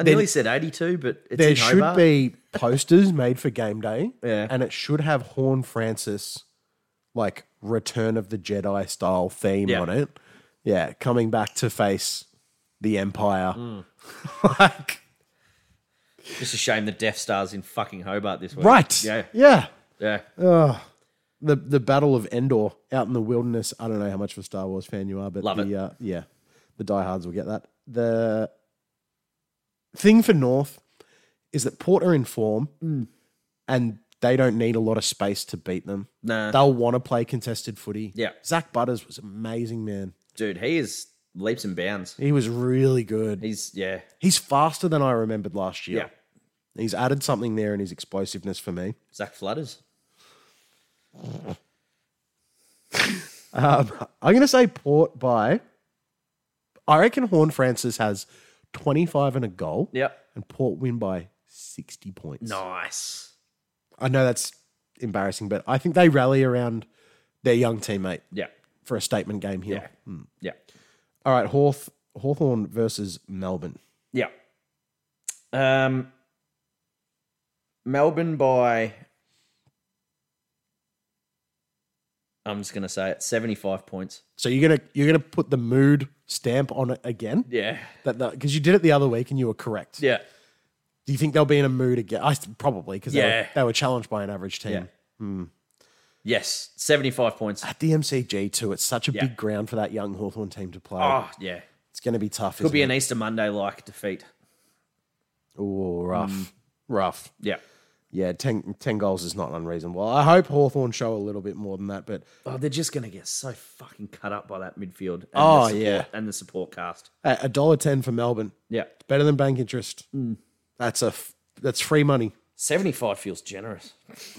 S2: I nearly said eighty two, but it's
S1: there
S2: in
S1: should
S2: Hobart.
S1: be posters made for game day.
S2: Yeah.
S1: And it should have Horn Francis like Return of the Jedi style theme
S2: Yeah.
S1: on it. Yeah, coming back to face the Empire.
S2: Mm.
S1: *laughs* like
S2: Just a shame the Death Star's in fucking Hobart this week.
S1: Right. Uh,
S2: Yeah.
S1: Yeah.
S2: Yeah.
S1: The the Battle of Endor out in the wilderness. I don't know how much of a Star Wars fan you are, but
S2: Love
S1: the
S2: it.
S1: Uh, yeah. The diehards will get that. The thing for North is that Port are in form
S2: Mm.
S1: and they don't need a lot of space to beat them.
S2: Nah.
S1: They'll want to play contested footy.
S2: Yeah.
S1: Zach Butters was amazing, man.
S2: Dude, he is leaps and bounds.
S1: He was really good.
S2: He's yeah.
S1: He's faster than I remembered last year.
S2: Yeah.
S1: He's added something there in his explosiveness for me.
S2: Zach Flutters.
S1: Um, I'm going to say Port by. I reckon Horn Francis has 25 and a goal.
S2: Yep.
S1: And Port win by 60 points.
S2: Nice.
S1: I know that's embarrassing, but I think they rally around their young teammate
S2: Yeah.
S1: for a statement game here.
S2: Yeah. Yeah.
S1: All right, Hawth, Hawthorne versus Melbourne.
S2: Yeah. Um Melbourne by I'm just gonna say it, seventy five points.
S1: So you're gonna you're gonna put the mood stamp on it again.
S2: Yeah.
S1: That because you did it the other week and you were correct.
S2: Yeah.
S1: Do you think they'll be in a mood again? I probably because they, were,
S2: Yeah.
S1: they were challenged by an average team.
S2: Yeah. Yes. Seventy five points.
S1: At the MCG too, it's such a
S2: Yeah.
S1: big ground for that young Hawthorn team to play.
S2: Oh yeah.
S1: It's going to be tough.
S2: Could be an Easter Monday like defeat.
S1: oh rough,
S2: Mm.
S1: rough.
S2: Yeah.
S1: Yeah, 10, 10 goals is not unreasonable. I hope Hawthorn show a little bit more than that, but
S2: Oh, they're just gonna get so fucking cut up by that midfield. And
S1: Oh,
S2: the support,
S1: yeah.
S2: and the support cast.
S1: a dollar ten for Melbourne.
S2: Yeah,
S1: It's better than bank interest.
S2: Mm.
S1: That's a f- that's free money.
S2: seventy five feels generous. *laughs*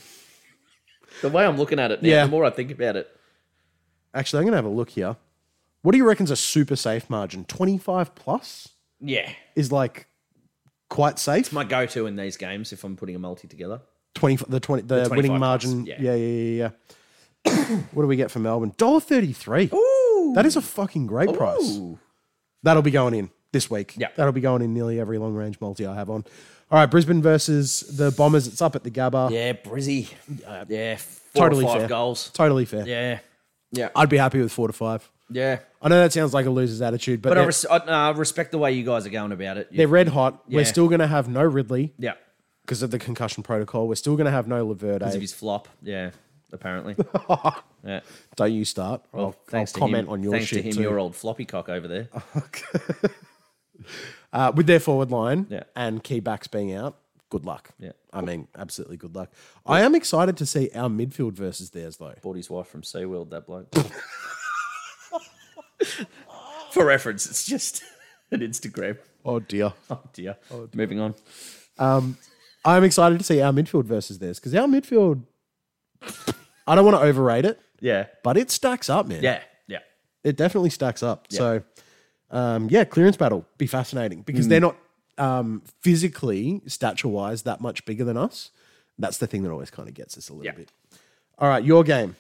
S2: the way I'm looking at it now,
S1: Yeah.
S2: the more I think about it,
S1: Actually, I'm going to have a look here. What do you reckon's a super safe margin? Twenty five plus
S2: yeah,
S1: is like quite safe.
S2: My go-to in these games if I'm putting a multi together.
S1: Twenty the twenty the, winning
S2: 25
S1: margin.
S2: plus,
S1: Yeah, yeah, yeah. yeah. *coughs* what do we get for Melbourne? Dollar thirty three.
S2: Ooh.
S1: That is a fucking great price. That'll be going in this week.
S2: Yeah.
S1: That'll be going in nearly every long range multi I have on. All right, Brisbane versus the Bombers. It's up at the Gabba.
S2: Yeah, Brizzy. yeah, four
S1: totally
S2: totally five
S1: fair.
S2: goals.
S1: Totally fair.
S2: Yeah,
S1: I'd be happy with four to five.
S2: yeah.
S1: I know that sounds like a loser's attitude, but,
S2: But I,
S1: they're,
S2: res- I, no, I uh, respect the way you guys are going about it.
S1: they're red hot. We're
S2: Yeah.
S1: still going to have no Ridley
S2: yeah,
S1: because of the concussion protocol. We're still going to have no
S2: because of
S1: Laverde.
S2: his flop. Yeah,
S1: *laughs*
S2: apparently. yeah.
S1: Don't you start. I'll,
S2: Thanks
S1: I'll
S2: to
S1: comment
S2: him.
S1: on your
S2: thanks
S1: shit
S2: to him,
S1: too.
S2: your old floppy cock over there.
S1: Uh, with their forward line
S2: Yeah.
S1: and key backs being out, good luck.
S2: Yeah.
S1: I mean, absolutely good luck. I am excited to see our midfield versus theirs, though.
S2: Bought his wife from SeaWorld. That *laughs* bloke. For reference, it's just *laughs* an Instagram.
S1: Oh, dear.
S2: Oh dear. Moving on.
S1: I'm excited to see our midfield versus theirs because our midfield, I don't want to overrate it,
S2: Yeah.
S1: but it stacks up, man.
S2: Yeah. Yeah.
S1: It definitely stacks up. So, um, yeah, clearance battle be fascinating because
S2: Hmm.
S1: they're not um, physically, stature wise, that much bigger than us. That's the thing that always kind of gets us a little
S2: Yeah.
S1: bit. All right, your game.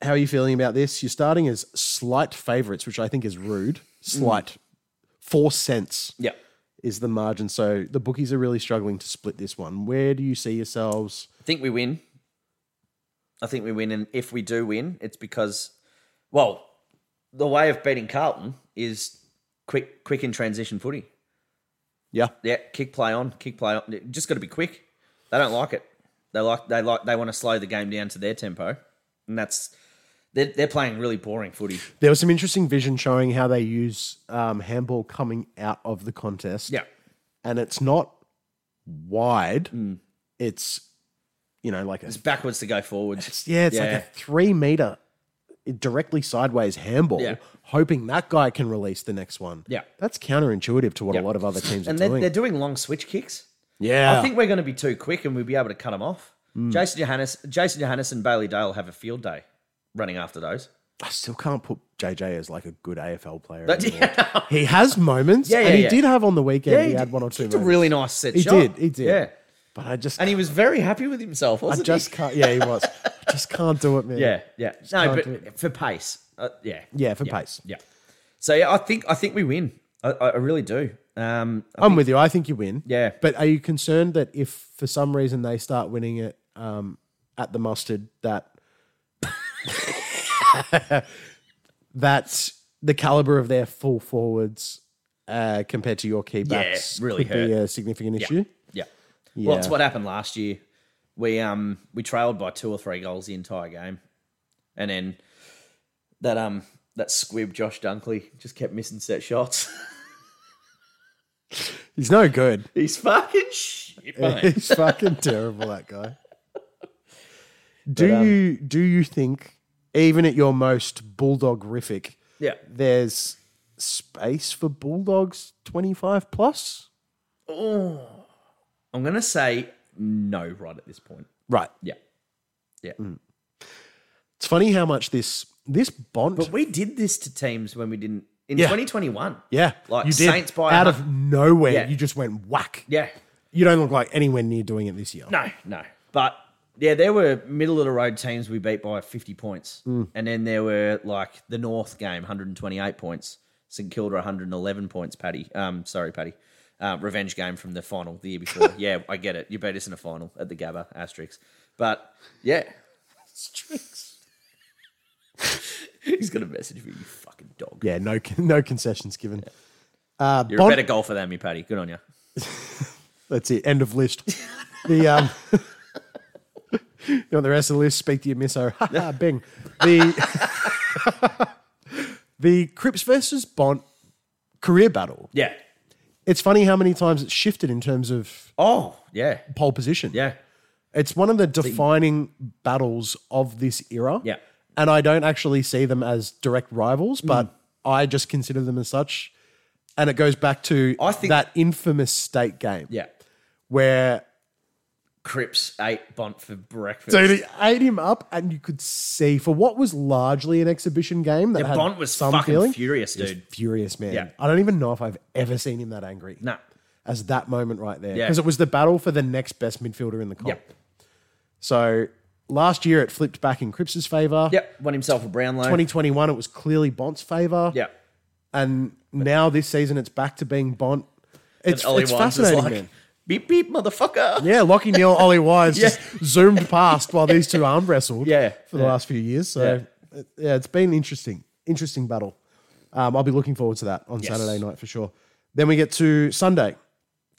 S1: How are you feeling about this? You're starting as slight favourites, which I think is rude. Slight. Four cents
S2: Hmm. Yeah.
S1: is the margin. So the bookies are really struggling to split this one. Where do you see yourselves?
S2: I think we win. I think we win, and if we do win, it's because, well, the way of beating Carlton is quick, quick in transition footy.
S1: Yeah.
S2: Yeah, kick play on, kick play on. It- Just got to be quick. They don't like it. They like they like they want to slow the game down to their tempo, and that's they're, they're playing really boring footy.
S1: There was some interesting vision showing how they use um, handball coming out of the contest. And it's not wide. It's, you know, like a,
S2: it's backwards to go forwards.
S1: yeah, it's like
S2: yeah.
S1: a three meter directly sideways handball,
S2: Yeah.
S1: hoping that guy can release the next one.
S2: Yeah.
S1: That's counterintuitive to what a lot of other teams
S2: And
S1: are
S2: they're,
S1: doing.
S2: they're doing long switch kicks.
S1: yeah. Mm.
S2: I think we're going to be too quick and we'll be able to cut them off. Jason Johannes, Jason Johannes and Bailey Dale have a field day running after
S1: *laughs*
S2: those.
S1: I still can't put JJ as like a good AFL player.
S2: *laughs* But-
S1: anymore. He has moments,
S2: Yeah, yeah,
S1: and he
S2: yeah.
S1: did have on the weekend.
S2: Yeah,
S1: he,
S2: he
S1: had
S2: did.
S1: one or two.
S2: it's a
S1: Moments,
S2: really nice set
S1: he
S2: shot.
S1: did, he did.
S2: Yeah.
S1: but I just,
S2: And he was very happy with himself,
S1: I
S2: wasn't *laughs*
S1: just
S2: he?
S1: can't. Yeah, he was. I just can't do it, man.
S2: Yeah, yeah. No,
S1: can't do
S2: but for pace. Uh, yeah.
S1: yeah, for pace.
S2: Yeah. So yeah, I think I think we win. I, I I really do. Um I
S1: I'm with you. I think you win.
S2: Yeah.
S1: but are you concerned that if for some reason they start winning it um, at the mustard, that *laughs* that the caliber of their full forwards uh, compared to your key backs
S2: really
S1: could be a significant issue?
S2: Yeah. Well, it's
S1: Yeah.
S2: what happened last year. We um we trailed by two or three goals the entire game, and then that um that squib Josh Dunkley just kept missing set shots. *laughs*
S1: He's no good. *laughs*
S2: He's fucking shit, mate.
S1: He's fucking terrible, that
S2: *laughs*
S1: guy. Do
S2: um,
S1: you do you think, even at your most bulldog-rific, *laughs*
S2: yeah.
S1: there's space for bulldogs twenty-five plus?
S2: I'm gonna say no right at this point.
S1: Right.
S2: Yeah. Yeah.
S1: Mm. It's funny how much this this bond.
S2: But we did this to teams when we didn't in
S1: Yeah.
S2: 2021.
S1: yeah,
S2: Like
S1: you did.
S2: Saints by
S1: out
S2: a
S1: of nowhere.
S2: Yeah.
S1: You just went whack.
S2: Yeah.
S1: You don't look like anywhere near doing it this year.
S2: No, no. But yeah, there were middle of the road teams we beat by 50 points.
S1: Mm.
S2: And then there were like the North game, 128 points. St Kilda, 111 points, Paddy. Um, sorry, Paddy. Uh, revenge game from the final the
S1: *laughs*
S2: year before. yeah, I get it. You beat us in a final at the Gabba, asterisk. But yeah. *laughs* He's going to message me, you fucking dog.
S1: Yeah, no no concessions given.
S2: You're
S1: Bon-
S2: a better golfer than me, Paddy. Good on you.
S1: That's it. End of
S2: *laughs*
S1: list. The um, *laughs* you want the rest of the list? Speak to your misso. *laughs* Ha, ha, Bing. The *laughs* the Crips versus Bont career battle.
S2: Yeah.
S1: It's funny how many times it's shifted in terms of
S2: Oh, yeah.
S1: pole position.
S2: Yeah.
S1: It's one of the defining battles of this era.
S2: Yeah. Mm.
S1: And I don't actually see them as direct rivals, but I just consider them as such. And it goes back to
S2: I think-
S1: that infamous state game
S2: Yeah.
S1: where
S2: Crips ate Bont for breakfast.
S1: Dude, he ate him up, and you could see for what was largely an exhibition game that
S2: Yeah,
S1: had
S2: Bont was
S1: some
S2: fucking
S1: feeling.
S2: furious,
S1: He was
S2: dude.
S1: furious man.
S2: Yeah.
S1: I don't even know if I've ever seen him that angry.
S2: No.
S1: as that moment right there
S2: Yeah.
S1: because it was the battle for the next best midfielder in the comp.
S2: Yep.
S1: So last year it flipped back in Cripps' favor.
S2: Yep. Won himself a Brownlow.
S1: 2021 it was clearly Bont's favor.
S2: Yeah.
S1: And now this season it's back to being Bont. It's,
S2: Ollie
S1: it's
S2: Wines is
S1: fascinating,
S2: like,
S1: man.
S2: Beep beep, motherfucker.
S1: Yeah, Lockie
S2: *laughs*
S1: Neal, Ollie Wise just zoomed past while these two arm wrestled
S2: Yeah,
S1: for the last few years. So, yeah. yeah, it's been interesting. Interesting battle. Um, I'll be looking forward to that on Saturday night for sure. Then we get to Sunday.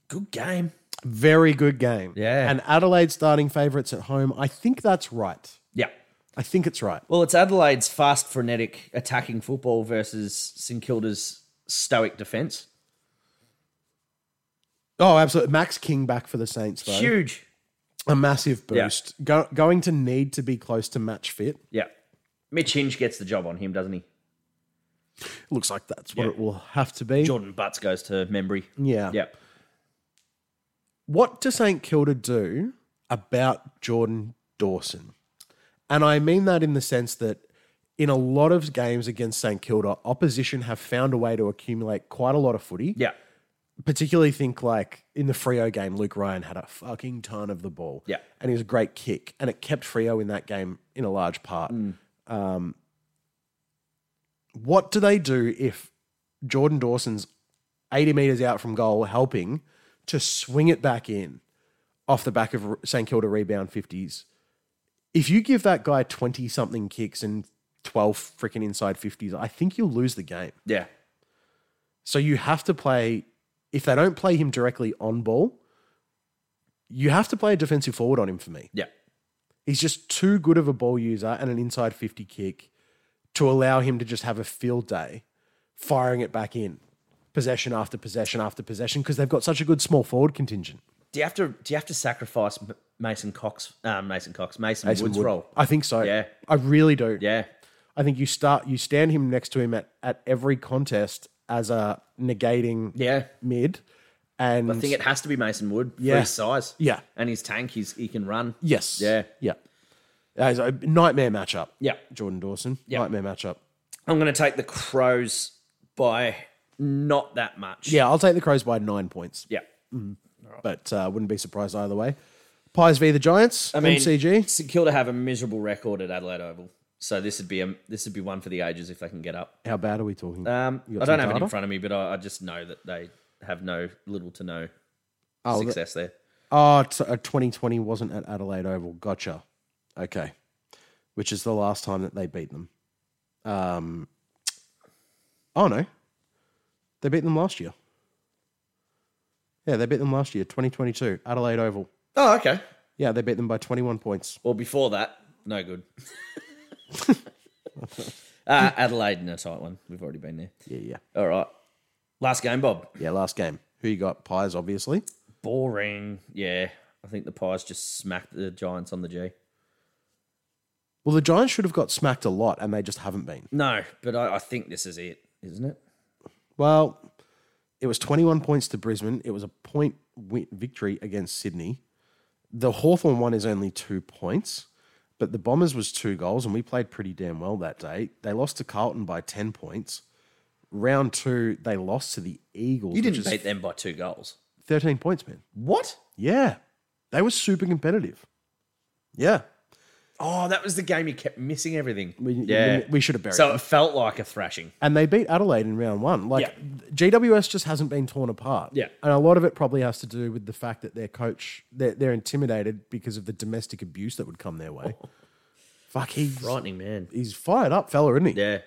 S2: Good game.
S1: Very good game.
S2: Yeah.
S1: And Adelaide starting favourites at home. I think that's right.
S2: Yeah.
S1: I think it's right.
S2: Well, it's Adelaide's fast, frenetic, attacking football versus St Kilda's stoic defence.
S1: Oh, absolutely. Max King back for the Saints, though.
S2: Huge.
S1: A massive boost. Go- going to need to be close to match fit.
S2: Yeah. Mitch Hinge gets the job on him, doesn't he?
S1: Looks like that's what it will have to be.
S2: Jordan Butts goes to Membry.
S1: Yeah.
S2: Yep.
S1: what does St Kilda do about Jordan Dawson? And I mean that in the sense that in a lot of games against St Kilda, opposition have found a way to accumulate quite a lot of footy.
S2: Yeah.
S1: Particularly think like in the Frio game, Luke Ryan had a fucking ton of the ball.
S2: Yeah.
S1: And he was a great kick. And it kept Frio in that game in a large part. Um, what do they do if Jordan Dawson's 80 metres out from goal helping to swing it back in off the back of St Kilda rebound 50s. If you give that guy 20 something kicks and 12 freaking inside 50s, I think you'll lose the game.
S2: Yeah.
S1: So you have to play, if they don't play him directly on ball, you have to play a defensive forward on him for me.
S2: Yeah.
S1: He's just too good of a ball user and an inside 50 kick to allow him to just have a field day firing it back in, possession after possession after possession, because they've got such a good small forward contingent.
S2: Do you have to do you have to sacrifice M- Mason Cox uh, Mason Cox Mason,
S1: Mason
S2: Woods
S1: Wood.
S2: role?
S1: I think so.
S2: Yeah.
S1: I really do.
S2: Yeah.
S1: I think you start you stand him next to him at, at every contest as a negating
S2: Yeah.
S1: mid. And
S2: I think it has to be Mason Wood
S1: Yeah.
S2: for his size.
S1: Yeah.
S2: And his tank, he's he can run.
S1: Yes.
S2: Yeah.
S1: Yeah. That is a nightmare matchup.
S2: Yeah.
S1: Jordan Dawson. Nightmare matchup.
S2: I'm gonna take the Crows by not that much.
S1: Yeah, I'll take the Crows by nine points,
S2: Yeah.
S1: but uh, wouldn't be surprised either way. Pies v the Giants.
S2: I mean,
S1: MCG.
S2: St Kilda have a miserable record at Adelaide Oval, so this would be a this would be one for the ages if they can get up.
S1: How bad are we talking?
S2: Um,
S1: You got
S2: I don't
S1: some
S2: have it
S1: data?
S2: in front of me, but I, I just know that they have no little to no
S1: Oh, the-
S2: success there.
S1: Oh, t- uh, 2020 wasn't at Adelaide Oval. Gotcha. Okay. Which is the last time that they beat them. Um, oh, no. They beat them last year. Yeah, they beat them last year, 2022, Adelaide Oval.
S2: Oh, okay.
S1: Yeah, they beat them by 21 points.
S2: Well, before that, no
S1: *laughs*
S2: good. uh, Adelaide in a tight one. We've already been there.
S1: Yeah, yeah.
S2: All right. Last game, Bob.
S1: Yeah, last game. Who you got? Pies, obviously.
S2: Boring. Yeah. I think the Pies just smacked the Giants on the G.
S1: Well, the Giants should have got smacked a lot, and they just haven't been.
S2: No, but I, I think this is it, isn't it?
S1: Well, it was 21 points to Brisbane. It was a point win- victory against Sydney. The Hawthorn one is only two points, but the Bombers was two goals, and we played pretty damn well that day. They lost to Carlton by 10 points. Round two, they lost to the Eagles.
S2: You didn't
S1: which is
S2: beat them by two goals.
S1: 13 points, man.
S2: What?
S1: Yeah. They were super competitive. Yeah.
S2: Oh, that was the game you kept missing everything.
S1: We,
S2: yeah.
S1: we should have buried
S2: so it felt like a thrashing.
S1: and they beat Adelaide in round one. Like GWS just hasn't been torn apart.
S2: Yeah.
S1: and a lot of it probably has to do with the fact that their coach they're, they're intimidated because of the domestic abuse that would come their way.
S2: Oh.
S1: Fuck, he's
S2: Frightening, man.
S1: he's fired up, fella, isn't he?
S2: Yeah.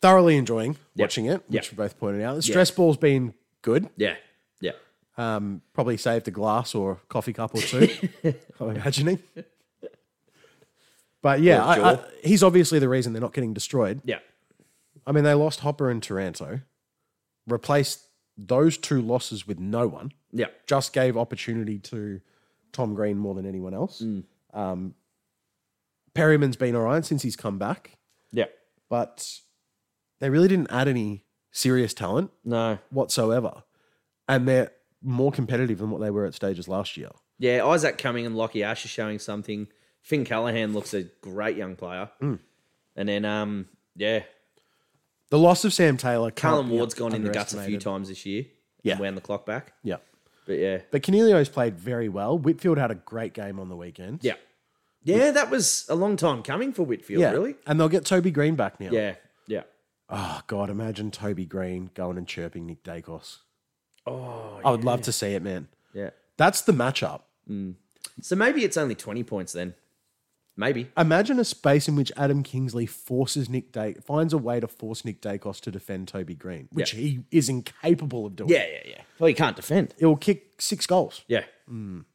S1: Thoroughly enjoying watching it, which
S2: Yep.
S1: we both pointed out. The stress ball's been good.
S2: Yeah. Yeah.
S1: Probably saved a glass or coffee cup or
S2: *laughs*
S1: two. I'm imagining. But yeah, I- I-
S2: jaw.
S1: he's obviously the reason they're not getting destroyed.
S2: Yeah.
S1: I mean, they lost Hopper and Taranto, replaced those two losses with no one,
S2: Yeah.
S1: just gave opportunity to Tom Green more than anyone else.
S2: Mm.
S1: Um, Perryman's been all right since he's come back,
S2: Yeah.
S1: but they really didn't add any serious talent
S2: No.
S1: whatsoever. And they're more competitive than what they were at stages last year.
S2: Yeah, Isaac Cumming and Lockie Ash are showing something. Finn Callahan looks a great young player. And then, um, yeah,
S1: The loss of Sam Taylor, can't
S2: Callum
S1: be
S2: Ward's gone in the guts a few
S1: underestimated.
S2: times this year.
S1: Yeah.
S2: wound the clock back.
S1: Yeah.
S2: But yeah,
S1: But Cornelio's played very well. Whitfield had a great game on the weekend.
S2: yeah, yeah. That was a long time coming for Whitfield,
S1: Yeah.
S2: really.
S1: And they'll get Toby Green back now.
S2: Yeah, yeah.
S1: Oh, God. Imagine Toby Green going and chirping Nick Dacos. Oh, I would love to see it, man.
S2: Yeah.
S1: That's the matchup.
S2: So maybe it's only twenty points then. Maybe.
S1: Imagine a space in which Adam Kingsley forces Nick Day finds a way to force Nick Dacos to defend Toby Green, which he is incapable of doing.
S2: Yeah, yeah, yeah. Well, you can't defend.
S1: It will kick six goals.
S2: Yeah,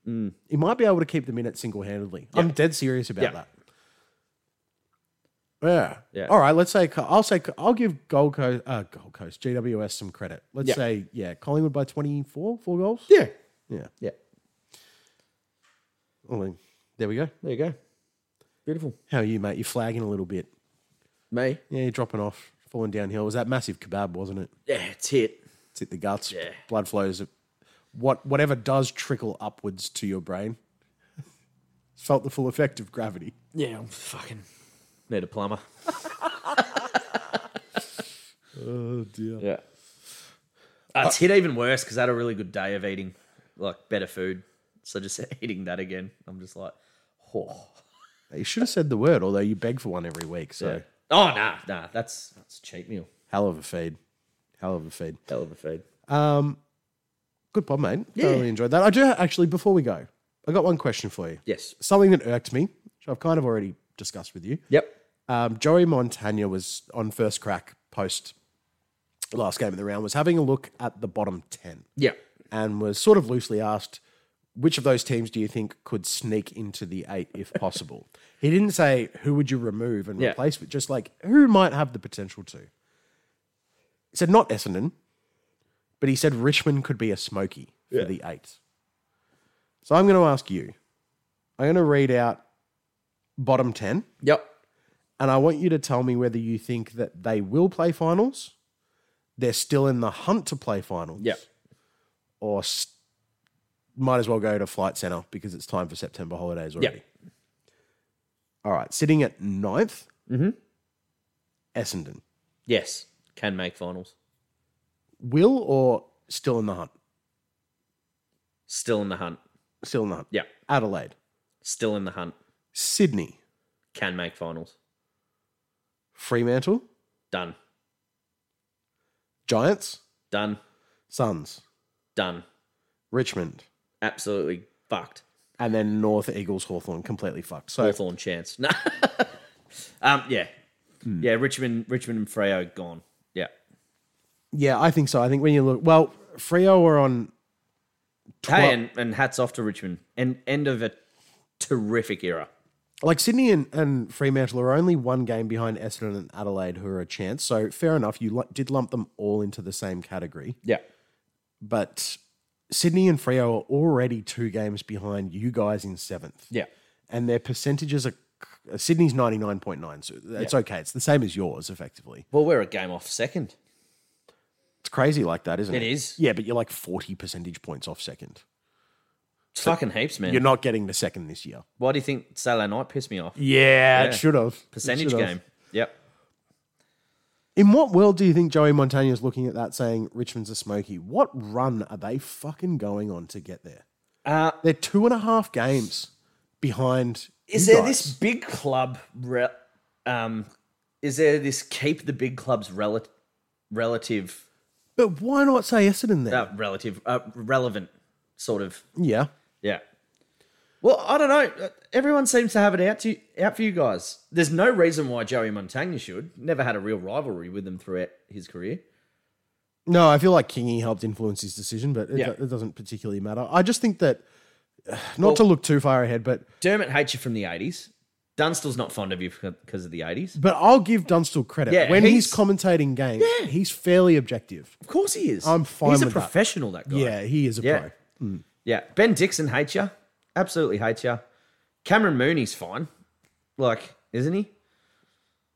S1: He might be able to keep the minute single handedly. I'm dead serious about
S2: Yeah.
S1: that. Yeah.
S2: Yeah.
S1: All right. Let's say I'll say I'll give Gold Coast, uh, Gold Coast GWS some credit. Let's
S2: Yeah.
S1: say yeah, Collingwood by 24, four goals.
S2: yeah,
S1: Yeah.
S2: yeah.
S1: Well, then, there we go.
S2: There you go. Beautiful.
S1: How are you, mate? You're flagging a little bit.
S2: Me.
S1: Yeah, you're dropping off, falling downhill. It was that massive kebab, wasn't it?
S2: Yeah, it's hit.
S1: It's hit the guts. Blood flows. What whatever does trickle upwards to your brain. *laughs* Felt the full effect of gravity.
S2: Yeah, I'm fucking need a plumber.
S1: Oh dear.
S2: Yeah. Uh, it's hit even worse because I had a really good day of eating like better food. So just *laughs* eating that again, I'm just like, oh,
S1: You should have said the word, although you beg for one every week. So
S2: yeah. oh nah, nah, that's that's a cheap meal.
S1: hell of a feed. Hell of a feed.
S2: Hell of a feed.
S1: Good pod, mate. Thoroughly enjoyed that. I do actually. Before we go, I got one question for you.
S2: Yes.
S1: Something that irked me, which I've kind of already discussed with you.
S2: Yep.
S1: um, Joey Montagna was on first crack post last game of the round, was having a look at the bottom 10
S2: Yep.
S1: and was sort of loosely asked, which of those teams do you think could sneak into the eight if possible? he didn't say, who would you remove and
S2: Yeah.
S1: replace, but just like, who might have the potential to? He said, not Essendon, but he said Richmond could be a smoky for the eight. So I'm going to ask you, I'm going to read out bottom 10
S2: Yep.
S1: and I want you to tell me whether you think that they will play finals, they're still in the hunt to play finals,
S2: Yep.
S1: or s might as well go to Flight Center because it's time for September holidays already. All right, sitting at ninth, Essendon.
S2: Yes. Can make finals.
S1: Will or still in the hunt?
S2: Still in the hunt.
S1: Still in the hunt.
S2: Yeah.
S1: Adelaide.
S2: Still in the hunt.
S1: Sydney.
S2: Can make finals.
S1: Fremantle.
S2: Done.
S1: Giants.
S2: Done.
S1: Suns.
S2: Done.
S1: Richmond.
S2: Absolutely fucked.
S1: And then North Eagles Hawthorn completely fucked. So
S2: Hawthorn chance. *laughs* No. um, yeah. Yeah, Richmond Richmond and Freo gone. Yeah.
S1: yeah, I think so. I think when you look well, Frio are on
S2: Hey, and, and hats off to Richmond. And end of a terrific era.
S1: like Sydney and, and Fremantle are only one game behind Essendon and Adelaide, who are a chance. So fair enough, you lu- did lump them all into the same category.
S2: Yeah.
S1: But Sydney and Freo are already two games behind you guys in seventh.
S2: Yeah.
S1: and their percentages are c- Sydney's ninety nine point nine. So it's okay. It's the same as yours, effectively.
S2: Well, we're a game off second.
S1: It's crazy like that, isn't it?
S2: It is.
S1: Yeah, but you're like forty percentage points off second.
S2: It's fucking heaps, man.
S1: You're not getting the second this year.
S2: Why do you think Saturday night pissed me off?
S1: Yeah, it should have It
S2: Percentage
S1: should have.
S2: game. Yep.
S1: In what world do you think Joey Montagna is looking at that saying Richmond's a smoky? What run are they fucking going on to get there?
S2: Uh,
S1: They're two and a half games behind.
S2: is
S1: you
S2: there
S1: guys.
S2: this big club re- um is there this keep the big clubs rel- relative
S1: But why not say Essendon there?
S2: uh, relative uh, relevant sort of
S1: yeah.
S2: Yeah. Well, I don't know. Everyone seems to have it out to out for you guys. There's no reason why Joey Montagna should. Never had a real rivalry with him throughout his career.
S1: No, I feel like Kingy helped influence his decision, but it,
S2: Yeah.
S1: it doesn't particularly matter. I just think that, *sighs* not to look too far ahead, but
S2: Dermot hates you from the 80s. Dunstall's not fond of you because of the 80s.
S1: but I'll give Dunstall credit.
S2: Yeah,
S1: when he's,
S2: he's-
S1: commentating games, he's fairly objective.
S2: Of course he is.
S1: I'm fine
S2: He's
S1: with
S2: a
S1: that.
S2: professional, that, guy.
S1: Yeah, he is a
S2: Yeah.
S1: pro.
S2: Yeah. Ben Dixon hates you. Absolutely hates you. Cameron Mooney's fine. Like, isn't he?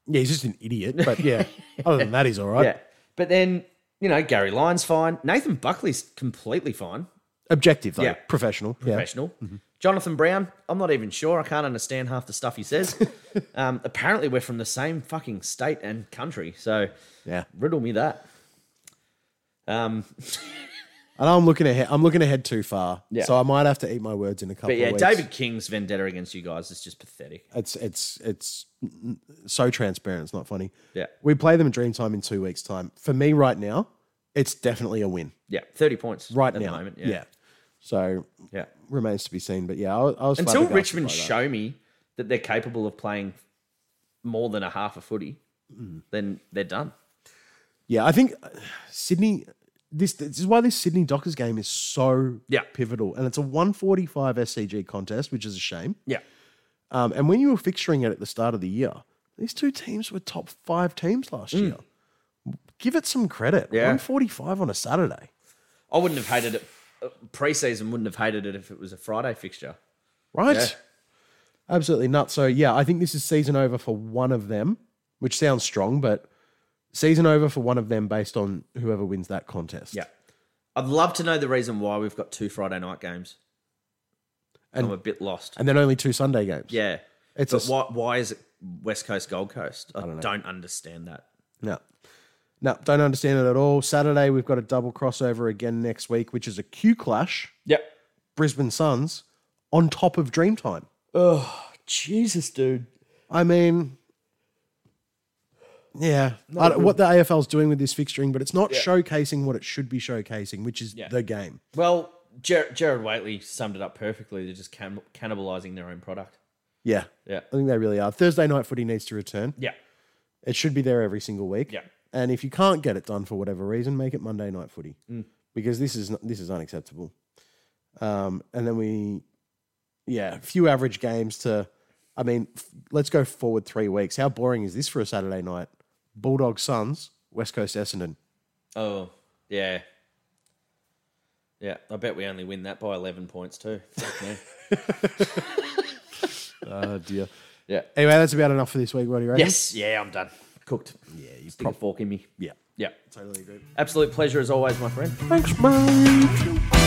S1: Yeah, he's just an idiot, but
S2: *laughs*
S1: yeah, other than that, he's all right.
S2: Yeah. But then, you know, Gary Lyon's fine. Nathan Buckley's completely fine.
S1: Objective, though,
S2: Yeah.
S1: professional. Yeah. Mm-hmm.
S2: professional. Jonathan Brown, I'm not even sure. I can't understand half the stuff
S1: *laughs*
S2: he says. um, apparently, we're from the same fucking state and country, so
S1: Yeah.
S2: riddle me that. Um,
S1: And I'm looking ahead. I'm looking ahead too far.
S2: Yeah.
S1: So I might have to eat my words in a couple.
S2: But yeah,
S1: of weeks.
S2: David King's vendetta against you guys is just pathetic.
S1: It's it's it's n- n- so transparent. It's not funny.
S2: Yeah.
S1: We play them in Dreamtime in two weeks' time. For me, right now, it's definitely a win.
S2: Yeah, thirty points
S1: Right
S2: at
S1: now,
S2: The moment,
S1: yeah. So
S2: yeah.
S1: remains to be seen. But yeah, I, was- I was
S2: Until
S1: flabbergasted
S2: Richmond
S1: by that.
S2: show me that they're capable of playing more than a half a footy, then they're done.
S1: Yeah, I think uh, Sydney. This, this is why this Sydney Dockers game is so
S2: Yeah.
S1: pivotal, and it's a 145 SCG contest, which is a shame.
S2: Yeah.
S1: Um, and when you were fixturing it at the start of the year, these two teams were top five teams last year. Give it some credit.
S2: Hmm. Yeah.
S1: 145 on a Saturday.
S2: I wouldn't have hated it. uh, Preseason wouldn't have hated it if it was a Friday fixture.
S1: right? Absolutely nuts. So yeah, I think this is season over for one of them, which sounds strong, but season over for one of them based on whoever wins that contest.
S2: Yeah. I'd love to know the reason why we've got two Friday night games.
S1: And-
S2: I'm a bit lost.
S1: And then only two Sunday games.
S2: yeah.
S1: It's
S2: but
S1: a-
S2: why, why is it West Coast, Gold Coast? I, don't, understand that.
S1: No. No, don't understand it at all. Saturday we've got a double crossover again next week, which is a Q clash,
S2: Yep.
S1: Brisbane Suns, on top of Dreamtime.
S2: Oh, Jesus, dude.
S1: I mean, yeah, I don't- what the AFL's doing with this fixturing, but it's not showcasing what it should be showcasing, which is the game.
S2: Well, Ger- Jared Waitley summed it up perfectly. They're just can- cannibalizing their own product.
S1: Yeah.
S2: Yeah.
S1: I think they really are. Thursday night footy needs to return.
S2: Yeah.
S1: It should be there every single week.
S2: Yeah.
S1: And if you can't get it done for whatever reason, make it Monday night footy because this is this is unacceptable. Um, and then we, yeah, a few average games to. I mean, f- let's go forward three weeks. How boring is this for a Saturday night? Bulldog Suns, West Coast Essendon.
S2: Oh, yeah. Yeah. I bet we only win that by 11 points, too. Fuck me.
S1: Oh dear.
S2: yeah.
S1: Anyway, that's about enough for this week. What do you reckon?
S2: Yes. Yeah, I'm done. Cooked. Yeah. You stick a fork in me.
S1: Yeah.
S2: Yeah.
S1: Totally agree.
S2: Absolute pleasure as always, my friend.
S1: Thanks, mate.